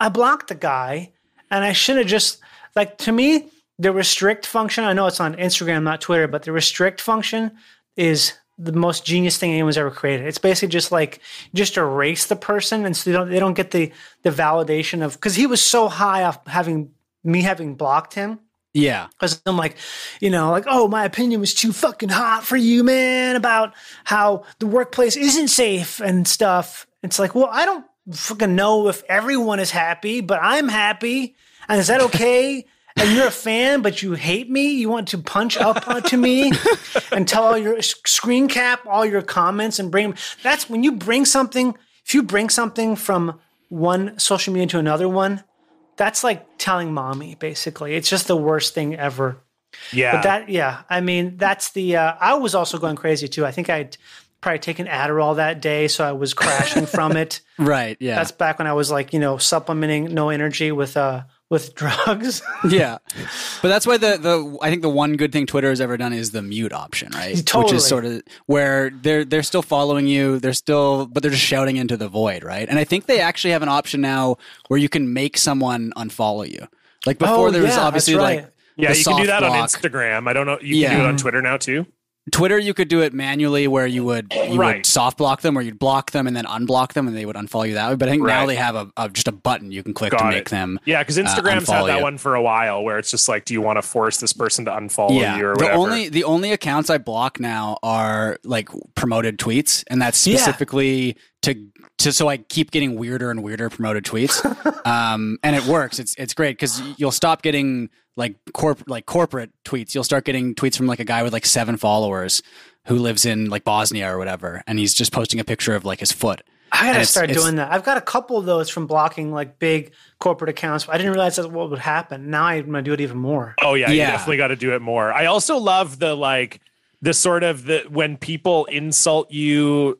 [SPEAKER 2] I blocked the guy and I should have just like to me the restrict function. I know it's on Instagram, not Twitter, but the restrict function is the most genius thing anyone's ever created. It's basically just like just erase the person, and so they don't they don't get the the validation of because he was so high off having me having blocked him
[SPEAKER 3] Yeah.
[SPEAKER 2] because I'm like, you know, like, oh, my opinion was too fucking hot for you, man, about how the workplace isn't safe and stuff. It's like, well, I don't fucking know if everyone is happy, but I'm happy. And is that okay? and you're a fan, but you hate me. You want to punch up to me and tell all your screen cap, all your comments, and bring that's when you bring something. If you bring something from one social media to another one, that's like telling mommy basically it's just the worst thing ever
[SPEAKER 1] Yeah.
[SPEAKER 2] but that yeah i mean that's the uh, i was also going crazy too i think i'd probably taken adderall that day so i was crashing from it
[SPEAKER 3] Right. Yeah.
[SPEAKER 2] that's back when i was like you know supplementing no energy with uh with drugs
[SPEAKER 3] yeah. But that's why the the I think the one good thing Twitter has ever done is the mute option, right? Which
[SPEAKER 2] Totally.
[SPEAKER 3] is sort of where they're they're still following you, they're still but they're just shouting into the void, right? And I think they actually have an option now where you can make someone unfollow you. Like before
[SPEAKER 2] Oh,
[SPEAKER 3] there was
[SPEAKER 2] yeah, that's
[SPEAKER 3] obviously
[SPEAKER 2] right.
[SPEAKER 3] like
[SPEAKER 1] yeah,
[SPEAKER 3] the
[SPEAKER 1] you can do
[SPEAKER 3] soft
[SPEAKER 1] that on
[SPEAKER 3] block.
[SPEAKER 1] Instagram. I don't know. You
[SPEAKER 3] Yeah.
[SPEAKER 1] can do it on Twitter now too.
[SPEAKER 3] Twitter, you could do it manually where you would you
[SPEAKER 1] Right.
[SPEAKER 3] would soft block them or you'd block them and then unblock them and they would unfollow you that way. But I think now
[SPEAKER 1] Right.
[SPEAKER 3] they have a, a just a button you can click to
[SPEAKER 1] Got
[SPEAKER 3] make
[SPEAKER 1] it.
[SPEAKER 3] them.
[SPEAKER 1] Yeah, because
[SPEAKER 3] uh,
[SPEAKER 1] Instagram's had
[SPEAKER 3] unfollow
[SPEAKER 1] that
[SPEAKER 3] you.
[SPEAKER 1] one for a while where it's just like, do you want to force this person to unfollow you or
[SPEAKER 3] the
[SPEAKER 1] whatever?
[SPEAKER 3] only the only accounts I block now are like promoted tweets, and that's
[SPEAKER 2] Yeah.
[SPEAKER 3] specifically to to so I keep getting weirder and weirder promoted tweets, um, and it works. It's it's great because you'll stop getting like corp like corporate tweets. You'll start getting tweets from like a guy with like seven followers who lives in like Bosnia or whatever, and he's just posting a picture of like his foot.
[SPEAKER 2] i
[SPEAKER 3] And
[SPEAKER 2] gotta
[SPEAKER 3] it's-
[SPEAKER 2] start
[SPEAKER 3] it's-
[SPEAKER 2] doing that i've got a couple of those from blocking like big corporate accounts i didn't realize that's what would happen now i'm gonna do it even more
[SPEAKER 1] Oh yeah, you
[SPEAKER 3] Yeah.
[SPEAKER 1] definitely got to do it more. I also love the like the sort of the when people insult you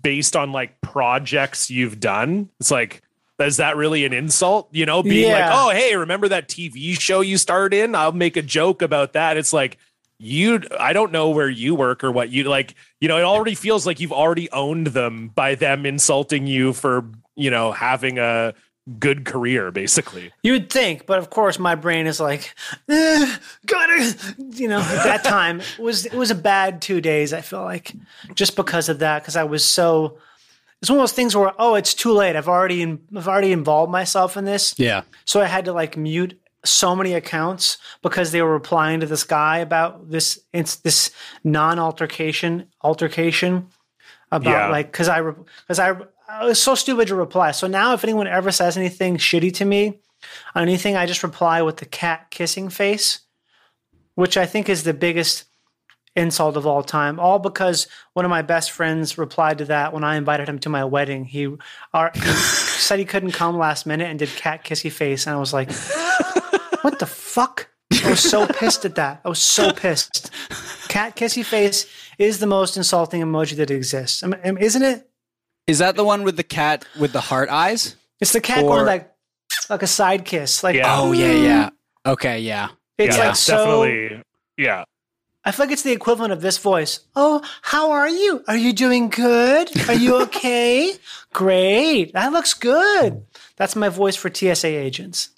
[SPEAKER 1] based on like projects you've done. It's like is that really an insult? You know, being
[SPEAKER 2] Yeah.
[SPEAKER 1] like, "Oh, hey, remember that TV show you starred in? I'll make a joke about that." It's like you I don't know where you work or what you like, you know, it already feels like you've already owned them by them insulting you for, you know, having a good career basically.
[SPEAKER 2] You would think, but of course, my brain is like, eh, gotta, you know. At that time it was it was a bad two days. I feel like just because of that, because I was so it's one of those things where oh, it's too late. I've already in, I've already involved myself in this.
[SPEAKER 3] Yeah.
[SPEAKER 2] So I had to like mute so many accounts because they were replying to this guy about this it's this non altercation altercation about
[SPEAKER 1] Yeah.
[SPEAKER 2] like because I because I, I was so stupid to reply. So now if anyone ever says anything shitty to me on anything, I just reply with the cat kissing face, which I think is the biggest insult of all time. All because one of my best friends replied to that when I invited him to my wedding. He, our, he said he couldn't come last minute and did cat kissy face, and I was like, "What the fuck." I was so pissed at that. I was so pissed. Cat kissy face is the most insulting emoji that exists, I mean, I mean, isn't it?
[SPEAKER 3] Is that the one with the cat with the heart eyes?
[SPEAKER 2] It's the cat
[SPEAKER 3] Or-
[SPEAKER 2] going like like a side kiss. Like
[SPEAKER 1] Yeah. Oh,
[SPEAKER 3] Oh yeah, yeah. Okay, yeah.
[SPEAKER 2] it's
[SPEAKER 1] yeah,
[SPEAKER 2] like so.
[SPEAKER 1] definitely. Yeah.
[SPEAKER 2] I feel like it's the equivalent of this voice. Oh, how are you? Are you doing good? Are you okay? Great. That looks good. That's my voice for TSA agents.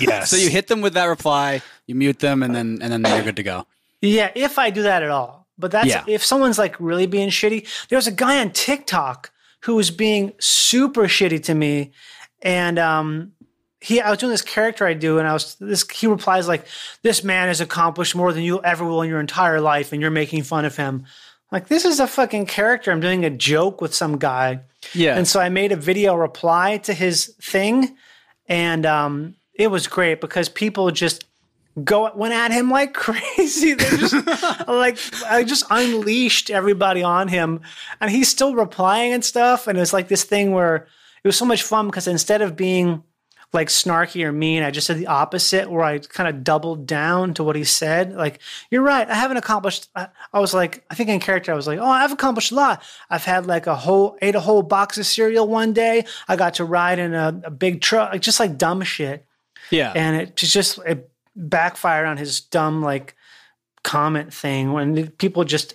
[SPEAKER 1] Yes.
[SPEAKER 3] So you hit them with that reply, you mute them, and then and then you're good to go.
[SPEAKER 2] Yeah, if I do that at all. But that's
[SPEAKER 3] Yeah.
[SPEAKER 2] if someone's like really being shitty. There was a guy on TikTok who was being super shitty to me, and um, he I was doing this character I do, and I was this. He replies like, "This man has accomplished more than you ever will in your entire life, and you're making fun of him." Like this is a fucking character. I'm doing a joke with some guy.
[SPEAKER 3] Yeah.
[SPEAKER 2] And so I made a video reply to his thing, and um, it was great because people just go went at him like crazy. They just like I just unleashed everybody on him, and he's still replying and stuff. And it was like this thing where it was so much fun because instead of being like snarky or mean, I just said the opposite, where I kind of doubled down to what he said. Like, you're right. I haven't accomplished. I, I was like, I think in character, I was like, oh, I've accomplished a lot. I've had like a whole, ate a whole box of cereal one day. I got to ride in a, a big truck, like, just like dumb shit.
[SPEAKER 3] yeah.
[SPEAKER 2] And it just- just, it backfired on his dumb like comment thing when people just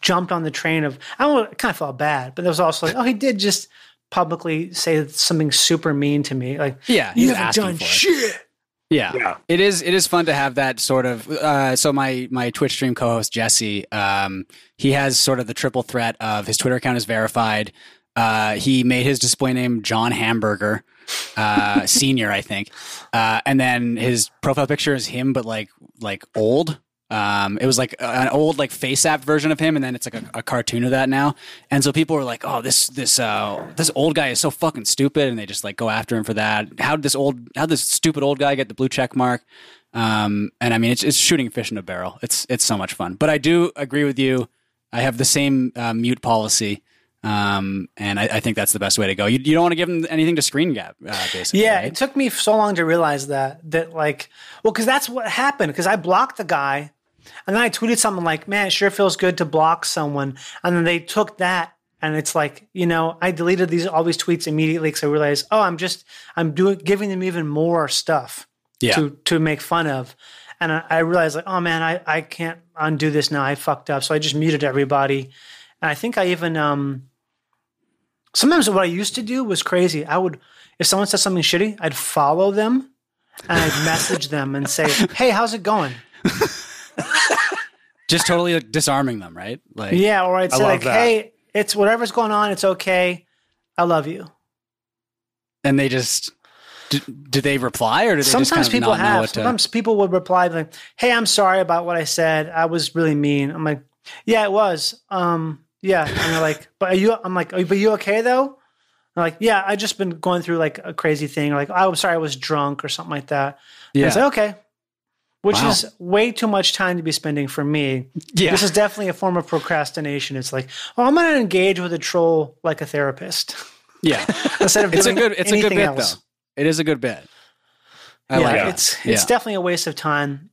[SPEAKER 2] jumped on the train of, I don't know, I kind of felt bad, but there was also like, oh, he did just publicly say something super mean to me. Like,
[SPEAKER 3] yeah.
[SPEAKER 2] you
[SPEAKER 3] he's
[SPEAKER 2] haven't
[SPEAKER 3] asking
[SPEAKER 2] done
[SPEAKER 3] for it.
[SPEAKER 2] shit.
[SPEAKER 3] Yeah.
[SPEAKER 1] Yeah.
[SPEAKER 3] It is it is fun to have that sort of uh, so my my Twitch stream co-host Jesse um, he has sort of the triple threat of his Twitter account is verified. Uh, he made his display name John Hamburger uh, senior I think. Uh, and then his profile picture is him but like like old. Um, it was like an old like face app version of him and then it's like a, a cartoon of that now. And so people were like, "Oh, this this uh this old guy is so fucking stupid," and they just like go after him for that. How did this old how did this stupid old guy get the blue check mark? Um, and I mean, it's it's shooting fish in a barrel. It's it's so much fun. But I do agree with you. I have the same uh, mute policy, um, and I, I think that's the best way to go. You, you don't want to give them anything to screen gap, uh, basically.
[SPEAKER 2] Yeah,
[SPEAKER 3] right?
[SPEAKER 2] it took me so long to realize that that like well cuz that's what happened cuz I blocked the guy and then I tweeted something like, "Man, it sure feels good to block someone." And then they took that and it's like, you know, I deleted these all these tweets immediately cuz I realized, "Oh, I'm just I'm doing giving them even more stuff
[SPEAKER 3] Yeah.
[SPEAKER 2] to to make fun of." And I, I realized like, "Oh man, I I can't undo this now. I fucked up." So I just muted everybody. And I think I even um sometimes what I used to do was crazy. I would, if someone said something shitty, I'd follow them and I'd message them and say, "Hey, how's it going?"
[SPEAKER 3] just totally like, disarming them, right? Like,
[SPEAKER 2] Yeah, or I'd say
[SPEAKER 1] love
[SPEAKER 2] like,
[SPEAKER 1] that.
[SPEAKER 2] "Hey, it's whatever's going on. It's okay. I love you."
[SPEAKER 3] and they just do, do they reply or do they just kind
[SPEAKER 2] Sometimes
[SPEAKER 3] of
[SPEAKER 2] people
[SPEAKER 3] not know
[SPEAKER 2] have.
[SPEAKER 3] what to?
[SPEAKER 2] Sometimes people would reply like, "Hey, I'm sorry about what I said. I was really mean." I'm like, "Yeah, it was. Um, yeah." And they're like, "But are you?" I'm like, "Are you, but you okay though?" I'm like, "Yeah, I just been going through like a crazy thing. Like, oh, I'm sorry, I was drunk or something like that." And
[SPEAKER 3] yeah,
[SPEAKER 2] It's like, okay. Which
[SPEAKER 3] Wow.
[SPEAKER 2] is way too much time to be spending for me.
[SPEAKER 3] yeah.
[SPEAKER 2] This is definitely a form of procrastination. It's like, oh, I'm going to engage with a troll like a therapist
[SPEAKER 3] Yeah,
[SPEAKER 2] instead of
[SPEAKER 3] it's a
[SPEAKER 2] doing
[SPEAKER 3] good it's a good
[SPEAKER 2] anything
[SPEAKER 3] bit
[SPEAKER 2] else.
[SPEAKER 3] though. It is a good bit. I
[SPEAKER 2] yeah,
[SPEAKER 3] like it
[SPEAKER 2] it's
[SPEAKER 3] Yeah.
[SPEAKER 2] it's definitely a waste of time,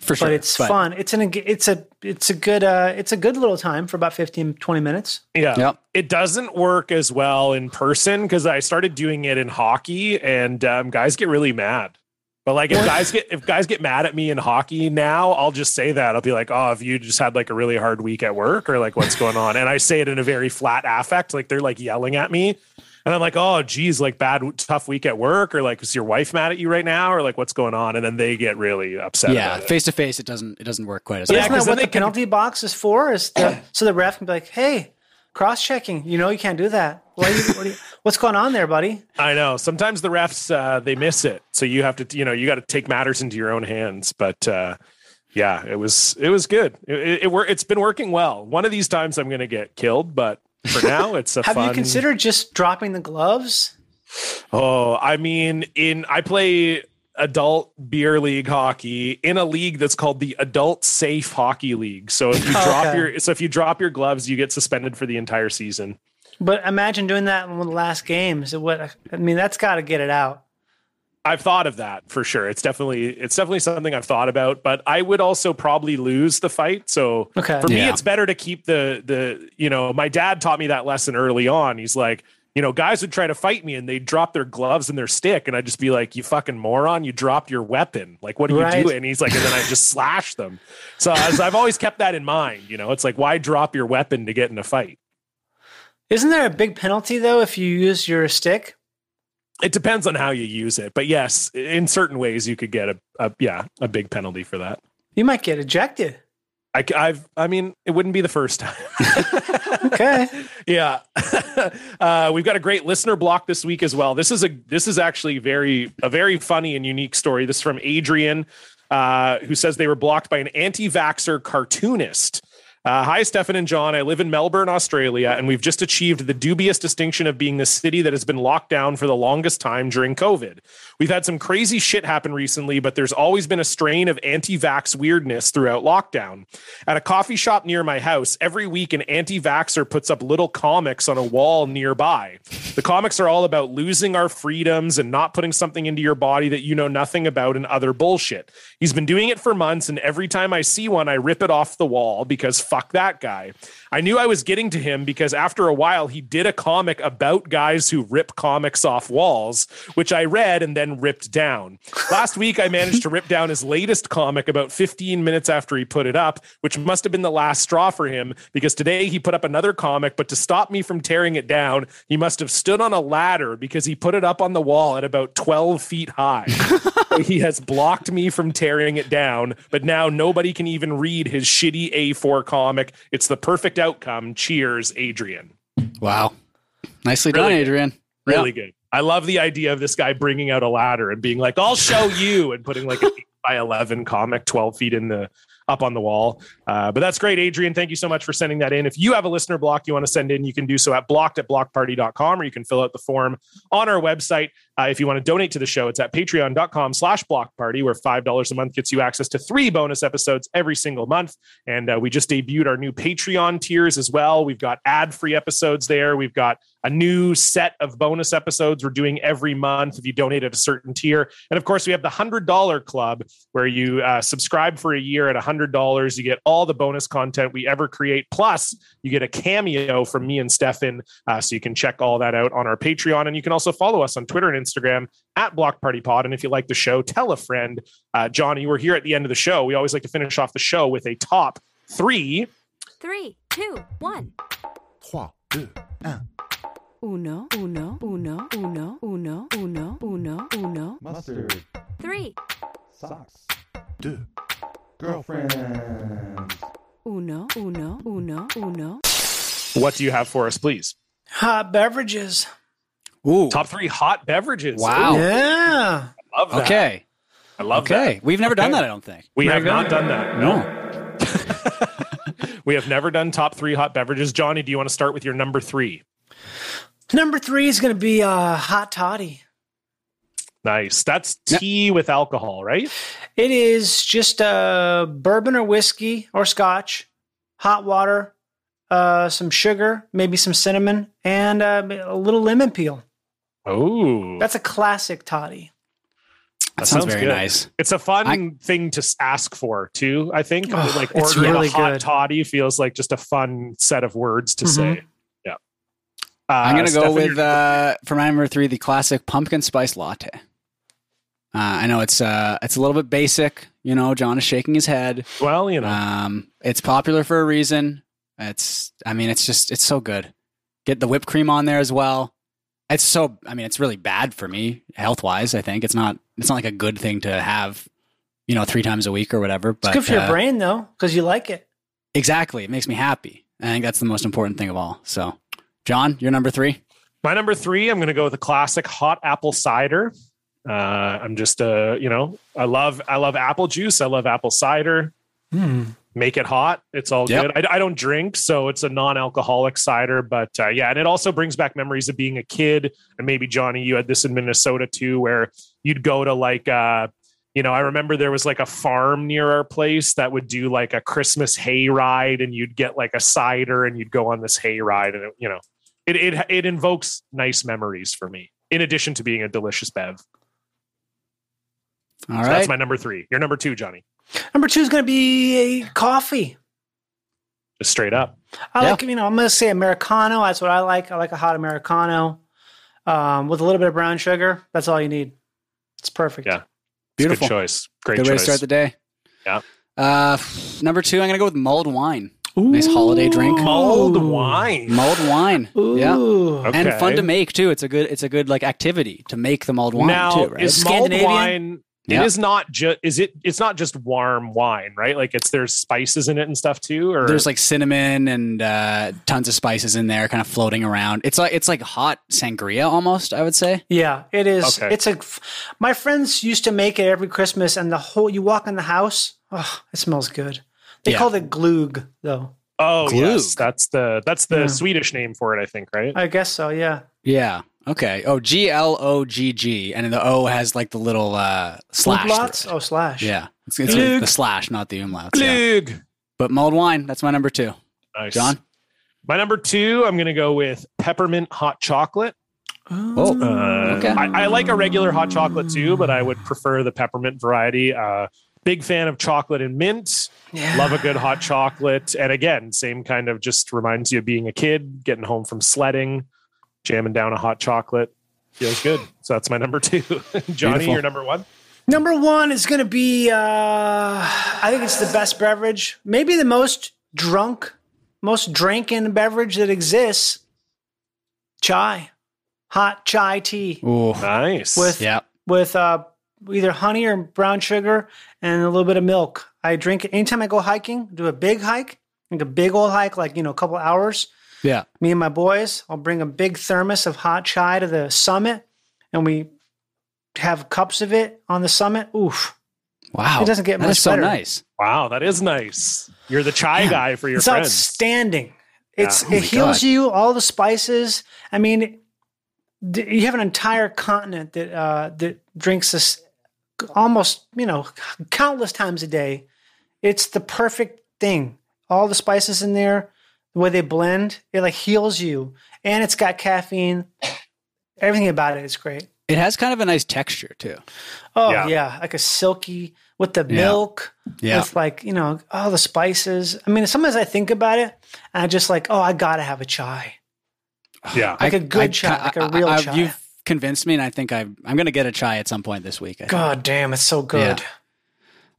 [SPEAKER 3] for sure.
[SPEAKER 2] but it's fun. It's an eng- it's a it's a good uh it's a good little time for about 15 20 minutes.
[SPEAKER 1] Yeah.
[SPEAKER 3] Yep.
[SPEAKER 1] It doesn't work as well in person because I started doing it in hockey and um, guys get really mad. But like if guys get if guys get mad at me in hockey now, I'll just say that. I'll be like, Oh, have you just had like a really hard week at work or like what's going on? And I say it in a very flat affect, like they're like yelling at me. And I'm like, oh, geez, like bad, tough week at work, or like, is your wife mad at you right now, or like, what's going on? And then they get really upset.
[SPEAKER 3] Yeah,
[SPEAKER 1] about it.
[SPEAKER 3] face to face, it doesn't it doesn't work quite as
[SPEAKER 1] Yeah,
[SPEAKER 3] well.
[SPEAKER 2] Isn't that
[SPEAKER 1] 'cause then
[SPEAKER 2] what
[SPEAKER 1] they
[SPEAKER 2] the
[SPEAKER 1] can-
[SPEAKER 2] penalty box is for? Is the, so the ref can be like, "Hey, cross checking. You know you can't do that. Why you, what do you, what's going on there, buddy?
[SPEAKER 1] I know. Sometimes the refs uh, they miss it, so you have to you know you got to take matters into your own hands. But uh, yeah, it was it was good. It, it, it wor- it's been working well. One of these times I'm going to get killed, but for now it's a
[SPEAKER 2] Have
[SPEAKER 1] fun.
[SPEAKER 2] you considered just dropping the gloves?
[SPEAKER 1] Oh, I mean, in I play adult beer league hockey in a league that's called the Adult Safe Hockey League. So if you drop
[SPEAKER 2] Oh, Okay.
[SPEAKER 1] your so if you drop your gloves, you get suspended for the entire season.
[SPEAKER 2] But imagine doing that in one of the last games. It would, I mean, that's got to get it out.
[SPEAKER 1] I've thought of that for sure. It's definitely it's definitely something I've thought about, but I would also probably lose the fight. So
[SPEAKER 2] Okay.
[SPEAKER 1] for me
[SPEAKER 3] Yeah.
[SPEAKER 1] it's better to keep the the you know, my dad taught me that lesson early on. He's like, you know, guys would try to fight me and they'd drop their gloves and their stick and I'd just be like, You fucking moron, you dropped your weapon. Like what are
[SPEAKER 2] Right.
[SPEAKER 1] you doing? And he's like, and then I just slash them. So as I've always kept that in mind, you know, it's like why drop your weapon to get in a fight?
[SPEAKER 2] Isn't there a big penalty though if you use your stick?
[SPEAKER 1] It depends on how you use it. But yes, in certain ways you could get a, a yeah, a big penalty for that.
[SPEAKER 2] You might get ejected.
[SPEAKER 1] I, have I mean, it wouldn't be the first time.
[SPEAKER 2] Okay.
[SPEAKER 1] yeah. uh, we've got a great listener block this week as well. This is a, this is actually very, a very funny and unique story. This is from Adrian, uh, who says they were blocked by an anti-vaxxer cartoonist. Uh, hi, Stefan and John. I live in Melbourne, Australia, and we've just achieved the dubious distinction of being the city that has been locked down for the longest time during COVID. We've had some crazy shit happen recently, but there's always been a strain of anti vax weirdness throughout lockdown. At a coffee shop near my house, every week an anti vaxxer puts up little comics on a wall nearby. The comics are all about losing our freedoms and not putting something into your body that you know nothing about and other bullshit. He's been doing it for months, and every time I see one, I rip it off the wall because fuck that guy. I knew I was getting to him because after a while, he did a comic about guys who rip comics off walls, which I read and then ripped down. Last week, I managed to rip down his latest comic about 15 minutes after he put it up, which must have been the last straw for him because today he put up another comic. But to stop me from tearing it down, he must have stood on a ladder because he put it up on the wall at about 12 feet high. he has blocked me from tearing it down, but now nobody can even read his shitty A4 comic. It's the perfect outcome. Cheers, Adrian.
[SPEAKER 3] Wow. Nicely
[SPEAKER 1] Really
[SPEAKER 3] done,
[SPEAKER 1] good.
[SPEAKER 3] Adrian.
[SPEAKER 1] Really
[SPEAKER 3] Yeah.
[SPEAKER 1] good. I love the idea of this guy bringing out a ladder and being like, "I'll show you," and putting like an eight by eleven comic twelve feet in the up on the wall. Uh, but that's great, Adrian. Thank you so much for sending that in. If you have a listener block you want to send in, you can do so at blocked at blockparty.com or you can fill out the form on our website. Uh, if you want to donate to the show, it's at patreon.com slash blockparty, where $5 a month gets you access to three bonus episodes every single month. And uh, we just debuted our new Patreon tiers as well. We've got ad free episodes there. We've got a new set of bonus episodes we're doing every month if you donate at a certain tier. And of course, we have the $100 club where you uh, subscribe for a year at $100. You get all the bonus content we ever create. Plus, you get a cameo from me and Stefan. Uh, so you can check all that out on our Patreon. And you can also follow us on Twitter and Instagram at Block Party Pod. And if you like the show, tell a friend. Uh, Johnny, we're here at the end of the show. We always like to finish off the show with a top three.
[SPEAKER 10] Three, two, one. Uno, uno, uno, uno, uno, uno, uno, uno.
[SPEAKER 6] Mustard.
[SPEAKER 10] Three,
[SPEAKER 6] Socks. Deux. Girlfriend.
[SPEAKER 10] uno, uno, uno, uno.
[SPEAKER 1] What do you have for us, please?
[SPEAKER 2] Hot beverages.
[SPEAKER 3] Ooh.
[SPEAKER 1] Top three hot beverages.
[SPEAKER 3] Wow.
[SPEAKER 2] Yeah.
[SPEAKER 1] I love that.
[SPEAKER 3] Okay.
[SPEAKER 1] I love that.
[SPEAKER 3] Okay. We've never done that, I don't think.
[SPEAKER 1] We have not done that.
[SPEAKER 3] No.
[SPEAKER 1] We have never done top three hot beverages. Johnny, do you want to start with your number three?
[SPEAKER 2] Number three is going to be uh, hot toddy.
[SPEAKER 1] Nice. That's tea with alcohol, right?
[SPEAKER 2] It is just uh, bourbon or whiskey or scotch, hot water, uh, some sugar, maybe some cinnamon, and uh, a little lemon peel.
[SPEAKER 1] Oh,
[SPEAKER 2] That's a classic toddy.
[SPEAKER 3] That, sounds,
[SPEAKER 1] sounds
[SPEAKER 3] very
[SPEAKER 1] good.
[SPEAKER 3] nice.
[SPEAKER 1] it's a fun
[SPEAKER 3] I-
[SPEAKER 1] thing to s- ask for too. I think
[SPEAKER 2] Oh,
[SPEAKER 1] like
[SPEAKER 2] it's
[SPEAKER 1] ordering
[SPEAKER 2] really
[SPEAKER 1] a hot
[SPEAKER 2] good.
[SPEAKER 1] toddy feels like just a fun set of words to
[SPEAKER 2] Mhm.
[SPEAKER 1] say. Yeah. Uh,
[SPEAKER 3] Mm-hmm. I'm gonna go
[SPEAKER 1] Stefan,
[SPEAKER 3] with
[SPEAKER 1] you're-
[SPEAKER 3] uh, for my number three, the classic pumpkin spice latte. Uh, I know it's uh, it's a little bit basic. You know, John is shaking his head.
[SPEAKER 1] well, you know,
[SPEAKER 3] Um, it's popular for a reason. It's, I mean, it's just, it's so good. Get the whipped cream on there as well. It's so, I mean, it's really bad for me health wise. I think it's not, it's not like a good thing to have, you know, three times a week or whatever. But
[SPEAKER 2] it's good for
[SPEAKER 3] uh,
[SPEAKER 2] your brain though, because you like it.
[SPEAKER 3] Exactly, it makes me happy. I think that's the most important thing of all. So, John, your number three.
[SPEAKER 1] My number three, I'm going to go with a classic hot apple cider. Uh, I'm just, uh, you know, I love, I love apple juice. I love apple cider.
[SPEAKER 3] Hmm.
[SPEAKER 1] Make it hot. It's all
[SPEAKER 3] Yep.
[SPEAKER 1] good. I, I don't drink, so it's a non-alcoholic cider. But uh, yeah, and it also brings back memories of being a kid. And maybe Johnny, you had this in Minnesota too, where you'd go to like, uh, you know, I remember there was like a farm near our place that would do like a Christmas hay ride, and you'd get like a cider, and you'd go on this hay ride, and it, you know, it it it invokes nice memories for me. In addition to being a delicious bev, so
[SPEAKER 3] All right,
[SPEAKER 1] that's my number three. Your number two, Johnny,
[SPEAKER 2] Number two is going to be coffee.
[SPEAKER 1] just straight up.
[SPEAKER 2] I
[SPEAKER 3] Yeah.
[SPEAKER 2] like, you know, I'm going to say Americano. That's what I like. I like a hot Americano um, with a little bit of brown sugar. That's all you need. It's perfect.
[SPEAKER 1] Yeah.
[SPEAKER 3] beautiful.
[SPEAKER 1] Good choice. Great
[SPEAKER 3] Good way to
[SPEAKER 1] choice.
[SPEAKER 3] start the day.
[SPEAKER 1] Yeah.
[SPEAKER 3] Uh, number two, I'm gonna go with mulled wine. Nice holiday drink.
[SPEAKER 1] Mulled wine.
[SPEAKER 3] Mulled wine.
[SPEAKER 2] Ooh.
[SPEAKER 3] Yeah.
[SPEAKER 1] Okay.
[SPEAKER 3] And fun to make too. It's a good. It's a good like activity to make the mulled wine
[SPEAKER 1] now,
[SPEAKER 3] too. Right.
[SPEAKER 1] is mulled
[SPEAKER 2] Scandinavian?
[SPEAKER 1] wine?
[SPEAKER 3] Yeah.
[SPEAKER 1] It is not just. Is it? It's not just warm wine, right? Like it's there's spices in it and stuff too. Or
[SPEAKER 3] There's like cinnamon and uh, tons of spices in there, kind of floating around. It's like it's like hot sangria almost. I would say.
[SPEAKER 2] Yeah, it is.
[SPEAKER 1] Okay.
[SPEAKER 2] It's a. My friends used to make it every Christmas, and the whole you walk in the house. Oh, it smells good. They
[SPEAKER 3] Yeah.
[SPEAKER 2] called it glug, though.
[SPEAKER 1] oh yes,
[SPEAKER 3] Glug.
[SPEAKER 1] that's the that's the
[SPEAKER 2] Yeah.
[SPEAKER 1] Swedish name for it, I think. Right?
[SPEAKER 2] I guess so. Yeah.
[SPEAKER 3] Yeah. Okay. Oh, G L O G G, and the O has like the little uh, slash. through
[SPEAKER 2] Umlauts?
[SPEAKER 3] it.
[SPEAKER 2] Oh, slash.
[SPEAKER 3] Yeah. It's, it's
[SPEAKER 1] Glug.
[SPEAKER 3] the slash, not the umlauts. Yeah.
[SPEAKER 1] Glug.
[SPEAKER 3] But mulled wine. That's my number two.
[SPEAKER 1] Nice.
[SPEAKER 3] John.
[SPEAKER 1] My number two, I'm going to go with peppermint hot chocolate.
[SPEAKER 3] Oh.
[SPEAKER 1] Uh,
[SPEAKER 3] Okay.
[SPEAKER 1] I, I like a regular hot chocolate too, but I would prefer the peppermint variety. Uh, big fan of chocolate and mint.
[SPEAKER 2] Yeah.
[SPEAKER 1] Love a good hot chocolate. And again, same kind of just reminds you of being a kid, getting home from sledding, jamming down a hot chocolate. Feels good. So that's my number two. Johnny,
[SPEAKER 3] Beautiful.
[SPEAKER 1] your number one.
[SPEAKER 2] Number one is going to be. Uh, I think it's the best beverage, maybe the most drunk, most drinking beverage that exists. Chai, hot chai tea
[SPEAKER 3] Ooh.
[SPEAKER 1] Nice.
[SPEAKER 2] with
[SPEAKER 3] Yeah.
[SPEAKER 2] with uh, either honey or brown sugar and a little bit of milk. I drink it anytime I go hiking, do a big hike, like a big old hike, like, you know, a couple hours.
[SPEAKER 3] Yeah.
[SPEAKER 2] Me and my boys, I'll bring a big thermos of hot chai to the summit and we have cups of it on the summit. Oof.
[SPEAKER 3] Wow.
[SPEAKER 2] It doesn't get
[SPEAKER 3] That
[SPEAKER 2] much
[SPEAKER 3] is so
[SPEAKER 2] better.
[SPEAKER 3] nice.
[SPEAKER 1] wow, that is nice. You're the chai guy for your
[SPEAKER 2] it's
[SPEAKER 1] friends.
[SPEAKER 2] outstanding. It's
[SPEAKER 3] Oh my
[SPEAKER 2] it heals
[SPEAKER 3] God.
[SPEAKER 2] you all the spices. I mean, d- you have an entire continent that uh, that drinks this almost you know countless times a day. It's the perfect thing. All the spices in there, the way they blend, it like heals you, and it's got caffeine. Everything about it is great.
[SPEAKER 3] It has kind of a nice texture too.
[SPEAKER 2] Oh
[SPEAKER 1] Yeah.
[SPEAKER 2] yeah, like a silky with the
[SPEAKER 3] Yeah.
[SPEAKER 2] milk
[SPEAKER 3] Yeah.
[SPEAKER 2] with like you know all the spices. I mean, sometimes I think about it, and I just like, oh, I gotta have a chai.
[SPEAKER 1] yeah.
[SPEAKER 2] like
[SPEAKER 3] a
[SPEAKER 2] a good chai, like a real chai.
[SPEAKER 3] You've convinced me, and I think i I'm going to get a chai at some point this week. I think.
[SPEAKER 2] God damn, it's so good.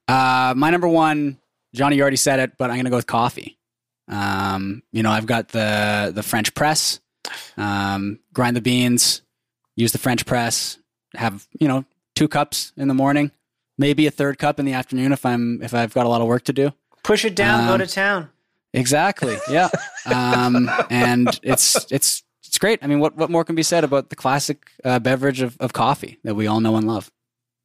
[SPEAKER 3] Uh, my number one, Johnny, you already said it, but I'm going to go with coffee. Um, you know, I've got the the French press. Um, grind the beans, use the French press. Have you know two cups in the morning, maybe a third cup in the afternoon if I'm if I've got a lot of work to do.
[SPEAKER 2] Push it down,
[SPEAKER 3] Um,
[SPEAKER 2] go to town.
[SPEAKER 3] Exactly. Yeah. um, and it's it's it's great. I mean, what what more can be said about the classic uh, beverage of, of coffee that we all know and love?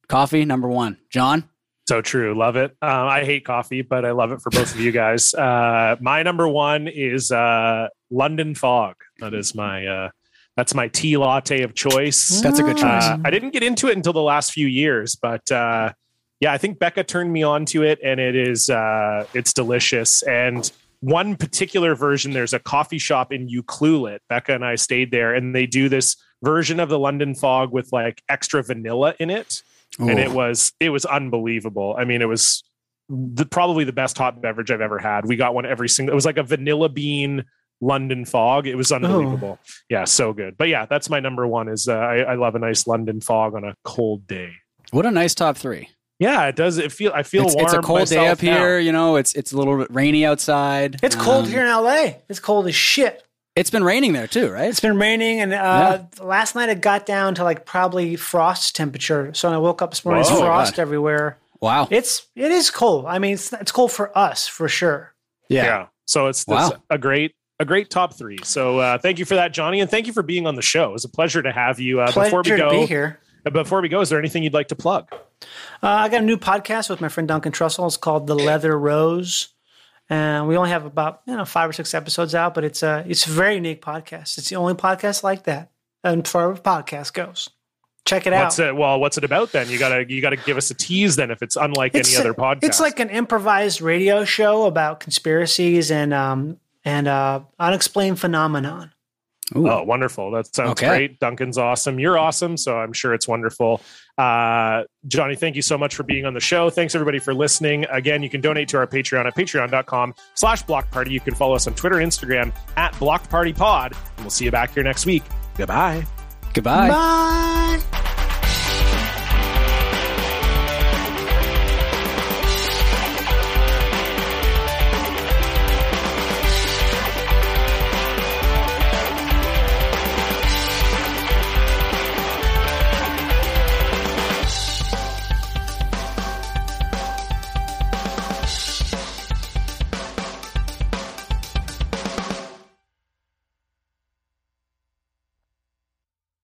[SPEAKER 3] Coffee number one. John.
[SPEAKER 1] So true. Love it. Um, I hate coffee, but I love it for both of you guys. Uh, my number one is uh, London Fog. That is my uh, that's my tea latte of choice.
[SPEAKER 3] That's a good choice.
[SPEAKER 1] Uh, I didn't get into it until the last few years, but uh, yeah, I think Becca turned me on to it, and it is uh, it's delicious. And one particular version, there's a coffee shop in Ucluelet. Becca and I stayed there, and they do this version of the London Fog with like extra vanilla in it and it
[SPEAKER 3] Ooh.
[SPEAKER 1] was it was unbelievable. I mean, it was the, probably the best hot beverage I've ever had. We got one every single. It was like a vanilla bean London fog. It was
[SPEAKER 3] Oh.
[SPEAKER 1] unbelievable. Yeah, so good. But yeah, that's my number one. Is uh, I, I love a nice London fog on a cold day.
[SPEAKER 3] what a nice top three.
[SPEAKER 1] Yeah, it does. It feel I feel
[SPEAKER 3] it's,
[SPEAKER 1] warm.
[SPEAKER 3] it's a cold day
[SPEAKER 1] myself
[SPEAKER 3] up here.
[SPEAKER 1] now.
[SPEAKER 3] You know, it's it's a little bit rainy outside.
[SPEAKER 2] It's cold
[SPEAKER 3] Um,
[SPEAKER 2] here in LA. It's cold as shit.
[SPEAKER 3] It's been raining there too, right?
[SPEAKER 2] It's been raining, and uh, last night it got down to like probably frost temperature. So when I woke up this morning, it's
[SPEAKER 1] Whoa.
[SPEAKER 2] frost
[SPEAKER 3] God.
[SPEAKER 2] everywhere.
[SPEAKER 3] wow.
[SPEAKER 2] It's it is cold. I mean, it's it's cold for us for sure.
[SPEAKER 1] Yeah.
[SPEAKER 3] yeah.
[SPEAKER 1] So it's,
[SPEAKER 3] Wow.
[SPEAKER 1] it's a great a great top three. So uh, thank you for that, Johnny, and thank you for being on the show. It was a pleasure to have you. Uh,
[SPEAKER 2] Pleasure
[SPEAKER 1] before we go,
[SPEAKER 2] to be here.
[SPEAKER 1] uh, before we go, is there anything you'd like to plug?
[SPEAKER 2] Uh, I got a new podcast with my friend Duncan Trussell. It's called The Leather Rose, and we only have about you know five or six episodes out, but it's a it's a very unique podcast. It's the only podcast like that, and far as podcast goes, check it
[SPEAKER 1] What's
[SPEAKER 2] out.
[SPEAKER 1] it? Well, what's it about then? You gotta you gotta give us a tease then if it's unlike any
[SPEAKER 2] a-
[SPEAKER 1] other podcast.
[SPEAKER 2] It's like an improvised radio show about conspiracies and um and uh, unexplained phenomenon.
[SPEAKER 3] Ooh.
[SPEAKER 1] Oh, wonderful. That sounds
[SPEAKER 3] Okay.
[SPEAKER 1] great. Duncan's awesome. You're awesome. So I'm sure it's wonderful. Uh, Johnny, thank you so much for being on the show. Thanks everybody for listening. Again, you can donate to our Patreon at patreon.com slash block party. You can follow us on Twitter and Instagram at block party pod. And we'll see you back here next week. Goodbye.
[SPEAKER 3] Goodbye.
[SPEAKER 2] Bye.